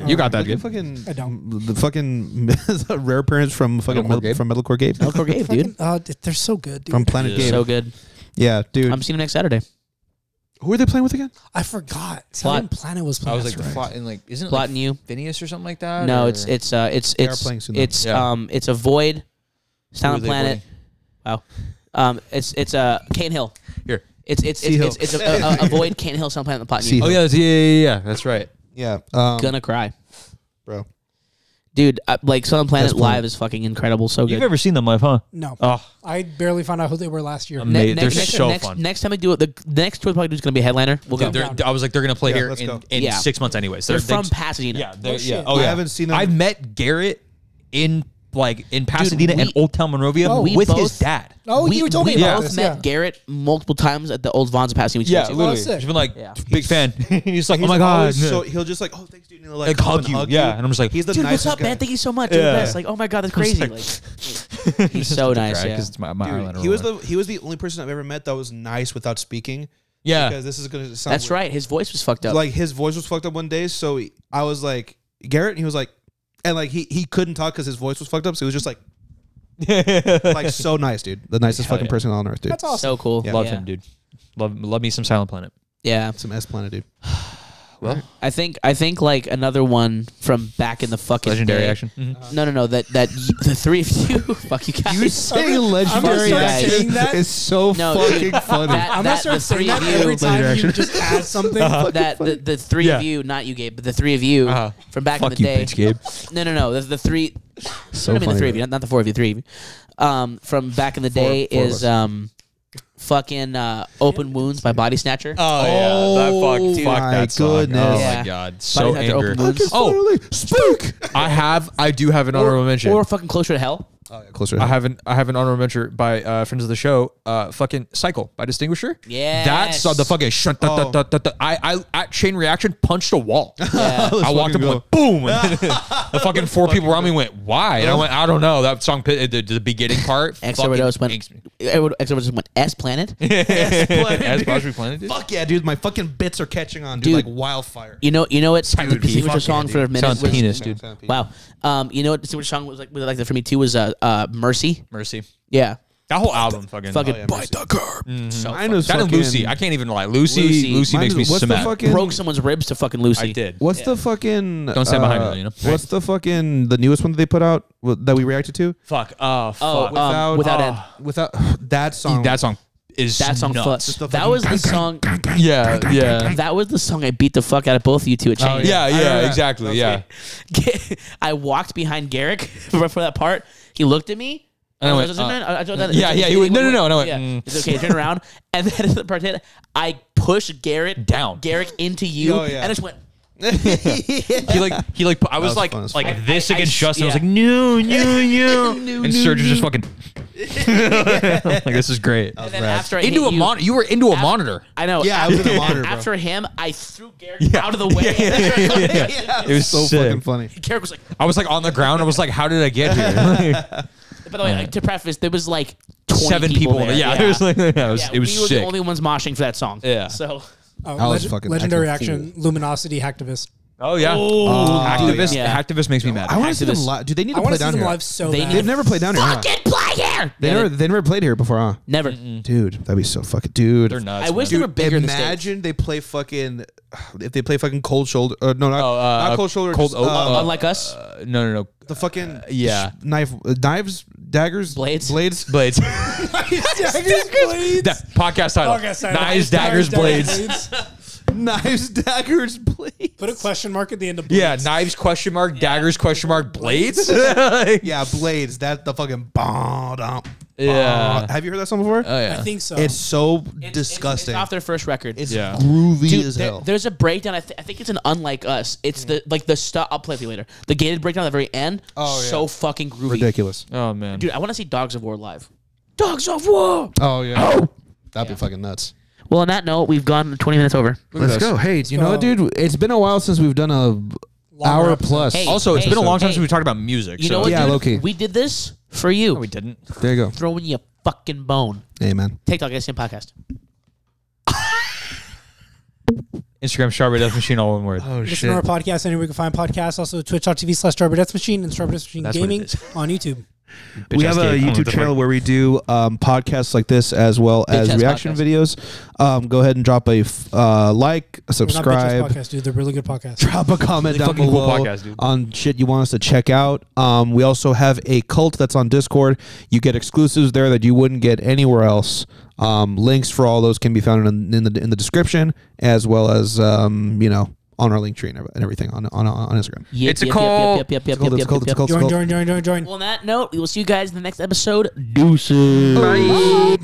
E: You got
A: look at
E: that, Gabe.
A: fucking
C: I don't.
A: the fucking the rare appearance from fucking
E: Metalcore
A: metal,
E: Gabe?
A: from metalcore Gabe
B: Hardcore game, dude.
C: Uh, d- they're so good, dude.
A: from Planet Gabe.
B: So good.
A: yeah, dude.
B: I'm seeing him next Saturday.
A: Who are they playing with again?
C: I forgot. Silent Planet was
E: I
C: playing.
E: was like,
C: That's right.
E: plotting like, isn't it
B: Plotting
E: like
B: you.
E: Phineas or something like that?
B: No,
E: or-
B: it's it's uh it's
A: are
B: it's
A: playing soon, though.
B: it's
E: Yeah.
B: um it's a void,
E: Who
B: Silent
E: are they
B: Planet. Wow. Um, it's it's uh Kane Hill.
E: here.
B: It's it's it's,
A: Hill.
B: it's, it's, a, a, a void Kane Hill Silent Planet the plot.
A: Sea
B: You.
E: Oh yeah, that's- yeah, yeah, yeah. That's right.
A: Yeah, um,
B: Gonna cry,
E: Oh
A: bro.
B: dude. Uh, like Silent Planet
A: That's plenty.
B: live is fucking incredible. So good.
E: You've ever seen them live, huh?
C: no,
E: Oh,
C: I barely found out who they were last year.
E: Amazing.
B: Um,
E: Mate, they're so
B: next,
E: fun.
B: Next time I do it, the the next tour probably is gonna be a headliner. We'll
E: dude,
B: go.
E: they're- I was like, they're gonna play
A: Yeah,
E: here
A: let's
E: in,
A: go.
E: in
B: Yeah.
E: six months, anyways.
B: They're
E: They're, they-
B: from Pasadena.
E: yeah, they're,
C: Oh,
E: yeah.
C: shit.
E: Oh
A: I
E: yeah.
A: haven't seen them-
E: I've met Garrett in like in Pasadena
B: we-
E: and Old Town Monrovia
B: we
E: with
B: both-
E: his dad.
C: oh, you were talking
B: we
C: about
B: both
C: this.
B: met
C: yeah.
B: Garrett multiple times at the old Vaughn's Pasadena. we went to.
C: literally. sick.
E: He's been like
B: Yeah.
E: big fan. He's like, oh
A: He's
E: my god.
A: always
E: yeah.
A: So he'll just like, oh, thanks, dude. And he'll like,
E: Like,
A: come
E: hug
A: and
E: you. Yeah, and I'm just like,
A: he's the
B: Dude, what's
A: nicest
B: up,
A: guy.
B: man? Thank you so much. You're the
E: Yeah.
B: best. Like, oh my god, that's crazy. Like, he's so nice.
E: Right,
B: Yeah.
E: 'cause it's my, my
A: Dude,
E: Islander
A: he was
E: one.
A: the he was the only person I've ever met that was nice without speaking.
E: yeah.
A: Because this is gonna sound
B: That's
A: weird.
B: right. His voice was fucked up.
A: Like his voice was fucked up one day, so he- I was like Garrett, and he was like, and like he he couldn't talk because his voice was fucked up, so he was just like, like so nice, dude. The nicest
E: Hell
A: fucking
E: yeah.
A: person on earth, dude.
C: That's awesome.
B: so cool.
A: Yeah.
E: love
B: yeah.
E: him, dude. Love love me some Silent Planet.
B: Yeah.
A: Some S planet, dude.
B: I think I think like another one from back in the fucking
E: Legendary
B: day.
E: action. Mhm.
B: No, no, no. That that y- the three of you, fuck you guys.
A: saying
B: legendary start action
C: saying that. is
A: so
B: No, fucking dude. funny. That-
C: I'm gonna
B: the
C: start saying
B: three
C: that
B: of you-
C: every time
A: Later,
C: you
A: actually.
C: just add something.
E: Uh-huh.
B: that the, the three of
E: Yeah.
B: you, not you, Gabe, but the three of you
E: Uh-huh.
B: from back in
E: Fuck
B: the
E: you,
B: day.
E: bitch, Gabe.
B: No, no, no. The, the three.
A: So
B: I mean, the
A: funny,
B: three of
A: though.
B: you, not, not the four of you, three of you. Um, from back in the day
A: four of
B: is
A: us.
B: um, fucking uh, Open Wounds by Body Snatcher.
E: Oh, yeah, that fuck, fuck
A: my
E: that song.
A: goodness.
E: Oh
B: Yeah.
E: my god, so
B: Oh Body Snatcher,
E: angry.
B: Open Wounds.
E: Oh,
D: spook.
E: I have, I do have an honorable mention.
B: Or fucking Closer to Hell.
A: Oh, yeah, closer. To
E: I
A: home.
E: have an I have an honorable mention by uh, friends of the show. Uh, fucking cycle by Distinguisher.
B: Yes.
E: that's uh, the fucking. Shunt, da, da, da, da, da. I I at chain reaction punched a wall.
B: Yeah.
E: I walked
A: fucking
E: up and went boom. And the fucking four people around me went why, and I went I don't know. That song pi- the, the beginning part.
B: X
E: fucking
B: overdose went.
E: angst me.
B: X overdose went S planet.
E: As Boundary Planet did.
A: Fuck yeah, dude! My fucking bits are catching on, dude,
B: Dude.
A: like wildfire.
B: You know, you know what? The distinguisher
E: Fuck
B: song for a minute
E: Sounds
B: was
E: penis, dude.
B: wow. Um, you know what? Distinguisher song was like, was like that for me too. Was uh, uh, Mercy.
E: Mercy.
B: Yeah,
E: That whole album, fucking.
B: fucking
A: Oh, yeah,
B: bite the curb.
E: Mm-hmm.
B: So
A: Mine was
E: that and
A: fucking,
E: Lucy. I can't even lie. Lucy.
B: Lucy.
E: Lucy,
A: mine
E: makes me
A: was-
E: so
A: what's the
E: mad.
A: fucking-
B: broke someone's ribs to fucking Lucy.
E: I did.
A: What's the fucking? uh,
E: Don't stand behind her, you know?
A: What's the fucking the newest one that they put out wh- that we reacted to?
E: Fuck. Oh. Fuck.
B: Oh,
A: Without-
B: um, without
A: oh,
B: end.
A: Without that song.
E: that song is
B: That song
E: nuts.
B: fucks.
A: the
B: That was the song.
E: Yeah, yeah.
B: That was the song I beat the fuck out of both of you two at Chain.
E: Oh, Yeah,
A: yeah,
E: yeah, exactly. Yeah.
B: I walked behind Garrick right for that part. He looked at me. Oh,
E: And I went,
B: was like,
E: uh,
B: "No, no, I told that-
E: yeah, yeah, he went, "No, no, no," and I went,
B: yeah.
E: mm.
B: It's okay. Turn around, and then the part that I pushed Garrett
E: Down.
B: Garrick into you,
A: Oh, yeah.
B: and I just went.
E: He like he like I was,
A: was
E: like
A: fun as
E: like
A: fuck.
E: this
B: I- I-
E: against
B: I-
E: Justin. I was
B: yeah.
E: like no no no, and Serge was just fucking like this is great.
B: And then after I
E: Into
B: hit
E: a
B: you-
E: monitor. You were into a monitor.
B: I know.
A: Yeah, I
B: after,
A: was in a monitor, bro.
B: after him, I threw Garrick
E: Yeah.
B: out of the way.
E: Yeah,
B: and then
E: yeah, yeah, It was
A: so
E: sick.
A: fucking funny.
B: Garrick was like,
E: I was like on the ground. I was like, how did I get here?
B: by the way, like, to preface, there was like 20
E: Seven people.
B: there.
E: Yeah, it was like yeah, it was,
B: Yeah,
E: it was
B: we were
E: sick.
B: the only ones moshing for that song.
E: Yeah.
B: So,
C: Oh,
A: I was
C: leg-
A: fucking
C: legendary
A: acting
C: action, luminosity, hacktivist.
E: oh yeah, activist.
B: yeah.
E: Activist makes me mad.
A: I want to see them
B: Activists.
A: live. Do they need
C: I
A: to
C: want
A: play
C: to see
A: down
C: them
A: here?
C: live so
B: They
C: bad.
A: They've never played down here. huh?
B: fucking play here!
A: They
B: Yeah,
A: never they never played here before, huh?
B: never.
A: Dude, that'd be so fucking dude.
E: Mm. They're nuts.
B: I wish
E: man.
B: they were bigger than
A: Imagine they play fucking if they play fucking cold shoulder. Uh, no, not,
E: Oh, uh,
A: not cold shoulder.
E: Cold
A: just,
E: Oak.
A: uh,
E: Uh,
B: Unlike us.
E: Uh, no no no.
A: the fucking
E: yeah.
A: sh- knife uh, knives daggers
B: Blades?
A: blades.
E: Blades. That podcast title.
C: Podcast title.
E: Knives, daggers, blades.
A: knives daggers blades.
C: Put a question mark at the end of blades.
E: Yeah, knives question mark, daggers question mark, blades.
A: Yeah, blades. That the fucking bomb. dum, bomb.
E: Yeah.
A: Uh, Have you heard that song before?
E: Oh
C: I
E: yeah.
C: think so.
A: it's so
B: It's-
A: disgusting.
B: It's off their first record.
A: It's
E: Yeah.
A: groovy
B: Dude,
A: as
B: there-
A: hell.
B: there's a breakdown. I, th- I think it's an unlike us. It's
E: Mm.
B: the like the stuff. I'll play it for you later. The gated breakdown at the very end.
A: Oh, yeah.
B: so fucking groovy,
A: Ridiculous.
E: Oh man.
B: dude. I want to see Dogs of War live. Dogs of War.
A: Oh yeah. That'd be fucking nuts.
B: Well, on that note, we've gone 20 minutes over.
A: Let's go. Hey, you know what, dude? It's been a while since we've done a hour
C: episode.
A: plus.
B: Hey.
E: also, it's
B: hey,
E: been a long time
B: hey.
E: since we talked about music.
B: You
E: so.
B: know what?
A: Yeah,
B: dude?
A: low-key.
B: We did this for you.
E: We didn't.
A: There you go.
B: Throwing you a fucking bone.
A: Amen.
B: TikTok SN podcast.
E: Instagram strawberry death machine all one word.
A: Oh
C: Listen to our podcast anywhere you can find podcasts. Also, twitch.tv slash Strawberry Death Machine and Strawberry Death Machine
E: That's what it
C: Gaming
E: is.
C: on YouTube.
A: we have a YouTube channel where we do um, podcasts like this as well as
B: ass
A: reaction videos. Um, go ahead and drop a f- uh, like, a
C: We're not bitches
A: subscribe,
C: podcast, dude. They're really good podcasts.
A: drop a comment down
E: fucking cool
A: below
E: podcast, dude.
A: on shit you want us to check out. Um, we also have a cult that's on Discord. You get exclusives there that you wouldn't get anywhere else. Um, links for all those can be found in, in the in the description as well as um, you know on our link tree and ev- and everything on on, on Instagram.
B: Yep,
E: It's a
B: yep,
E: call.
B: Yep, yep,
A: It's
B: yep, yep,
A: called.
B: yep,
A: It's
B: yep,
A: called. It's
B: yep, yep.
A: called.
C: Join, join, join, join, join.
B: Well, on that note, we will see you guys in the next episode.
A: Bye.